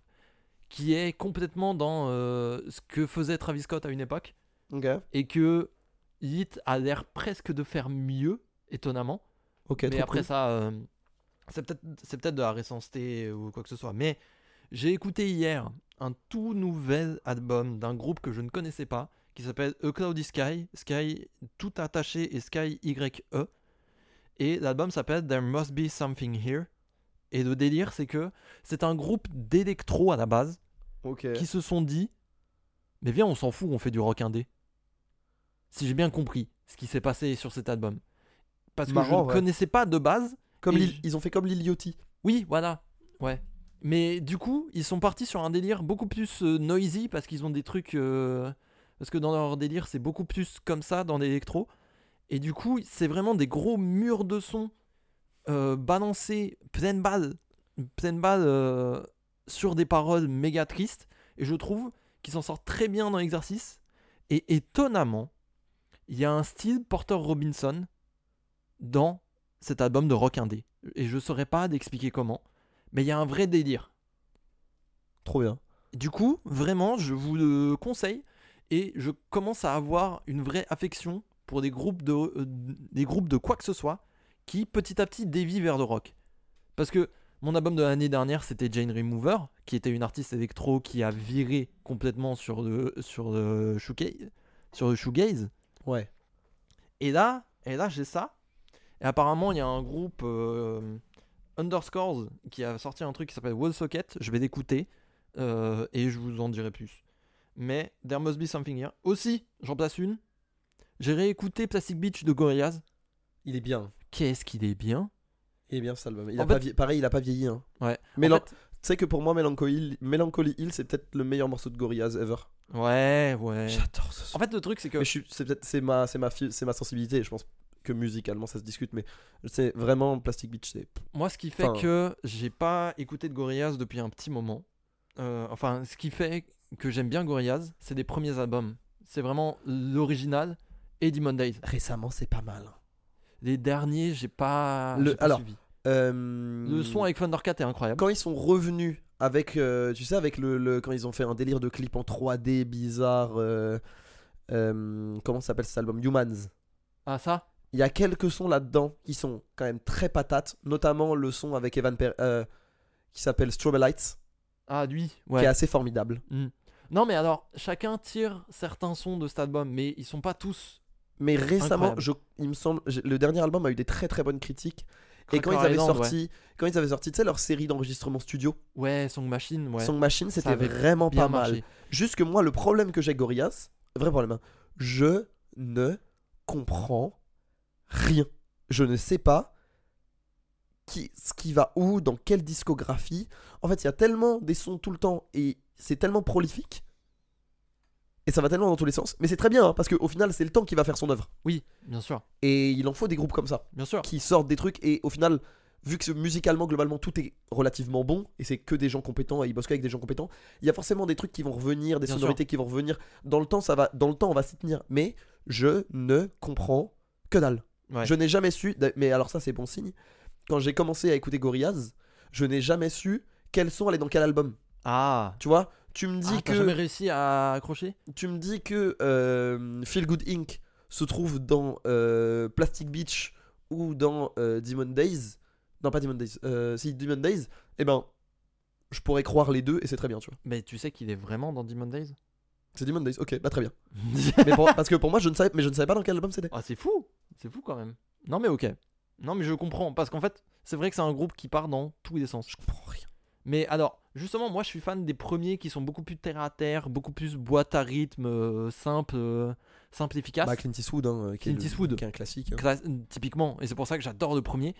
S1: qui est complètement dans euh, ce que faisait Travis Scott à une époque
S2: ok.
S1: et que Yeet a l'air presque de faire mieux, étonnamment.
S2: Ok,
S1: mais
S2: trop
S1: après
S2: cool.
S1: ça, euh, c'est peut-être c'est peut-être de la récenseté ou quoi que ce soit. Mais j'ai écouté hier un tout nouvel album d'un groupe que je ne connaissais pas, qui s'appelle A Cloudy Sky, Sky tout attaché et Sky Y-E. Et l'album s'appelle There Must Be Something Here. Et le délire, c'est que c'est un groupe d'électro à la base
S2: Ok.
S1: qui se sont dit Mais viens, on s'en fout, on fait du rock indé. Si j'ai bien compris ce qui s'est passé sur cet album. Parce que je
S2: Marrant,
S1: ne
S2: ouais.
S1: connaissais pas de base.
S2: Comme
S1: Et
S2: Lil-
S1: je-
S2: Ils ont fait comme Lil Yachty.
S1: Oui, voilà. Ouais. Mais du coup, ils sont partis sur un délire beaucoup plus euh, noisy parce qu'ils ont des trucs. euh, Parce que dans leur délire, c'est beaucoup plus comme ça dans l'électro. Et du coup, c'est vraiment des gros murs de son euh, balancés, pleine balle, pleine balle euh, sur des paroles méga tristes. Et je trouve qu'ils s'en sortent très bien dans l'exercice. Et étonnamment, il y a un style Porter Robinson dans cet album de rock indé. Et je saurais pas d'expliquer comment, mais il y a un vrai délire.
S2: Trop bien.
S1: Du coup, vraiment, je vous le conseille et je commence à avoir une vraie affection pour des groupes de, euh, des groupes de quoi que ce soit qui petit à petit dévient vers le rock. Parce que mon album de l'année dernière, c'était Jane Remover, qui était une artiste électro qui a viré complètement sur le, sur le, shoegaze, sur le shoegaze.
S2: Ouais.
S1: Et là, et là j'ai ça. Et apparemment, il y a un groupe euh, Underscores qui a sorti un truc qui s'appelle Wall Socket. Je vais l'écouter euh, et je vous en dirai plus. Mais There Must Be Something Here. Aussi, j'en place une. J'ai réécouté Plastic Beach de Gorillaz.
S2: Il est bien.
S1: Qu'est-ce qu'il est bien.
S2: Il est bien cet album. Il
S1: En
S2: a pas
S1: fait-
S2: vie- Pareil, il a pas vieilli. Hein.
S1: Ouais.
S2: Mais
S1: En
S2: non, tu sais que pour moi, Melancholy Hill, Melancholy Hill, c'est peut-être le meilleur morceau de Gorillaz ever.
S1: Ouais, ouais.
S2: J'adore ce son.
S1: En fait, le truc, c'est que.
S2: Mais je suis- C'est peut-être c'est ma, c'est ma, fi- c'est ma sensibilité. Je pense que musicalement, ça se discute. Mais c'est vraiment Plastic Beach. C'est
S1: Moi, ce qui fait
S2: Enfin-
S1: que j'ai pas écouté de Gorillaz depuis un petit moment. euh, enfin, ce qui fait que j'aime bien Gorillaz, c'est des premiers albums. C'est vraiment l'original et Demon Days.
S2: récemment, c'est pas mal.
S1: Les derniers, j'ai pas.
S2: Le-
S1: j'ai pas
S2: alors,
S1: suivi.
S2: Euh,
S1: le son avec Thundercat est incroyable.
S2: Quand ils sont revenus avec, euh, tu sais, avec le, le- quand ils ont fait un délire de clip en 3D bizarre, euh, euh, comment s'appelle cet album Humans.
S1: Ah, ça
S2: Il y a quelques sons là-dedans qui sont quand même très patates, notamment le son avec Evan Per- euh, qui s'appelle Strobe Lights,
S1: Ah, lui
S2: qui est
S1: Ouais.
S2: assez formidable.
S1: Non, mais alors, chacun tire certains sons de cet album, mais ils sont pas tous.
S2: Mais récemment,
S1: Incroyable.
S2: je, il me semble, j'ai- le dernier album a eu des très très bonnes critiques. Et quand ils
S1: Cracker
S2: avaient
S1: Island,
S2: sorti, quand ils avaient sorti, tu sais, leur série d'enregistrement studio,
S1: Ouais, Ouais, Song Machine, ouais.
S2: Song Machine,
S1: Ça
S2: c'était
S1: avait
S2: vraiment
S1: bien
S2: pas mal.
S1: marché.
S2: Juste que moi, le problème que j'ai avec Gorillaz, vrai problème, hein, je ne comprends rien. Je ne sais pas qui, ce qui va où, dans quelle discographie. En fait, il y a tellement des sons tout le temps et c'est tellement prolifique. Et ça va tellement dans tous les sens. Mais c'est très bien, hein, parce qu'au final, c'est le temps qui va faire son œuvre.
S1: Oui, bien sûr.
S2: Et il en faut des groupes comme ça,
S1: Bien sûr.
S2: qui sortent des trucs et au final, vu que musicalement, globalement, tout est relativement bon, et c'est que des gens compétents, et ils bossent qu'avec des gens compétents, il y a forcément des trucs qui vont revenir, des
S1: Bien
S2: sonorités qui vont revenir. Dans le temps, ça va, dans le temps, on va s'y tenir. Mais je ne comprends que dalle.
S1: Ouais.
S2: Je n'ai jamais su, mais alors ça, c'est bon signe. Quand j'ai commencé à écouter Gorillaz, je n'ai jamais su quels sont allés dans quel album.
S1: Ah.
S2: Tu vois, tu me dis
S1: Ah,
S2: que
S1: T'as jamais réussi à accrocher
S2: tu me dis que euh, Feel Good Inc. se trouve dans euh, Plastic Beach ou dans euh, Demon Days. Non, pas Demon Days. Euh, si, Demon Days. Eh ben, je pourrais croire les deux et c'est très bien, tu vois.
S1: Mais tu sais qu'il est vraiment dans Demon Days
S2: C'est Demon Days, ok, bah très bien. Mais pour- parce que pour moi, je ne savais, mais je ne savais pas dans quel album c'était.
S1: Ah, c'est fou C'est fou quand même. Non, mais ok. Non, mais je comprends. Parce qu'en fait, c'est vrai que c'est un groupe qui part dans tous les sens.
S2: Je comprends rien.
S1: Mais alors, justement, moi, je suis fan des premiers qui sont beaucoup plus terre à terre, beaucoup plus boîte à rythme, euh, simple, euh, simple, efficace.
S2: Bah, Clint Eastwood, hein, euh, qui, est
S1: Clint
S2: le-
S1: Eastwood.
S2: qui est un classique. hein.
S1: Classe- typiquement. Et c'est pour ça que j'adore le premier.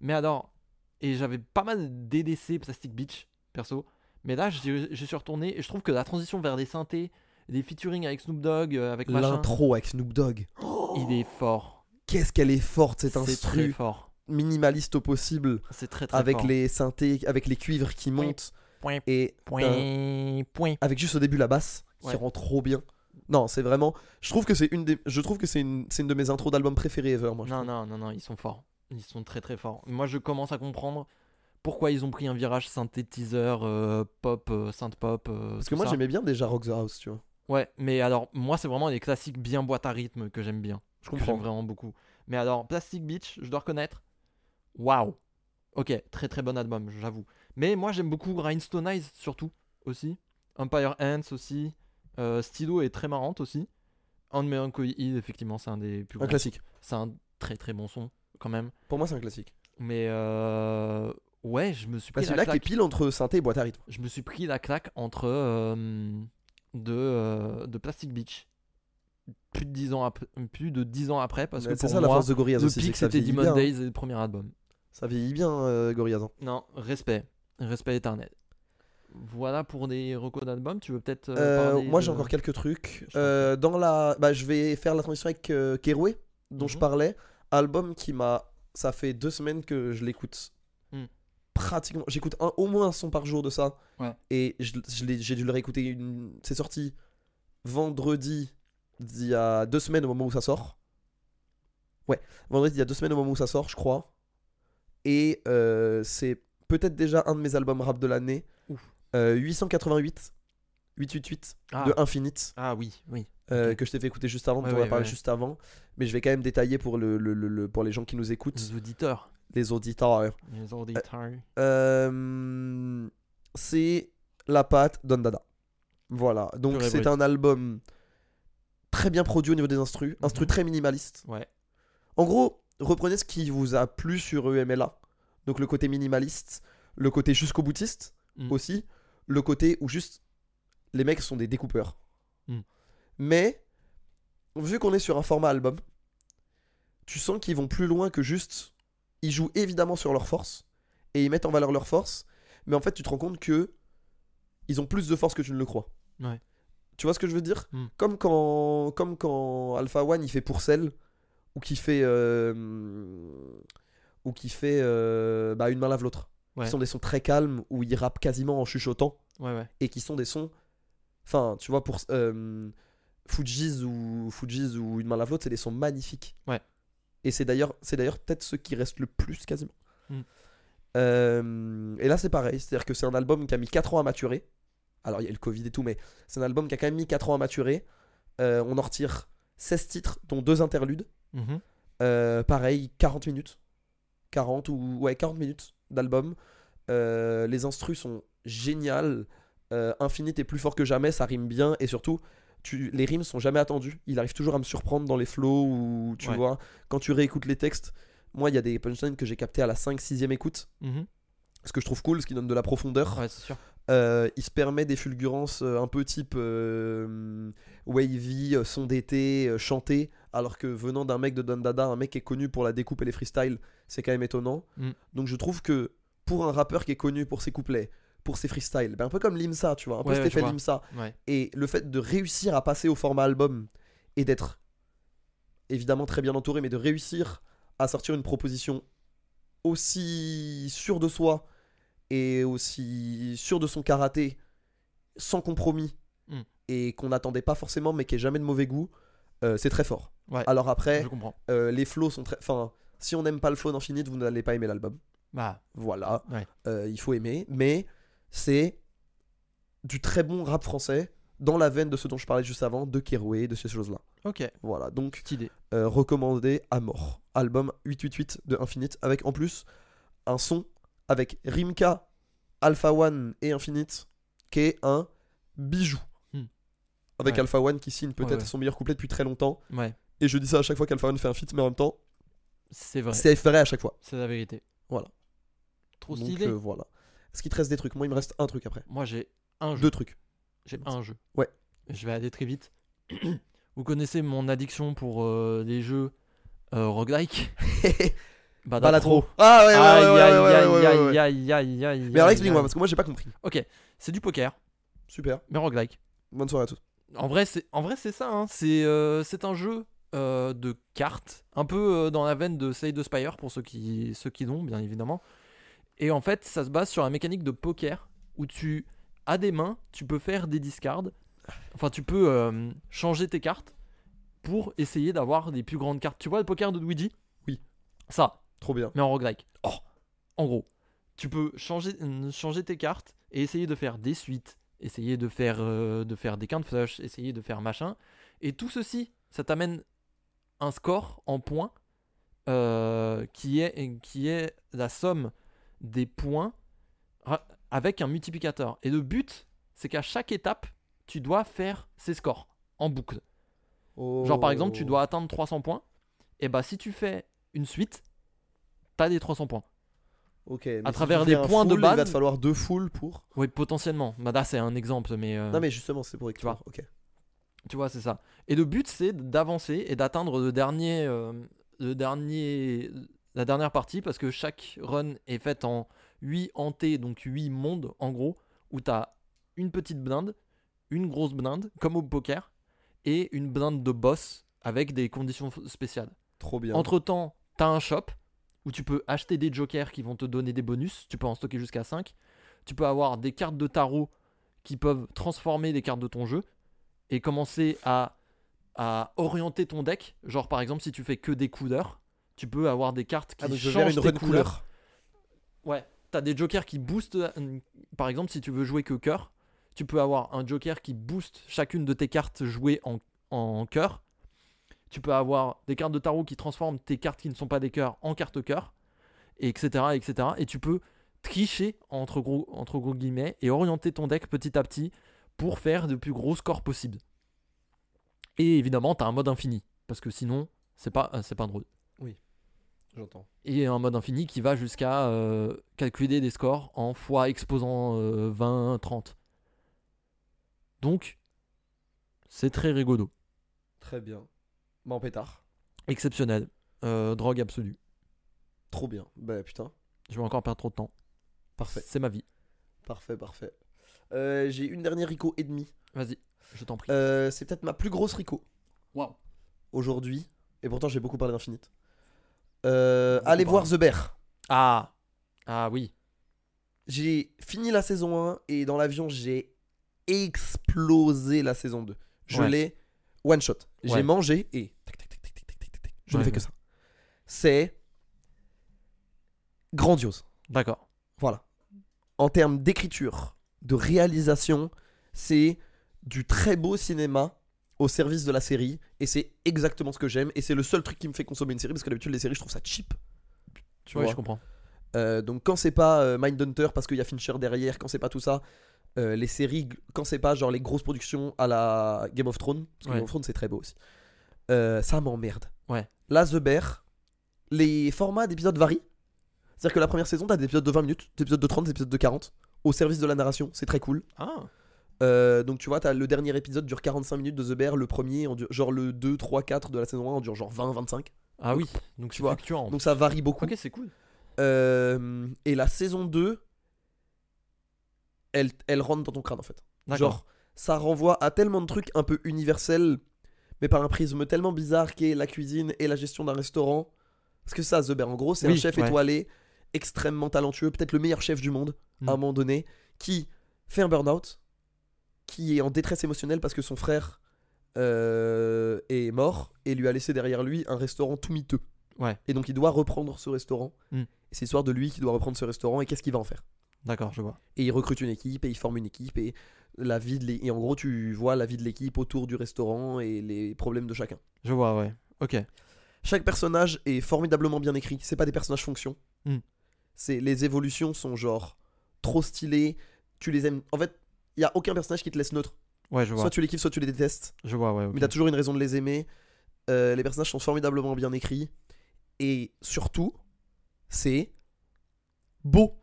S1: Mais alors, et j'avais pas mal DDC Plastic Beach, perso. Mais là, j'y j'y suis retourné et je trouve que la transition vers des synthés, des featuring avec Snoop Dogg, euh, avec machin,
S2: L'intro avec Snoop Dogg.
S1: il est fort.
S2: Qu'est-ce qu'elle est forte,
S1: C'est
S2: cette
S1: très
S2: instru
S1: fort.
S2: minimaliste au possible,
S1: C'est très très
S2: avec
S1: fort.
S2: les synthés, avec les cuivres qui
S1: Point,
S2: montent.
S1: point,
S2: Et t'as-
S1: Point, point.
S2: avec juste au début la basse
S1: Ouais.
S2: qui rend trop bien. Non, c'est vraiment. Je trouve que c'est une des. Je trouve que c'est une. C'est une de mes intros d'albums préférées ever. Moi. je
S1: Non,
S2: trouve.
S1: non, non, non, ils sont forts. Ils sont très très forts. Moi, je commence à comprendre pourquoi ils ont pris un virage synthétiseur, euh, pop, euh, synth pop. euh,
S2: Parce que
S1: tout
S2: moi
S1: ça.
S2: j'aimais bien déjà Rock the House, tu vois.
S1: Ouais, mais alors, moi, c'est vraiment les classiques bien boîte à rythme que j'aime bien.
S2: Je
S1: que J'aime
S2: comprends.
S1: vraiment beaucoup. Mais alors, Plastic Beach, je dois reconnaître. Waouh! Ok, très très bon album, j'avoue. Mais moi, j'aime beaucoup Rhinestone Eyes, surtout, aussi. Empire Ends aussi. Euh, Stylo est très marrante aussi. And Melancholy Hill, effectivement, c'est un des plus
S2: Un
S1: grands.
S2: classique.
S1: C'est un très très bon son, quand même.
S2: Pour moi c'est un classique.
S1: Mais euh, ouais, je me suis
S2: Bah,
S1: pris
S2: celui-là
S1: la
S2: qui est
S1: claque.
S2: pile entre synthé et boîte à rythme.
S1: Je me suis pris la claque entre euh, de euh, de Plastic Beach. Plus de 10 ans après, plus de 10 ans après parce
S2: Mais
S1: que
S2: c'est
S1: pour
S2: ça la
S1: moi
S2: force de Gorillaz
S1: The
S2: aussi. c'est
S1: Peak
S2: que ça
S1: c'était
S2: vieillit
S1: Demon
S2: bien. hein.
S1: Days le premier album.
S2: Ça vieillit bien euh, Gorillaz. hein.
S1: Non, respect, respect éternel. Voilà pour des recos d'albums, tu veux peut-être euh,
S2: Euh,
S1: parler
S2: moi
S1: de-
S2: j'ai encore quelques trucs.
S1: Je t'en
S2: Euh, dans la. Bah je vais faire la transition avec euh, Keroué, dont je
S1: Mhm.
S2: parlais. Album qui m'a. Ça fait deux semaines que je l'écoute.
S1: Hmm.
S2: Pratiquement. J'écoute un- au moins un son par jour de ça.
S1: Ouais.
S2: Et je- je l'ai- j'ai dû le réécouter. Une... C'est sorti vendredi il y a deux semaines au moment où ça sort. Ouais, vendredi il y a deux semaines au moment où ça sort, je crois. Et euh, c'est peut-être déjà un de mes albums rap de l'année.
S1: Ouf.
S2: Euh, 888, 888
S1: ah,
S2: de Infinite
S1: ah oui, oui.
S2: euh,
S1: Ok.
S2: que je t'ai fait écouter juste avant,
S1: Ouais,
S2: dont on a
S1: ouais,
S2: parlé
S1: ouais.
S2: juste avant, mais je vais quand même détailler pour, le, le- le- le- pour les gens qui nous écoutent,
S1: Les auditeurs,
S2: les auditeurs.
S1: les auditeurs.
S2: Euh, c'est la patte Dondada. Voilà, donc
S1: Pur et
S2: c'est
S1: brut.
S2: un album très bien produit au niveau des instrus, instrus
S1: Mhm.
S2: très minimaliste.
S1: Ouais.
S2: En gros, reprenez ce qui vous a plu sur EMLA, donc le côté minimaliste, le côté jusqu'au boutiste
S1: Mm.
S2: aussi, le côté où juste les mecs sont des découpeurs.
S1: Mm.
S2: Mais vu qu'on est sur un format album, tu sens qu'ils vont plus loin que juste. Ils jouent évidemment sur leur force et ils mettent en valeur leur force, mais en fait, tu te rends compte que ils ont plus de force que tu ne le crois.
S1: Ouais.
S2: Tu vois ce que je veux dire
S1: Mm.
S2: Comme quand comme quand Alpha One il fait Pourcel ou qui fait euh, ou qui fait euh, bah, une main lave l'autre.
S1: Ouais.
S2: Qui sont des sons très calmes où il rappe quasiment en chuchotant
S1: Ouais ouais.
S2: et qui sont des sons. Enfin, tu vois, pour euh, Fujis ou Fujis ou Une main lave l'autre, c'est des sons magnifiques.
S1: Ouais.
S2: Et c'est d'ailleurs, c'est d'ailleurs peut-être ceux qui restent le plus quasiment.
S1: Mm.
S2: Euh, et là, c'est pareil. C'est-à-dire que c'est un album qui a mis 4 ans à maturer. Alors, il y a le Covid et tout, mais c'est un album qui a quand même mis 4 ans à maturer. Euh, on en retire 16 titres, dont 2 interludes.
S1: Mhm.
S2: Euh, pareil, 40 minutes. 40 ou ouais, 40 minutes d'album. Euh, les instrus sont géniales. Euh, Infinite est plus fort que jamais, ça rime bien et surtout tu, les rimes sont jamais attendues. Il arrive toujours à me surprendre dans les flows ou tu
S1: Ouais.
S2: vois, quand tu réécoutes les textes, moi il y a des punchlines que j'ai capté à la 5 6 e écoute,
S1: Mhm.
S2: ce que je trouve cool, ce qui donne de la profondeur.
S1: Ouais, c'est sûr.
S2: Euh, il se permet des fulgurances euh, un peu type euh, wavy, euh, son d'été, euh, chanté, alors que venant d'un mec de Don Dada, un mec qui est connu pour la découpe et les freestyles, c'est quand même étonnant.
S1: Mm.
S2: Donc je trouve que pour un rappeur qui est connu pour ses couplets, pour ses freestyles, ben un peu comme Limsa, tu vois, un peu
S1: Ouais,
S2: cet
S1: ouais, je
S2: effet
S1: vois.
S2: Limsa,
S1: Ouais.
S2: et le fait de réussir à passer au format album et d'être évidemment très bien entouré, mais de réussir à sortir une proposition aussi sûre de soi et aussi sûre de son karaté, sans compromis,
S1: Mm.
S2: et qu'on n'attendait pas forcément, mais qui est jamais de mauvais goût, euh, c'est très fort.
S1: Ouais.
S2: Alors après,
S1: Je comprends.
S2: euh, les flows sont très. Enfin, si on n'aime pas le flow d'Infinite, vous n'allez pas aimer l'album
S1: Bah,
S2: voilà,
S1: Ouais.
S2: euh, il faut aimer, mais c'est du très bon rap français dans la veine de ce dont je parlais juste avant, de Keroué, de ces choses-là.
S1: ok,
S2: Voilà, donc
S1: petite idée.
S2: euh, recommandé à mort. Album 888 de Infinite, avec en plus un son avec Rimka, Alpha One et Infinite, qui est un bijou.
S1: Hmm.
S2: Avec
S1: Ouais.
S2: Alpha One qui signe peut-être
S1: Ouais, ouais.
S2: son meilleur couplet depuis très longtemps.
S1: Ouais,
S2: Et je dis ça à chaque fois qu'Alpha One fait un feat, mais en même temps,
S1: c'est vrai.
S2: c'est vrai à chaque fois.
S1: C'est la vérité.
S2: Voilà.
S1: Trop
S2: Donc,
S1: stylé.
S2: euh, voilà. Est-ce qu'il te reste des trucs Moi, il me reste un truc après.
S1: Moi, j'ai un jeu.
S2: Deux trucs.
S1: J'ai un jeu.
S2: Ouais.
S1: Je vais aller très vite. Vous connaissez mon addiction pour euh, les jeux euh, roguelike Bah,
S2: Balatro. Ah ouais, ouais,
S1: Aïe,
S2: ouais, ouais, ouais,
S1: aïe,
S2: ouais, ouais,
S1: aïe,
S2: ouais, ouais.
S1: aïe, aïe, aïe, aïe.
S2: Mais alors
S1: aïe,
S2: explique-moi,
S1: aïe.
S2: parce que moi j'ai pas compris.
S1: Ok, c'est du poker,
S2: Super.
S1: mais roguelike.
S2: Bonne soirée à tous.
S1: En vrai, c'est en vrai c'est ça. hein. C'est euh, c'est un jeu euh, de cartes, un peu euh, dans la veine de Slay the Spire pour ceux qui ceux qui l'ont bien évidemment. Et en fait, ça se base sur la mécanique de poker où tu as des mains, tu peux faire des discards. Enfin, tu peux euh, changer tes cartes pour essayer d'avoir des plus grandes cartes. Tu vois le poker de Luigi
S2: Oui.
S1: Ça,
S2: Trop bien.
S1: mais en roguelike.
S2: Oh.
S1: En gros, tu peux changer, euh, changer tes cartes et essayer de faire des suites, essayer de faire, euh, de faire des de flush, essayer de faire machin. Et tout ceci, ça t'amène un score en points euh, qui, est, qui est la somme des points ra- avec un multiplicateur. Et le but, c'est qu'à chaque étape, tu dois faire ces scores en boucle.
S2: Oh.
S1: Genre par exemple, tu dois atteindre 300 points. Et bah si tu fais une suite, t'as des 300 points.
S2: Ok. mais si
S1: travers
S2: tu fais
S1: les
S2: un
S1: points de
S2: full, Il va
S1: base-
S2: te falloir deux foules pour.
S1: Oui, potentiellement. Bah là, c'est un exemple, mais, euh,
S2: Non mais justement, c'est pour écrire.
S1: vois.
S2: Ok.
S1: tu vois, c'est ça. Et le but, c'est d'avancer et d'atteindre le dernier, euh, le dernier, la dernière partie, parce que chaque run est faite en 8 hantés, donc 8 mondes en gros, où t'as une petite blinde, une grosse blinde, comme au poker, et une blinde de boss avec des conditions f- spéciales.
S2: Trop bien.
S1: Entre temps, t'as un shop où tu peux acheter des jokers qui vont te donner des bonus. Tu peux en stocker jusqu'à 5. Tu peux avoir des cartes de tarot qui peuvent transformer les cartes de ton jeu et commencer à, à orienter ton deck. Genre, par exemple, si tu fais que des couleurs, tu peux avoir des cartes qui
S2: Ah donc je gère
S1: changent
S2: une
S1: tes
S2: run
S1: couleurs.
S2: couleur.
S1: Ouais, t'as des jokers qui boostent. euh, Par exemple, si tu veux jouer que cœur, tu peux avoir un joker qui booste chacune de tes cartes jouées en, en cœur. Tu peux avoir des cartes de tarot qui transforment tes cartes qui ne sont pas des cœurs en cartes cœur, et etc., etc. Et tu peux tricher entre gros, entre gros guillemets et orienter ton deck petit à petit pour faire le plus gros score possible. Et évidemment, t'as un mode infini parce que sinon, c'est pas, euh, c'est pas drôle
S2: J'entends.
S1: et un mode infini qui va jusqu'à euh, calculer des scores en fois exposant euh, 20, 30. Donc, c'est très rigolo.
S2: Très bien. Bah en pétard.
S1: Exceptionnel. Euh, drogue absolue.
S2: Trop bien. Bah putain.
S1: Je vais encore perdre trop de temps.
S2: Parfait.
S1: C'est ma vie.
S2: Parfait. Parfait. Euh, J'ai une dernière Rico et demi.
S1: Vas-y, je t'en prie.
S2: Euh, c'est peut-être ma plus grosse Rico.
S1: Waouh.
S2: aujourd'hui, et pourtant j'ai beaucoup parlé d'Infinite. Euh,
S1: Beaucoup
S2: allez voir
S1: parlé.
S2: The Bear.
S1: Ah Ah oui.
S2: J'ai fini la saison 1 et dans l'avion j'ai explosé la saison 2. Je
S1: Ouais.
S2: l'ai one shot. J'ai
S1: Ouais.
S2: mangé et tac, tac, tac, tac, tac, tac, tac, tac. je
S1: Ouais,
S2: ne fais
S1: ouais.
S2: que ça. c'est grandiose.
S1: D'accord.
S2: Voilà. En termes d'écriture, de réalisation, c'est du très beau cinéma au service de la série. Et c'est exactement ce que j'aime. Et c'est le seul truc qui me fait consommer une série parce que d'habitude, les séries, je trouve ça cheap. Tu
S1: Ouais,
S2: vois.
S1: je comprends.
S2: Euh, donc quand c'est pas euh, Mindhunter parce qu'il y a Fincher derrière, quand c'est pas tout ça, euh, les séries, quand c'est pas genre les grosses productions à la Game of Thrones, parce que
S1: Ouais.
S2: Game of Thrones c'est très beau aussi, euh, ça m'emmerde.
S1: Ouais.
S2: Là, The Bear, les formats d'épisodes varient. C'est-à-dire que la première saison, t'as des épisodes de 20 minutes, des épisodes de 30, des épisodes de 40, au service de la narration, c'est très cool.
S1: Ah,
S2: Euh, donc tu vois, t'as le dernier épisode dure 45 minutes de The Bear, le premier, en dure- genre le 2, 3, 4 de la saison 1, en dure genre 20, 25.
S1: ah oui, donc
S2: tu
S1: tu
S2: vois.
S1: vois. Tu en...
S2: Donc ça varie beaucoup.
S1: ok, c'est cool.
S2: Euh, et la saison 2, elle, elle rentre dans ton crâne en fait.
S1: D'accord.
S2: Genre, ça renvoie à tellement de trucs un peu universels, mais par un prisme tellement bizarre qu'est la cuisine et la gestion d'un restaurant. Parce que ça, The Bear, en gros, c'est un
S1: Oui,
S2: chef
S1: ouais.
S2: étoilé, extrêmement talentueux, peut-être le meilleur chef du monde
S1: Mm.
S2: à un moment donné, qui fait un burn-out, qui est en détresse émotionnelle parce que son frère euh, est mort et lui a laissé derrière lui un restaurant tout miteux.
S1: Ouais.
S2: Et donc il doit reprendre ce restaurant.
S1: Mm.
S2: Et c'est l'histoire de lui qui doit reprendre ce restaurant et qu'est-ce qu'il va en faire
S1: D'accord, je vois.
S2: et il recrute une équipe et il forme une équipe et la vie de l'é- et en gros tu vois la vie de l'équipe autour du restaurant et les problèmes de chacun.
S1: Je vois, ouais. Ok.
S2: Chaque personnage est formidablement bien écrit, c'est pas des personnages fonction.
S1: Mm.
S2: C'est les évolutions sont genre trop stylées, tu les aimes. En fait, il y a aucun personnage qui te laisse neutre.
S1: Ouais, je vois.
S2: Soit tu les kiffes, soit tu les détestes,
S1: Je vois, ouais. ok.
S2: mais t'as toujours une raison de les aimer. Euh, les personnages sont formidablement bien écrits et surtout c'est beau.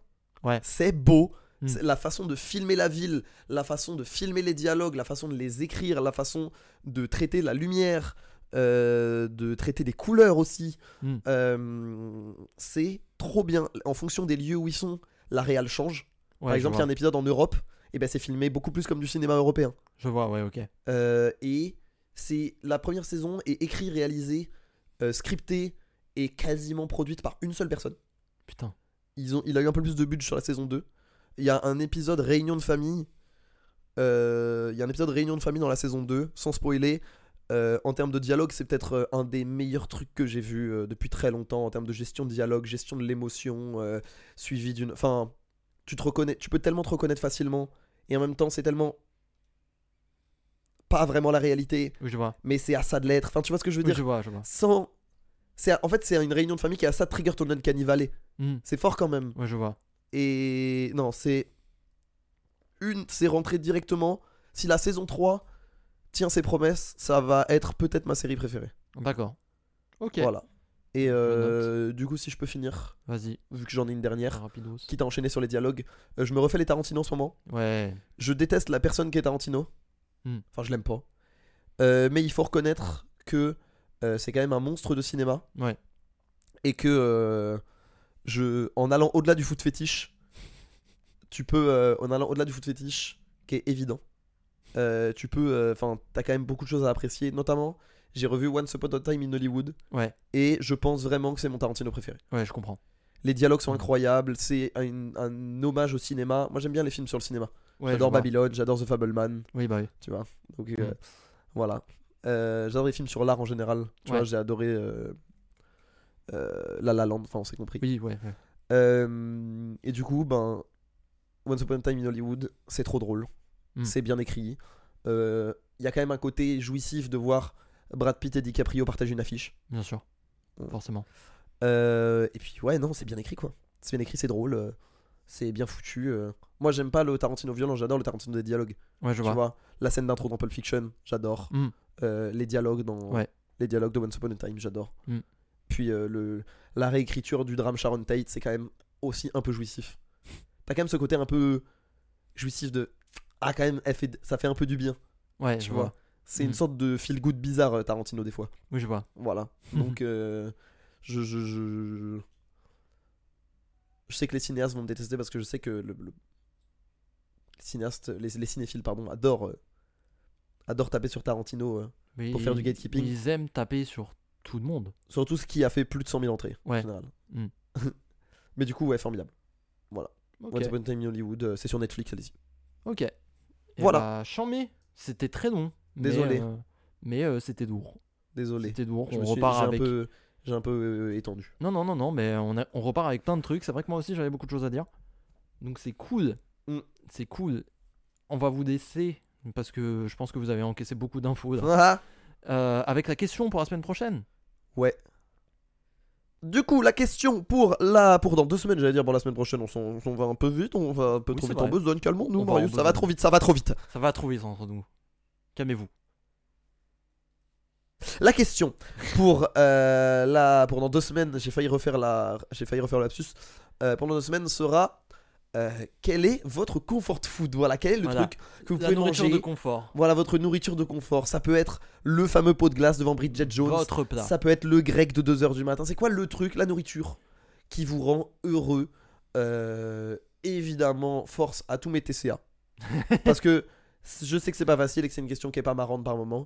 S1: Ouais.
S2: C'est beau.
S1: Mm.
S2: C'est La façon de filmer la ville, la façon de filmer les dialogues, la façon de les écrire, la façon de traiter la lumière, euh, de traiter des couleurs aussi.
S1: Mm.
S2: Euh, c'est trop bien. En fonction des lieux où ils sont, la réal change.
S1: Ouais,
S2: Par
S1: je
S2: exemple, il y a
S1: vois.
S2: un épisode en Europe, et ben c'est filmé beaucoup plus comme du cinéma européen.
S1: Je vois, ouais, ok.
S2: Euh, et c'est la première saison est écrite, réalisée, euh, scriptée et quasiment produite par une seule personne
S1: Putain.
S2: ils ont, il a eu un peu plus de budget sur la saison 2. Il y a un épisode réunion de famille. euh, il y a un épisode réunion de famille dans la saison 2, sans spoiler. Euh, en termes de dialogue, c'est peut-être euh, un des meilleurs trucs que j'ai vu euh, depuis très longtemps. En termes de gestion de dialogue, gestion de l'émotion, euh, suivi d'une. Enfin, tu te reconnais, tu peux tellement te reconnaître facilement. Et en même temps, c'est tellement. Pas vraiment la réalité,
S1: Oui, je vois.
S2: mais c'est à ça de l'être. Enfin, tu vois ce que je veux
S1: Oui,
S2: dire
S1: je vois, je vois.
S2: Sans. c'est à- En fait, c'est une réunion de famille qui est à ça de trigger ton uncanny valley.
S1: Hmm.
S2: C'est fort quand même.
S1: Ouais, je vois.
S2: Et non, c'est une, c'est rentré directement. Si la saison 3 tient ses promesses, ça va être peut-être ma série préférée.
S1: D'accord. Ok.
S2: Voilà. Et euh, du coup, si je peux finir,
S1: Vas-y.
S2: vu que j'en ai une dernière,
S1: Rapidos.
S2: quitte à enchaîner sur les dialogues, euh, je me refais les Tarantino en ce moment.
S1: Ouais.
S2: Je déteste la personne qui est Tarantino.
S1: Hmm.
S2: Enfin, je l'aime pas. Euh, mais il faut reconnaître que euh, c'est quand même un monstre de cinéma.
S1: Ouais.
S2: et que euh, je, en allant au-delà du foot fétiche, tu peux, euh, en allant au-delà du foot fétiche, qui est évident, euh, tu peux, enfin, t'as quand même beaucoup de choses à apprécier. Notamment, j'ai revu Once Upon a Time in Hollywood
S1: Ouais.
S2: et je pense vraiment que c'est mon Tarantino préféré.
S1: Ouais, je comprends.
S2: Les dialogues sont
S1: Mhm.
S2: incroyables, c'est un, un hommage au cinéma. Moi, j'aime bien les films sur le cinéma.
S1: Ouais,
S2: j'adore
S1: je vois. Mm.
S2: Babylone, j'adore The Fableman,
S1: Oui, bah oui.
S2: tu vois. Donc euh, voilà. Euh, j'adore les films sur l'art en général. Tu
S1: Ouais.
S2: vois, j'ai adoré euh, euh, La La Land. Enfin, on s'est compris.
S1: Oui, ouais. ouais.
S2: Euh, et du coup, ben, Once Upon a Time in Hollywood, c'est trop drôle.
S1: Mm.
S2: C'est bien écrit. Euh, Il y a quand même un côté jouissif de voir Brad Pitt et DiCaprio partager une affiche.
S1: Bien sûr.
S2: Ouais.
S1: Forcément.
S2: Euh, et puis, ouais, non, c'est bien écrit, quoi. C'est bien écrit, c'est drôle. euh, c'est bien foutu. euh. Moi, j'aime pas le Tarantino violent, j'adore le Tarantino des dialogues.
S1: Ouais, je
S2: Tu
S1: vois.
S2: vois, la scène d'intro dans Pulp Fiction, j'adore.
S1: Mm.
S2: Euh, les dialogues dans
S1: Ouais.
S2: les dialogues de Once Upon a Time, j'adore.
S1: Mm.
S2: Puis euh, le la réécriture du drame Sharon Tate, c'est quand même aussi un peu jouissif. T'as quand même ce côté un peu jouissif de ah quand même elle fait- ça fait un peu du bien,
S1: Ouais,
S2: tu
S1: je
S2: vois.
S1: vois.
S2: C'est
S1: Mm.
S2: une sorte de feel good bizarre euh, Tarantino des fois.
S1: Oui, je vois.
S2: Voilà.
S1: Mhm.
S2: Donc euh, je, je, je- je- je sais que les cinéastes vont me détester parce que je sais que le, le- les cinéastes les, les cinéphiles pardon adorent euh, adorent taper sur Tarantino. euh,
S1: Mais
S2: Pour faire du
S1: ils-
S2: gatekeeping.
S1: Ils aiment taper sur tout le monde.
S2: Surtout ce qui a fait plus de 100 000 entrées, en
S1: Ouais.
S2: général.
S1: Mm.
S2: Mais du coup, ouais, formidable.
S1: Ok.
S2: Once Upon a Time in Hollywood, euh, c'est sur Netflix, allez-y.
S1: Ok. Et
S2: Voilà.
S1: bah, chambé. C'était très long. mais,
S2: Désolé.
S1: euh, Mais, euh, c'était lourd.
S2: Désolé.
S1: C'était lourd.
S2: Je
S1: On
S2: me suis-
S1: repart
S2: j'ai
S1: avec.
S2: un peu, J'ai un peu euh, étendu.
S1: Non, non, non, non, mais on, a- on repart avec plein de trucs. C'est vrai que moi aussi, j'avais beaucoup de choses à dire. Donc c'est cool.
S2: Mm.
S1: C'est cool. On va vous laisser, parce que je pense que vous avez encaissé beaucoup d'infos. là.
S2: Ah.
S1: Euh, avec la question pour la semaine prochaine.
S2: Du coup, la question pour la pour dans deux semaines, j'allais dire pour la semaine prochaine, on, s'en- on s'en va un peu vite, on va un peu
S1: Oui,
S2: trop
S1: c'est
S2: vite en
S1: vrai.
S2: besogne, calmons-nous,
S1: On va en
S2: Marius, ça va
S1: besogne.
S2: trop vite, ça va trop vite.
S1: Ça va trouver ça entre nous. Calmez-vous.
S2: La question pour euh, la pour dans deux semaines, j'ai failli refaire la j'ai failli refaire l'absus. Euh, pendant deux semaines sera euh, quel est votre comfort food Voilà, quel est le
S1: Voilà.
S2: truc que vous
S1: la
S2: pouvez
S1: nourriture
S2: manger
S1: de confort.
S2: Voilà votre nourriture de confort. Ça peut être le fameux pot de glace devant Bridget Jones.
S1: Votre plat.
S2: Ça peut être le grec de 2h du matin. C'est quoi le truc, la nourriture, qui vous rend heureux Euh, Évidemment, force à tous mes TCA. Parce que je sais que c'est pas facile et que c'est une question qui est pas marrante par moment.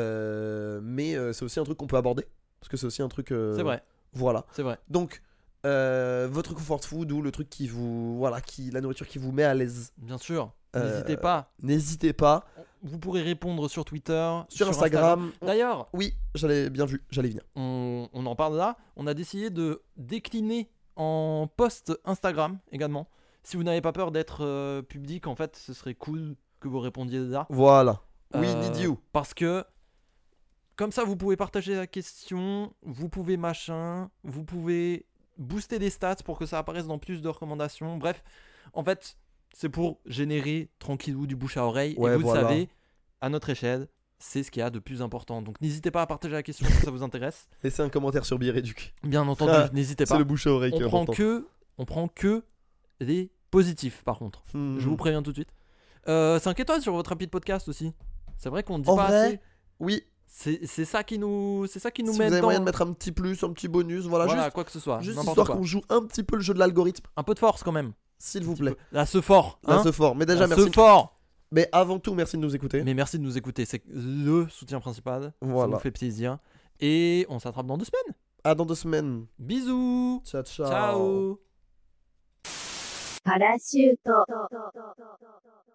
S2: Euh, mais euh, c'est aussi un truc qu'on peut aborder. Parce que c'est aussi un truc. euh,
S1: C'est vrai,
S2: Voilà.
S1: c'est vrai.
S2: Donc, euh, votre comfort food ou le truc qui vous. Voilà, qui, la nourriture qui vous met à l'aise.
S1: Bien sûr.
S2: Euh,
S1: N'hésitez pas.
S2: N'hésitez pas.
S1: Vous pourrez répondre sur Twitter,
S2: Sur, Instagram. on-
S1: D'ailleurs,
S2: Oui, j'allais bien vu, j'allais y venir.
S1: on, on en parle là. On a décidé de décliner en post Instagram également. Si vous n'avez pas peur d'être euh, public, en fait, ce serait cool que vous répondiez là.
S2: Voilà. Oui,
S1: Euh,
S2: need you.
S1: Parce que comme ça, vous pouvez partager la question, vous pouvez machin, vous pouvez booster des stats pour que ça apparaisse dans plus de recommandations. Bref, en fait, c'est pour générer tranquillou du bouche à oreille.
S2: Ouais,
S1: et vous
S2: voilà.
S1: le savez, à notre échelle, c'est ce qu'il y a de plus important. Donc n'hésitez pas à partager la question si ça vous intéresse.
S2: Laissez un commentaire sur Biréduc.
S1: Bien entendu,
S2: Ah,
S1: n'hésitez
S2: C'est
S1: pas.
S2: le bouche à oreille
S1: On
S2: qui est
S1: prend
S2: important.
S1: que, on prend que des positifs par contre.
S2: Hmm.
S1: Je vous préviens tout de suite. Euh, 5 étoiles sur votre rapide podcast aussi. C'est vrai qu'on ne dit
S2: En
S1: pas
S2: vrai,
S1: assez.
S2: Oui,
S1: C'est c'est ça qui nous, c'est ça qui nous
S2: si vous
S1: met
S2: avez
S1: dans
S2: moyen de mettre un petit plus, un petit bonus, voilà,
S1: voilà,
S2: juste,
S1: quoi que ce soit,
S2: juste
S1: n'importe
S2: histoire
S1: quoi.
S2: qu'on joue un petit peu le jeu de l'algorithme,
S1: Un peu de force quand même.
S2: s'il vous
S1: Un petit
S2: plaît.
S1: peu. Là, ce fort,
S2: Là,
S1: hein.
S2: c'est fort. Mais déjà,
S1: Là, ce
S2: merci.
S1: fort.
S2: Mais avant tout, merci de nous écouter.
S1: Mais merci de nous écouter, c'est le soutien principal. Ça
S2: Voilà.
S1: nous fait plaisir. Et on s'attrape dans deux semaines.
S2: À dans deux semaines.
S1: Bisous.
S2: Ciao, ciao.
S1: Ciao.
S3: パラシュート。